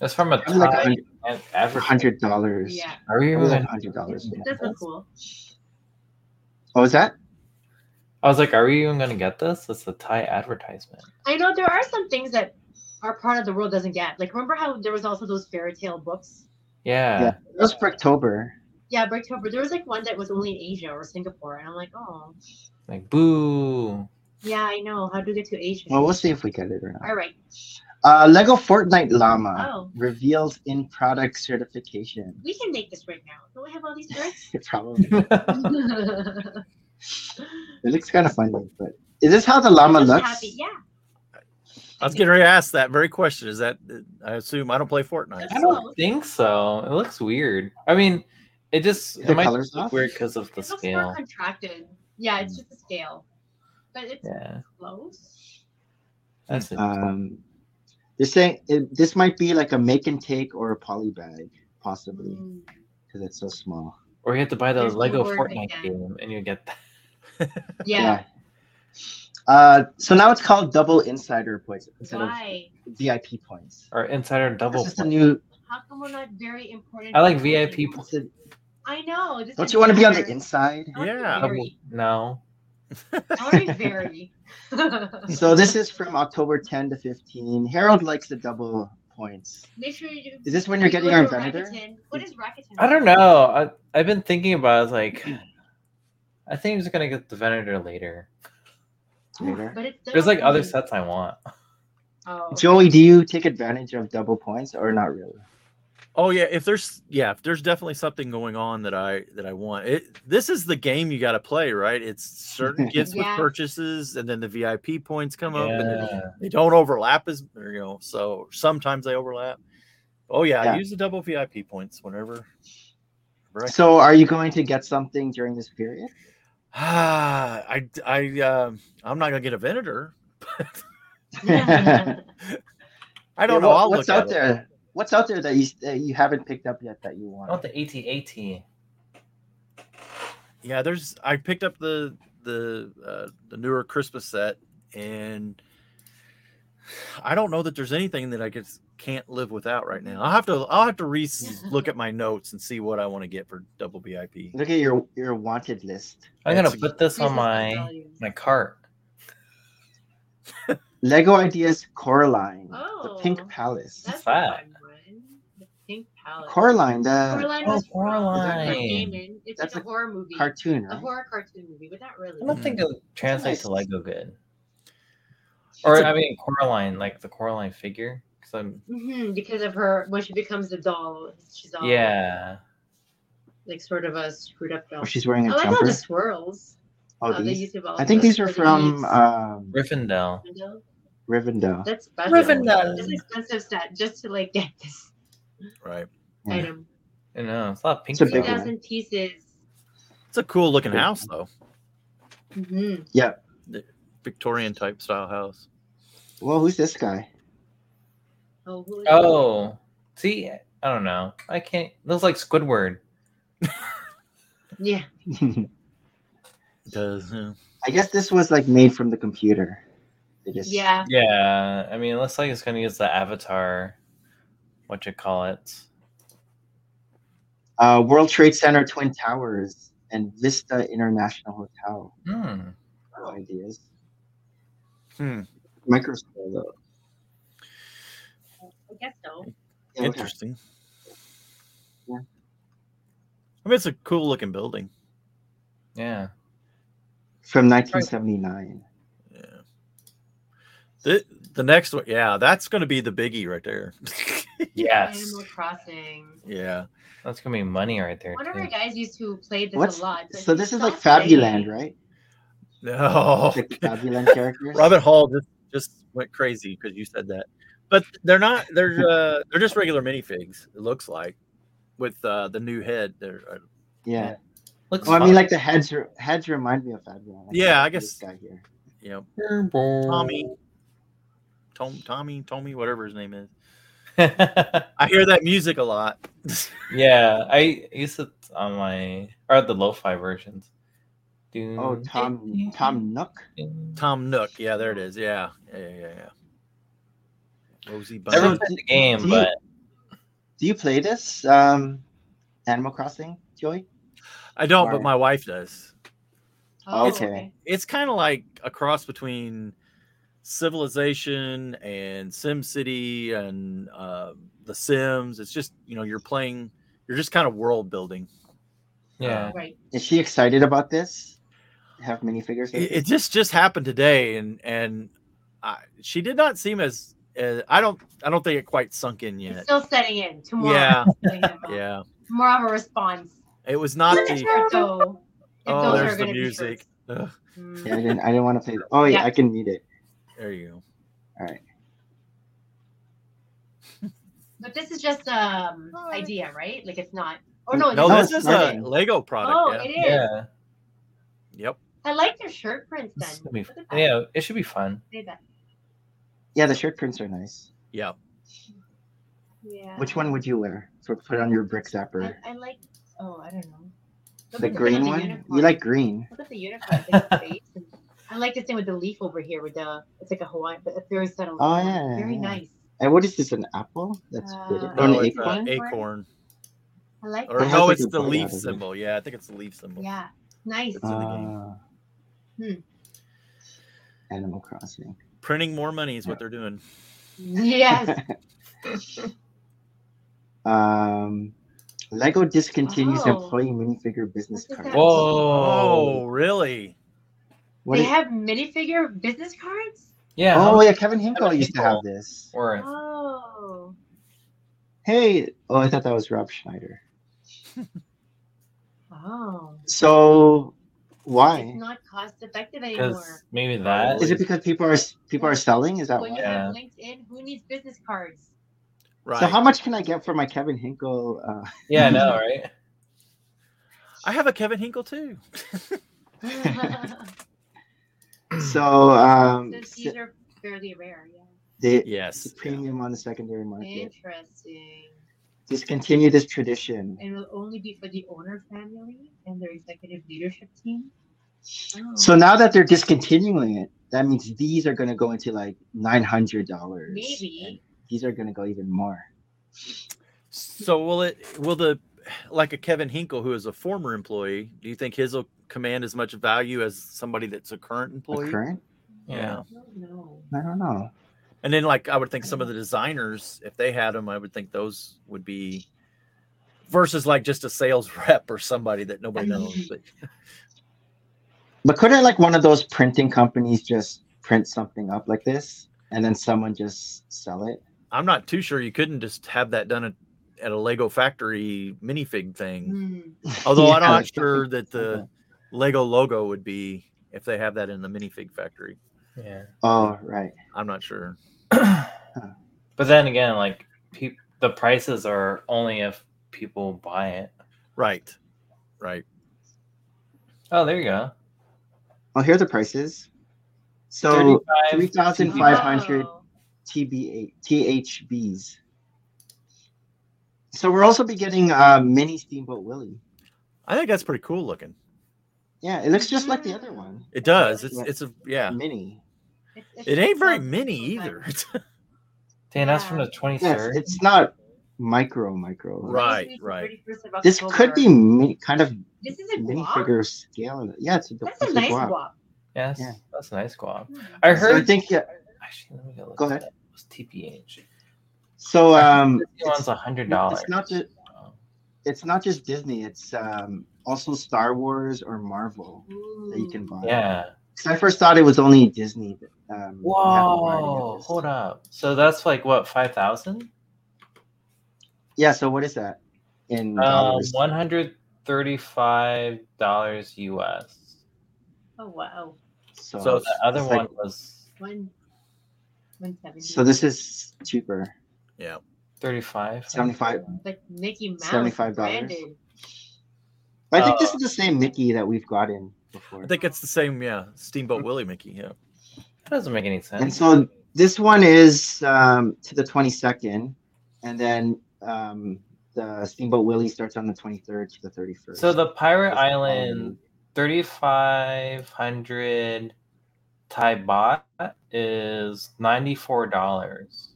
That's from a
Probably like
Thai
a
ad-
hun-
advertising.
hundred dollars.
Yeah.
Are we
Probably
even?
like a hundred dollars.
This was cool.
Oh, is that?
I was like, are we even gonna get this? It's a Thai advertisement.
I know there are some things that our part of the world doesn't get. Like, remember how there was also those fairy tale books?
Yeah.
Yeah. It was for October.
Yeah, Bricktober. There was like one that was only in Asia or Singapore. And I'm like, oh,
Like boo.
yeah, I know. How do you get to Asia?
Well, we'll see if we get it or not.
All right.
Uh, Lego Fortnite Llama
Oh,
reveals in product certification.
we can make this right now. Don't we have all these bricks?
Probably.
It
It looks kind of funny, but is this how the llama
was
looks?
happy. Yeah.
I was getting ready to ask that very question. Is that I assume I don't play Fortnite.
I
so-
don't think so. It looks weird. I mean, it just
The
it might
colors
just look
off?
weird because of the
It looks more
scale. Mm.
contracted. Yeah, it's just a scale. But it's
Yeah.
close.
That's it.
Um, they're saying it, this might be like a make and take or a poly bag, possibly,
Mm.
because it's so small.
or you have to buy the
There's no
Lego
word
Fortnite
again.
game and you get that.
Yeah.
Uh, so now it's called double insider points instead
Why?
of VIP points.
or insider double.
This is a
point.
new.
How come we're not very important?
I like VIP points.
it's a-
I know. This
Don't
is
you want to be on the
better.
inside?
I wanna be
Yeah.
Double-
very-
No.
I want to be very.
So this is from October 10 to 15. Harold likes the double points.
Make sure you.
Is this when you're
you
getting
go
your
to
inventor?
Rakuten. What is Rakuten?
I don't know. I, I've been thinking about. It. I was like, I think I'm just gonna get the Venator later.
Later.
But it's
There's like other
definitely-
sets I want.
Oh.
Joey, do you take advantage of double points or not really?
Oh yeah, if there's yeah, if there's definitely something going on that I that I want. It this is the game you got to play, right? It's certain gifts
Yeah.
with purchases, and then the VIP points come up, and
Yeah.
they don't overlap as or, you know. So sometimes they overlap. Oh yeah,
Yeah.
use the double VIP points whenever. whenever I
So are you going to get something during this period?
Ah, I, I, um I'm not gonna get a Venator.
Oh.
I don't
Yeah,
know.
what-
I'll
what's
look
out
at it.
there? What's out there that you that you haven't picked up yet that you
I
want?
want the AT-AT.
Yeah, there's. I picked up the the uh, the newer Christmas set, and I don't know that there's anything that I just can't live without right now. I'll have to I'll have to re look at my notes and see what I want to get for double VIP.
Look at your your wanted list.
I'm
That's
gonna
a-
put this on
Christmas
my
values.
my cart.
Lego ideas Coraline,
Oh.
the Pink Palace.
That's a
Fat.
fun one. The Pink Palace.
Coraline, the
Coraline
Oh,
was from Neil
Coraline.
Gaiman. It's
That's
like
a
a horror movie.
cartoon,
A
right?
horror cartoon movie, but not really.
I don't
Mm-hmm.
think it'll translate to
nice-
Lego good. Or
a-
I mean Coraline, like the Coraline figure. Cause I'm
Mhm, because of her when she becomes a doll, she's all
yeah.
like sort of a screwed up doll.
Oh, she's wearing
I
a
like all
jumper.
the swirls. uh,
Oh,
they
these.
used to all
I think
the-
these are
the
from
leaves.
um,
Rivendell.
Rivendell.
That's special.
Rivendell.
It's an expensive set just to like get this
Right,
Yeah.
item.
You know, it's a lot of pink
It's a
Two
big
stuff.
one.
thousand pieces.
it's a cool looking
Yeah.
house though,
Mm-hmm.
Victorian type style house.
Well, who's this guy?
Oh, who is
Oh. See, I don't know. I can't looks like Squidward.
that? yeah.
Does uh,
I guess this was like made from the computer. They just-
Yeah.
Yeah. I mean it looks like it's gonna use the avatar what you call it.
Uh, World Trade Center Twin Towers and Vista International Hotel.
Hmm.
No ideas.
hmm,
Microsoft though.
I guess so.
Yeah, okay.
interesting.
Yeah.
I mean, it's a cool looking building.
Yeah.
From 1979.
Yeah. The the next one, yeah, that's gonna be the biggie right there.
Yes.
Animal Crossing.
yeah.
That's gonna be money right there.
One of our
Too.
guys used to play this
What's
a lot. but
so?
he
This is like
stopped
Fabuland,
playing.
right?
No.
Like the Fabuland characters.
Robert Hall just, just went crazy because you said that. But they're not. They're uh, they're just regular minifigs. It looks like with uh, the new head. There,
Yeah.
Looks
Well, I
fun.
mean, like the heads, re- heads remind me of that one.
Yeah, I
This
guess.
guy here.
Yeah. Tommy. Tom, Tommy, Tommy, whatever his name is. I hear that music a lot.
yeah, I used it on my or the lo-fi versions.
Mm-hmm.
Doom,
Oh, Tom, Tom Nook.
ding,
Tom Nook. Yeah, there it is. Yeah. Yeah, yeah, yeah. yeah. Rosie Bunny.
Never
Everyone-
played the game,
do
but
Do you play this, um, Animal Crossing, Joey?
I don't,
Sorry.
but my wife does.
Oh,
Okay.
It's kind of like a cross between Civilization and Sim City and uh, The Sims. It's just, you know, you're playing, you're just kind of world building.
yeah,
Right.
Is she excited about this? Have minifigures?
it, it just just happened today and and I, she did not seem as, as i don't i don't think it quite sunk in
It's
yet
still setting in tomorrow.
Yeah.
Setting in.
yeah
More of a response.
it was not the
So, if
oh
those are
there's the
gonna be
music
shirts.
Ugh,
Mm.
Yeah, I didn't. I didn't want to play. Oh yeah,
Yeah.
I can mute it.
there you go
But this is just um idea, right? Like it's not. Oh no,
No,
it's
no
No,
this
it's
is
not
a
in.
lego product
Oh,
yeah.
it is.
yeah,
yep
I like their shirt prints.
This is
Then
gonna be
Look at that.
yeah. It should be fun.
Say that.
Yeah, the shirt prints are nice.
yeah
Yeah.
Which one would you wear? So put on your brick
I,
zapper.
I like. Oh, I don't know. Look
The
at
green
look at the
one.
unicorn.
You like green?
Look at the unicorn. Look at the face. And I like this thing with the leaf over here with the. It's like a Hawaiian, but it's very subtle.
Oh, yeah,
Very
yeah.
nice.
And what is this? An apple? That's
Uh,
good.
no,
Oh, an
it's a
acorn?
acorn.
acorn
I like.
or
It
that.
has
no
like
it's
a
the
bite
leaf
out of it.
symbol yeah i think it's the leaf symbol
Yeah. Nice.
in the
Ah.
game.
Hmm. Animal Crossing.
printing more money is what they're doing
yes.
Um, Lego discontinues
Oh.
employee minifigure business
What does
cards.
that-
oh
Whoa,
really
What
they
is-
have minifigure business cards.
yeah. how
oh
much
yeah, Kevin Hinkle used to have this.
worth?
Oh.
Hey, oh, I thought that was Rob Schneider.
Oh.
So,
It's
why
not cost effective anymore.
Because maybe that.
is it? Because people are people are selling? Is that
when
why?
you
Yeah.
have LinkedIn, who needs business cards?
right
So, how much can I get for my Kevin Hinkle? Uh,
yeah, I know, right?
i have a kevin hinkle too
Hmm.
so, um,
Since these are fairly rare, yeah.
the, the
yes yeah.
premium on the secondary market
Interesting.
discontinue this tradition.
It will only be for the owner family and their executive leadership team. Oh.
So now that they're discontinuing it, that means these are going to go into like nine hundred dollars.
maybe
these are going to go even more.
So will it will the like a Kevin Hinkle who is a former employee, do you think his will command as much value as somebody that's a current
The
employee?
current?
Yeah.
I don't know.
I don't know.
And then like I would think some of the designers, if they had them, I would think those would be versus like just a sales rep or somebody that nobody knows. But
But couldn't like one of those printing companies just print something up like this, and then someone just sell it?
I'm not too sure you couldn't just have that done at, at a Lego factory minifig thing.
Hmm.
Although I'm
Yeah,
not
like-
sure that the Lego logo would be if they have that in the minifig factory.
Yeah.
Oh right.
I'm not sure.
but then again, like peop the prices are only if people buy it.
Right. Right.
Oh, there you go.
Well, Oh, here are the prices. So three
35
thousand five hundred
Oh.
TBA THBs. So we're also be getting uh, mini Steamboat Willie.
I think that's pretty cool looking.
Yeah, it looks just like the other one.
It does. It's
Yeah. Mm.
it's a yeah.
Mini.
It's- it's
It ain't very
so cool,
mini
but-
either. It's-
Dan, that's from the 23rd.
Yes, it's not micro micro.
Right. right.
31st of
This could
October.
be mi- kind of
This is a guap.
minifigure scale. Yeah, it's a,
That's
it's
a
a
nice
guap.
guap.
yes,
yeah.
that's a nice guap.
Hmm.
I
So I
heard.
think yeah.
Actually, let me go look.
Go
it
ahead.
up. It was TPH.
So um,
Disney one's a hundred dollars.
it's not ju-
Oh.
it's not just Disney. It's um also Star Wars or Marvel that you can
Ooh.
buy.
Yeah.
'Cause I first thought it was only Disney. But, um,
Whoa! Hold up. So that's like what five thousand?
Yeah. So what is that? In
Um,
dollars?
one hundred thirty-five dollars US.
Oh wow.
so,
So the other
it's
one
like-
was
One. One seventy.
so this is cheaper.
yeah.
thirty-five.
Seventy five.
like Mickey Mouse.
$75.
branded.
I think this is the same Mickey that we've gotten before.
I think it's the same, yeah. Steamboat Willie Mickey, yeah.
That doesn't make any sense.
And so this one is um, to the 22nd, and then um, the Steamboat Willie starts on the 23rd to the 31st.
So the Pirate
That's the
Island
following.
3500 Thai baht is $94.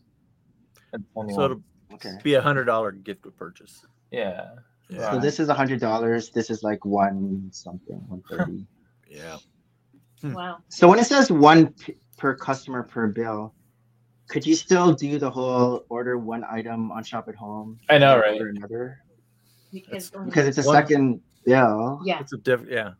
And
So
21.
it'll
okay.
be a hundred dollar gift to purchase.
yeah.
Yeah.
So this is hundred dollars. This is like one something, one thirty.
Yeah. Hmm.
Wow.
so when it says one p- per customer per bill, could you still do the whole order one item on shop at home?
I know,
and
right?
Order another
Because,
because it's a
One-
second bill.
yeah.
It's a diff yeah.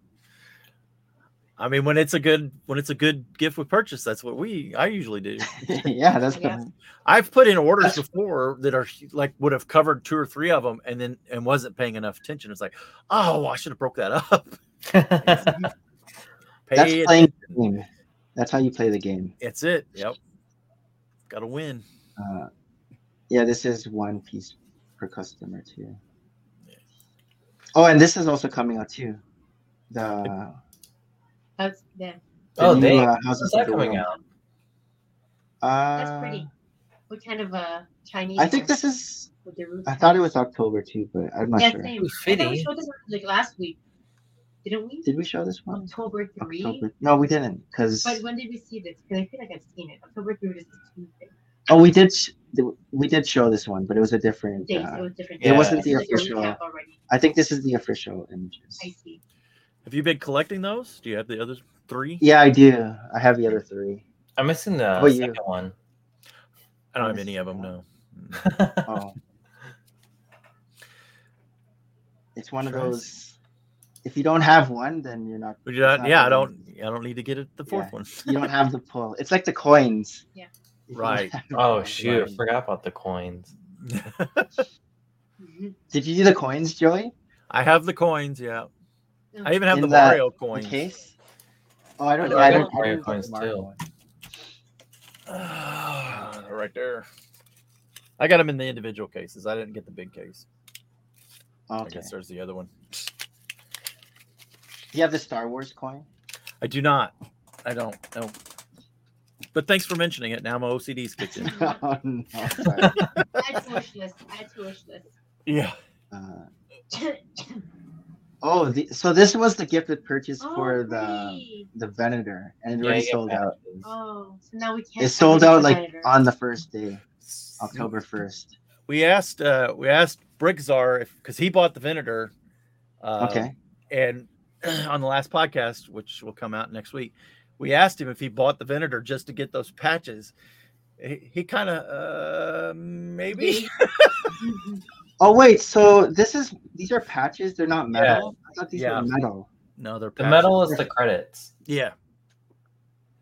I mean when it's a good when it's a good gift with purchase, that's what we I usually do.
Yeah, that's
Yeah.
good.
I've put in orders before that are like would have covered two or three of them and then and wasn't paying enough attention. It's like, oh, I should have broke that up. Pay
That's
it.
playing the game. That's how you play the game.
It's it. Yep. Got to win.
Uh, yeah, this is one piece per customer too. Oh, and this is also coming out too. The,
That's, yeah.
the
oh,
new,
dang.
uh,
How's
Houses of
that
the
coming
World.
out?
Uh,
That's pretty. What kind of a Chinese?
I think this is.
With the roof.
I thought it was October too, but I'm not
yeah,
sure.
same.
It's
I thought we
fitty.
showed this one, like last week, didn't we?
Did we show this one?
October three.
October. No, we didn't. Cause
But when did we see this? Because I feel like I've seen it. October three is Tuesday.
oh, we did. sh- We did show this one, but it was a different.
Days. it
Uh,
was different.
it wasn't
the
It's like a
official-
recap Already.
I think this is the official images.
I see.
Have you been collecting those? Do you have the other three?
Yeah, I do. I have the other three.
I'm missing the
about you?
second one.
I don't have any of them. No.
Oh. it's one of
Sure.
those. If you don't have one, then you're not.
But you don't-
Not
yeah, I
really.
don't. I don't need to get it. The fourth
Yeah.
one.
You don't have the pull. It's like the coins.
Yeah.
If you don't
Right.
have the
oh,
pull,
shoot. I
right.
forgot about the coins.
Mhm.
Did you do the coins, Joey?
I have the coins. Yeah. I even have
In
the
that-
Mario
The
coins.
case. Oh, I don't.
Oh,
I
I
don't.
got
I
Mario
didn't get the
coins,
Mario
too.
one.
Ah, right there. I got them in the individual cases. I didn't get the big case. I
Okay.
guess there's the other one.
Do you have the Star Wars coin?
I do not. I don't. No. But thanks for mentioning it. Now my OCD's kicked in.
oh, no, sorry.
Add to wish list. Add to wish list.
yeah.
Uh, oh, the, so this was the gift that purchased for the
Oh, great.
the Venator, and it
Yeah,
already
you get
sold out.
patches.
Oh, so now we can't.
It
have
sold
any
out like
provider.
on the first day, October first.
We asked. Uh, we asked Brickzar if because he bought the Venator. Uh,
Okay.
And on the last podcast, which will come out next week, we asked him if he bought the Venator just to get those patches. He, he kind of uh, maybe.
Mhm.
Oh wait, so this is these are patches. They're not metal. I thought these
Yeah.
were metal.
No, they're
The
patches.
metal is the credits.
Yeah.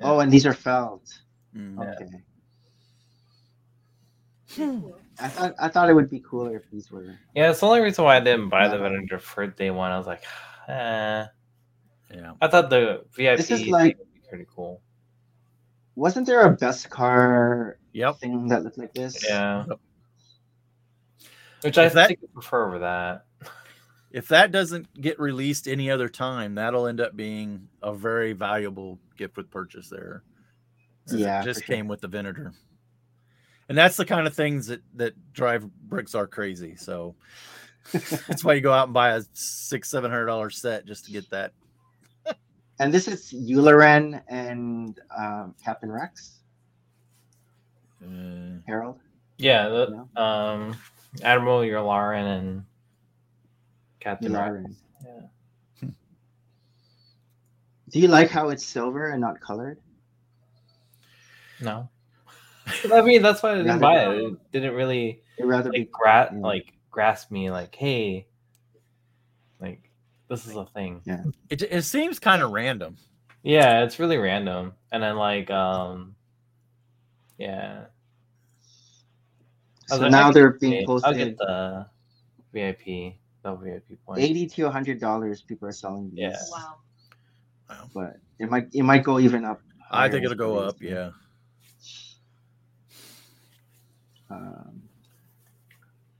Yeah.
Oh, and these are felt.
Mm.
Yeah.
Okay.
Cool.
I thought I thought it would be cooler if these were.
Yeah, it's the only reason why I didn't buy the Venator for day one. I was like, eh.
Yeah.
I thought the VIP
This is
thing
like-
would be pretty cool.
Wasn't there a best car
Yep.
thing that looked like this?
Yeah.
Yep.
Which I
Is that-
think I prefer over that.
If that doesn't get released any other time, that'll end up being a very valuable gift with purchase there. Since
Yeah,
It
for
just
sure.
came with the Venator. And that's the kind of things that that drive bricks are crazy. So that's why you go out and buy a six, seven hundred dollar set just to get that.
And this is Eularen and um, Captain Rex,
Uh,
Harold.
Yeah. The, Um, Admiral Yularen and Captain Rex.
Yularen.
Yeah.
Do you like how it's silver and not colored?
No. I mean, that's why I didn't
Neither
buy it.
do I.
It didn't really
It'd rather
like
be
gra-
yeah.
like grasp me. Like, hey, like this is a thing.
it, it seems kind of random.
Yeah, it's really random. And then like um yeah.
so
like,
now
I
they're
get
being
the- I'll get
posted
the VIP, the VIP point.
eighty to hundred dollars. People are selling these,
Yeah.
Wow.
but it might it might go even up.
I think
higher
it'll go
for
up.
these.
Yeah.
Um,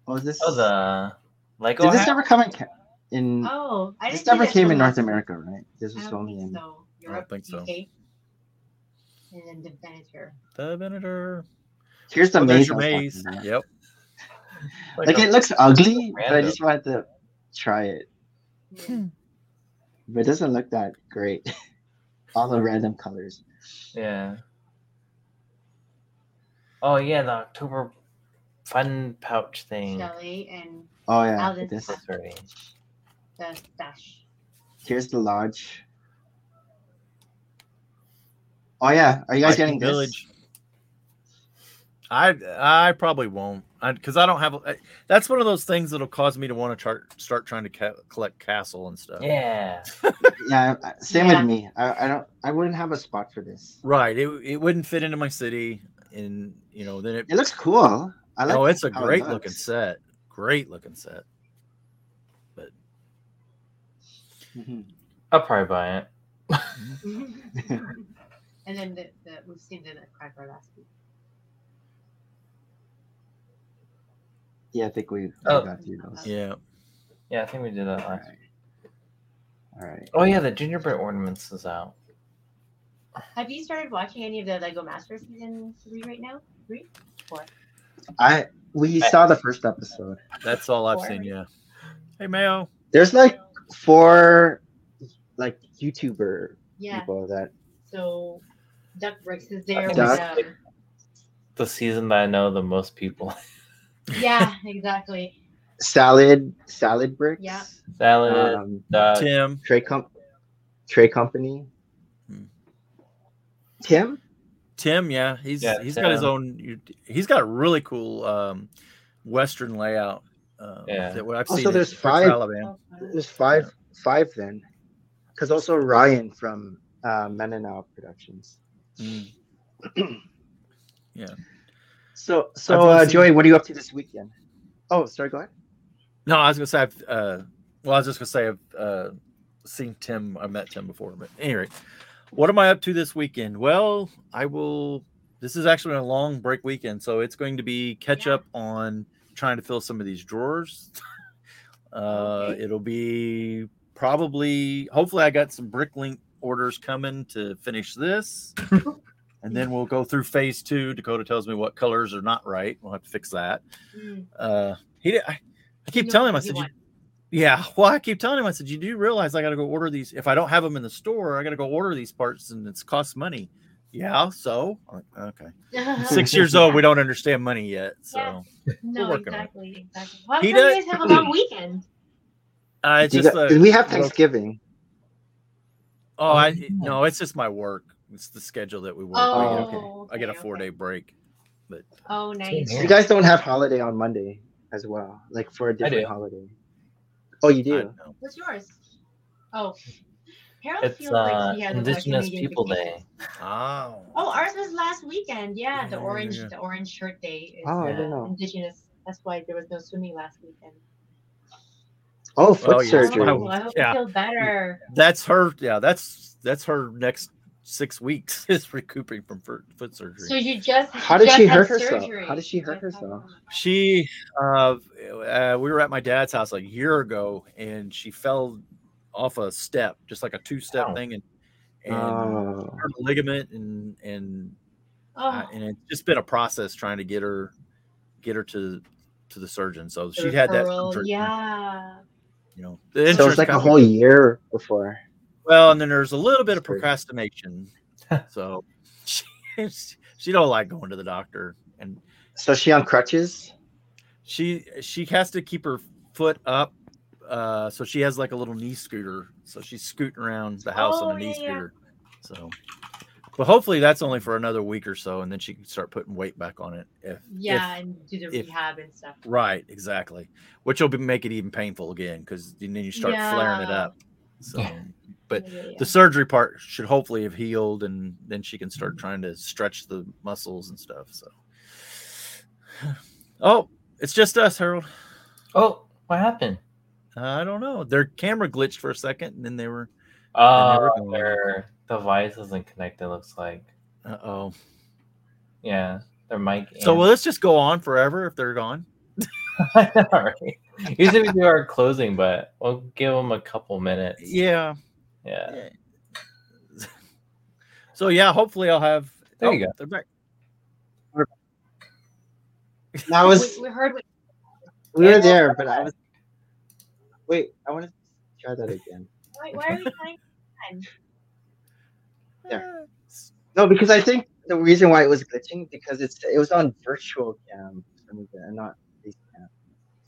oh, is this?
Oh, the Lego
Did Um, oh, this
hat?
ever come in? Ca- in
Oh, I
this
didn't see
never
that
came
till
in North
last-
America, right?
I
This was
don't
only
think
in
so. Europe,
think so.
UK, and then the Veneter.
The Venator.
here's the
Oh,
maze.
there's your
I was talking
maze.
about.
Yep.
Like
Like
a-
it looks ugly, but I
random.
just wanted to try it. Hmm.
Yeah.
But it doesn't look that great. All the random colors.
Yeah. Oh yeah, the October fun pouch thing.
Shelly and
Oh yeah.
Alice.
This
That's already-
the stash.
here's the lodge. Oh yeah. Are you guys
Viking
getting this?
I I probably won't because I, don't have. a- I, that's one of those things that'll cause me to want to chart, start trying to ca- collect castle and stuff.
Yeah.
Yeah, I- same
Yeah.
with me. I, I don't I wouldn't have a spot for this.
Right. It, it wouldn't fit into my city, and you know then it.
It looks cool. I like
oh, it's a
how it
great looking
looks.
set. Great looking set.
Mhm.
I'll probably buy it.
and then the, the we've seen the cracker last week.
Yeah, I think we, we
Oh.
got through those.
Yeah.
Yeah, I think we did that
All
last.
right. All right.
Oh yeah, the gingerbread ornaments is out.
Have you started watching any of the Lego Master season three right now? Three, four.
I we saw the first episode.
That's all I've
Or-
seen. Yeah. Hey Mayo.
There's like four like YouTuber
Yeah.
people that
So Duck Bricks is there. With,
Duck.
um,
The season that I know the most
Uh,
people.
yeah, exactly.
salad salad bricks.
Yeah.
Salad,
Um,
Doug,
Tim.
Trey comp Trey company.
Hmm.
Tim.
Tim, yeah, he's
Yeah,
he's got his
Tim.
own. you- He's got a really cool um, Western layout. Um,
Yeah.
That I've
Also,
seen. in
Oh, there's
Prince
five-
Oh,
Alabama.
uh,
There's five five then, because also Ryan from uh, Men and Out Productions.
Mm.
So so
only
uh,
seen-
Joey, what are you up to this weekend? Oh, sorry, go ahead.
No, I was gonna say. I've, uh, well, I was just gonna say I've uh, seen Tim. I met Tim before, but anyway, what am I up to this weekend? Well, I will. This is actually a long break weekend, so it's going to be catch
Yeah.
up on trying to fill some of these drawers. uh,
Okay.
It'll be probably. Hopefully, I got some bricklink orders coming to finish this. And then we'll go through phase two. Dakota tells me what colors are not right. We'll have to fix that.
Mm.
Uh, he did. I, I keep
You know
telling him. I
what you
said, you,
want.
yeah. Well, I keep telling him, I said, you do realize I got to go order these. If I don't have them in the store, I got to go order these parts and it's costs money. Yeah. So, I'm like, okay. Six years old, we don't understand money yet. So
Yeah. no,
working on it.
exactly, exactly. Well,
He
you guys
does-
have a long weekend.
uh, it's
You
just,
got-
uh,
we have
well-
Thanksgiving.
oh, I, no, it's just my work. It's the schedule that we work. I
Oh,
get a-
okay.
okay,
I get a
okay.
four day break.
Oh, nice.
Yeah.
You guys don't have holiday on Monday as well, like for a different
do.
holiday. Oh, you
I
do.
don't know.
What's yours? Oh, Harold
It's
feels
uh,
like he has a
Indigenous
West Indian
People
vacation.
Day.
Oh.
Oh, ours was last weekend. Yeah,
Yeah,
the
yeah,
orange,
yeah.
the orange shirt day is
Oh, I
uh,
didn't know.
Indigenous. That's why there was no swimming last weekend.
Oh, foot
Well, yeah.
surgery.
Oh, I hope
Yeah.
you feel better.
That's her. Yeah. That's, that's her next six weeks is recuperating from foot foot surgery.
So you just
How did
just
she
had
hurt herself?
surgery.
How did she hurt
Just had-
herself?
She, uh, uh, we were at my dad's house like a year ago, and she fell off a step, just like a two-step
Ow.
thing, and and
Oh,
hurt a ligament, and and
Oh,
I- and it's just been a process trying to get her, get her to to the surgeon. So
the
she had that,
Oh, referral.
surgery,
Yeah.
You know, the
so it's
insurance
like a
company-
whole year before.
Well, and then there's a little bit of
Surgery.
procrastination, so she she don't like going to the doctor, and
So she on crutches.
she she has to keep her foot up uh so she has like a little knee scooter so she's scooting around the house
Oh,
on a knee
yeah, yeah.
scooter so but hopefully that's only for another week or so and then she can start putting weight back on it if
Yeah,
if-
and do the
if-
rehab and stuff.
right exactly which will be, make it even painful again because then you start flaring it
Yeah.
up so But
Yeah, yeah, yeah.
the surgery part should hopefully have healed and then she can start trying to stretch the muscles and stuff so oh it's just us harold
Oh, what happened?
I don't know. Their camera glitched for a second, and then they were.
Oh,
gone.
their device isn't connected. Looks like.
Uh oh.
Yeah, their mic.
So
and-
will this just go on forever if they're gone?
All right. Usually we do our closing, but we'll give them a couple minutes.
Yeah.
Yeah.
So yeah, hopefully I'll have.
There you
go. They're back.
I was
we, we heard. What,
we were there, but I was. Wait, I want to try that again.
why, why are we trying?
There. No, because I think the reason why it was glitching because it's it was on virtual cam for some reason, and not face cam.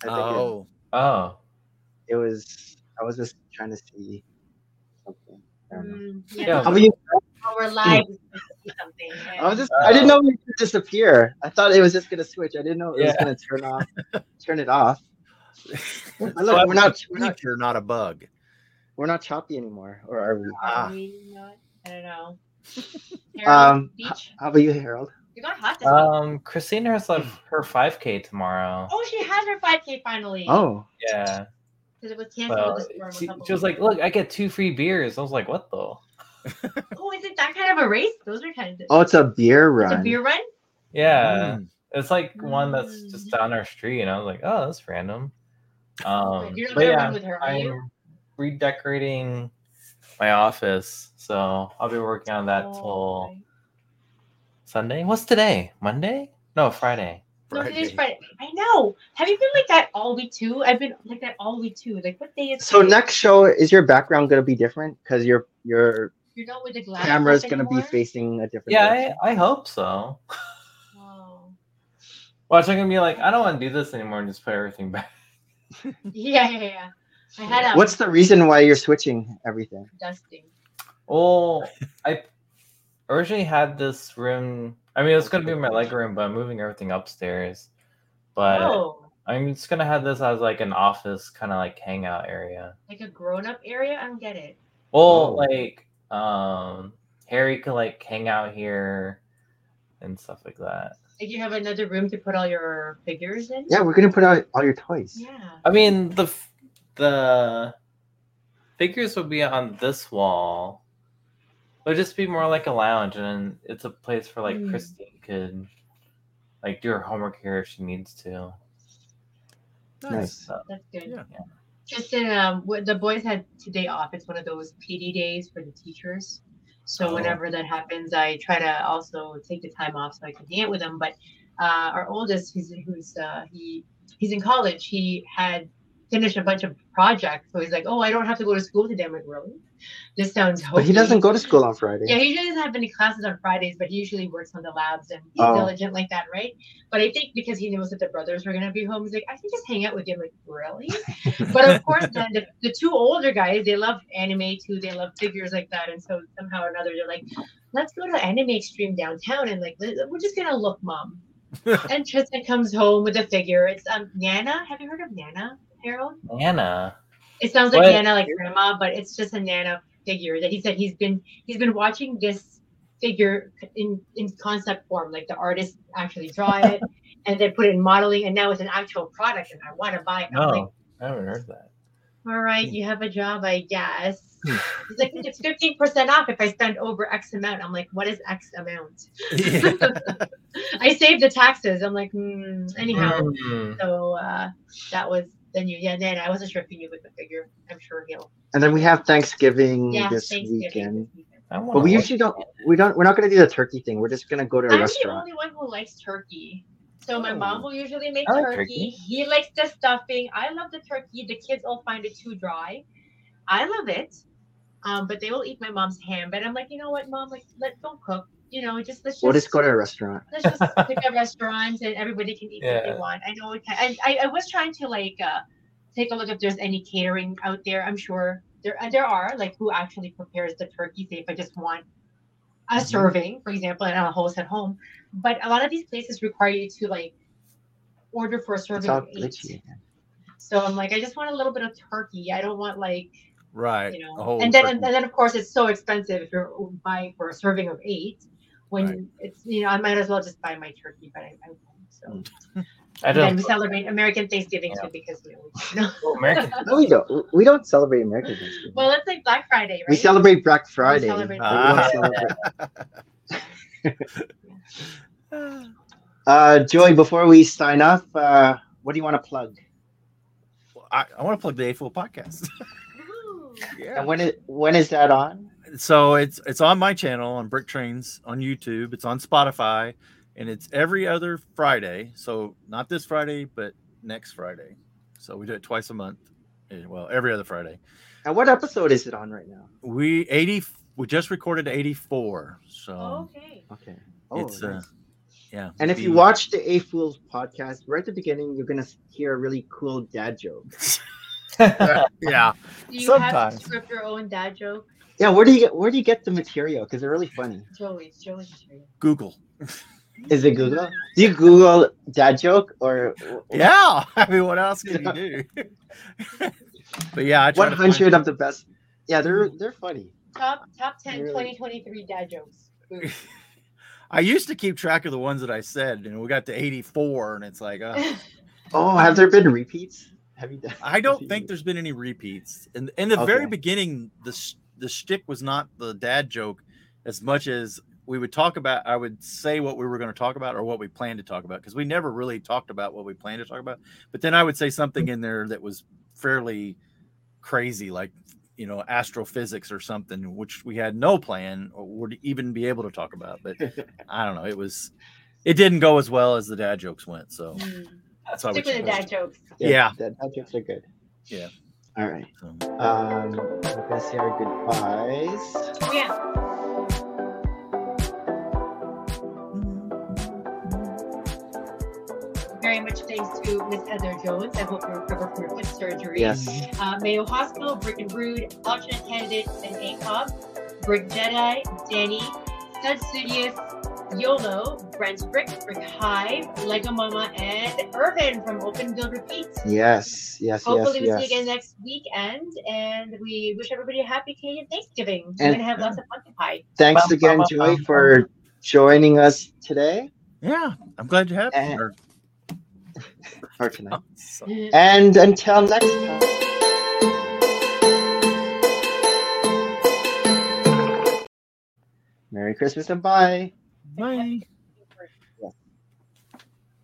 I think
Oh.
Oh,
it, it was. I was just trying to see something. I don't know.
Mm,
Yeah.
yeah,
How about you?
our lives see something. and-
I was just. I didn't know it could disappear. I thought it was just gonna switch. I didn't know it was
Yeah.
gonna turn off. turn it off. But
So I
look, we're not. We're not.
You're not a bug.
We're not choppy anymore, or are we?
Are
Ah.
we not? I don't know.
Um, uh,
Harold Beach.
How about you, Harold?
You're not hot this week.
um, Christine has like her 5K tomorrow.
Oh, she has her 5K finally.
Oh,
Yeah.
Because it was canceled
Well,
this storm a
she,
couple
she was
weeks
like, "Look, I get two free beers." I was like, "What the?"
ago. Oh, is it that kind of a race? Those are kind of.
oh, it's a beer
it's
run.
a beer run?
Mm.
Yeah, it's like one that's
Mm.
just down our street, and I was like, "Oh, that's random." Um,
You're not
but
gonna
yeah,
run with her, are you?
I'm redecorating my office, so I'll be working on that
Oh,
till Sunday. What's today? Monday? No, Friday.
No, today's
Friday.
Friday. I know. Have you been like that all week too? I've been like that all week too. Like what day is
So
today?
next show is your background going to be different because your your
You're not with the glass.
camera is
up
going to be
anymore?
facing a different.
Yeah,
direction.
I, I hope so.
Oh.
Watch, I'm gonna be like, I don't want to do this anymore, and just put everything back.
Yeah, yeah, yeah. I had a
What's the reason why you're switching everything?
dusting.
Well, I originally had this room. I mean, it was gonna be my leg room, but I'm moving everything upstairs. But
Oh,
I'm just gonna have this as like an office kind of like hangout area.
like a grown-up area. I don't get it.
Well,
Oh.
like um, Harry could like hang out here and stuff like that.
Like you have another room to put all your figures in.
Yeah, we're going to put out all your toys.
Yeah.
I mean, the f- the figures would be on this wall. It would just be more like a lounge, and it's a place for like
Hmm.
Christine could like do her homework here if she needs to. Uh,
Nice.
So,
Oh, That's good.
Yeah.
Tristan, um, what the boys had today off. It's one of those PD days for the teachers. So
Oh.
whenever that happens, I try to also take the time off so I can hang out with them. But uh, our oldest, he's who's uh, he he's in college. He had finished a bunch of projects, so he's like, "Oh, I don't have to go to school today." I'm like, "Really? This sounds."
But he
hokey."
doesn't go to school on Friday.
Yeah, he doesn't have any classes on Fridays, but he usually works on the labs and he's
Oh.
diligent like that, right? But I think because he knows that the brothers were gonna be home, he's like, I can just hang out with you. I'm like, really? but of course, then the, the two older guys, they love anime too. They love figures like that, and so somehow or another, they're like, let's go to Anime Extreme downtown, and like, let- we're just gonna look, mom. and Tristan comes home with a figure. It's um Nana. Have you heard of Nana, Harold?
Anna.
It sounds like
What?
Nana, like grandma, but it's just a Nana figure that he said he's been he's been watching this figure in in concept form, like the artist actually draw it and then put it in modeling, and now it's an actual product, and I want to buy it. I'm like,
No, Oh, I haven't heard that.
all right, you have a job, I guess.
Hmm.
He's like, it's fifteen percent off if I spend over X amount. I'm like, what is X amount? I saved the taxes. I'm like, hmm. anyhow. So uh, that was the new yeah. Nana. I wasn't sure if you knew with the figure. I'm sure he'll
And then we have Thanksgiving
yeah.
this
Thanksgiving Oh,
weekend.
this weekend.
I
But we usually don't. We don't. We're not going to do the turkey thing. We're just going to go to a
I'm the
restaurant. Oh.
only one who likes turkey. So my mom will usually make
I like
turkey.
turkey.
He likes the stuffing. I love the turkey. The kids all find it too dry. I love it. Um, but they will eat my mom's ham. But I'm like, you know what, mom? Like, let don't cook. You know, just let's just
We'll just go to a restaurant.
let's just pick a restaurant and everybody can eat what
Yeah.
they want. I know. It can, I, I I was trying to like uh, take a look if there's any catering out there. I'm sure there uh, there are like who actually prepares the turkey. Say if I just want a
Mm-hmm.
serving, for example, and I'll host at home. But a lot of these places require you to like order for a
It's
serving
all
of
glitchy.
eight. So I'm like, I just want a little bit of turkey. I don't want like
Right.
you know,
A whole
and then
turkey.
and then of course it's so expensive if you're buying for a serving of eight. When
Right.
it's you know, I might as well just buy my turkey, but I, I won't. So
Mm.
I
and then
don't.
we celebrate American Thanksgiving too because you know, we-
American.
No, we don't. We don't celebrate American Thanksgiving.
well it's like Black Friday, right?
we celebrate Black Friday.
celebrate-
but we don't
Ah.
celebrate-
Ah.
Uh, Joy, before we sign off, uh, what do you want to plug?
I, I want to plug the A Fool podcast.
Ooh.
yeah.
And when it when is that on?
so it's it's on my channel on Brick Trains on YouTube. It's on Spotify, and it's every other Friday. So not this Friday, but next Friday. So we do it twice a month. Eh, Well, every other Friday.
And what episode is it on right now?
We eighty. We just recorded eighty four. So
Um,
Oh, Okay.
Okay.
it's uh, yeah.
Oh, and if you
the-
watch the A Fools podcast, right at the beginning, you're gonna hear a really cool dad joke.
yeah,
Do you have to
Sometimes.
script your own dad joke?
Yeah, where do you get where do you get the material? Because they're really funny.
Joey's Joey's material.
Google.
Is it Google? Do you Google dad joke or
Yeah, I mean, what else can you do? but yeah, I try
one
to find-
hundred of the best? Yeah, they're they're funny.
Top top 10
Really?
2023 dad jokes. Boom.
I used to keep track of the ones that I said, and we got to eighty four, and it's like. Uh,
Oh, have there been repeats? Have you done?
I don't think there's been any repeats. In in the very
Okay.
beginning, the sh- the shtick was not the dad joke as much as we would talk about. I would say what we were going to talk about or what we planned to talk about because we never really talked about what we planned to talk about. But then I would say
Mm.
something in there that was fairly crazy, like you know astrophysics or something, which we had no plan or would even be able to talk about. But I don't know. It was. It didn't go as well as the dad jokes went, so
Hmm.
that's how we
Stick with the
chose
dad jokes.
yeah.
Dad, dad jokes are good.
Yeah.
All right.
it, so.
Um, we're gonna say our goodbyes.
Yeah. Very much thanks to Miss Heather Jones. I hope you recover from your foot surgery.
Yes.
Uh, Mayo Hospital, Brick and Brood, alternate candidates, and ACOB, Brick Jedi, Danny, Stud Studious, YOLO, Brent Brick, Brick Hive, Lego Mama, and Irvin from Open Build Repeat.
Yes. Yes.
Hopefully we
yes.
see you
yes.
again next weekend, and we wish everybody a happy Canadian Thanksgiving. We're
And-
gonna have lots of pumpkin pie.
Thanks
Bum,
again,
bum,
Joy,
bum,
for joining us today
Yeah, I'm glad you had me.
And-
Or-
or tonight.
so-
And until next time. Merry Christmas and bye.
Bye.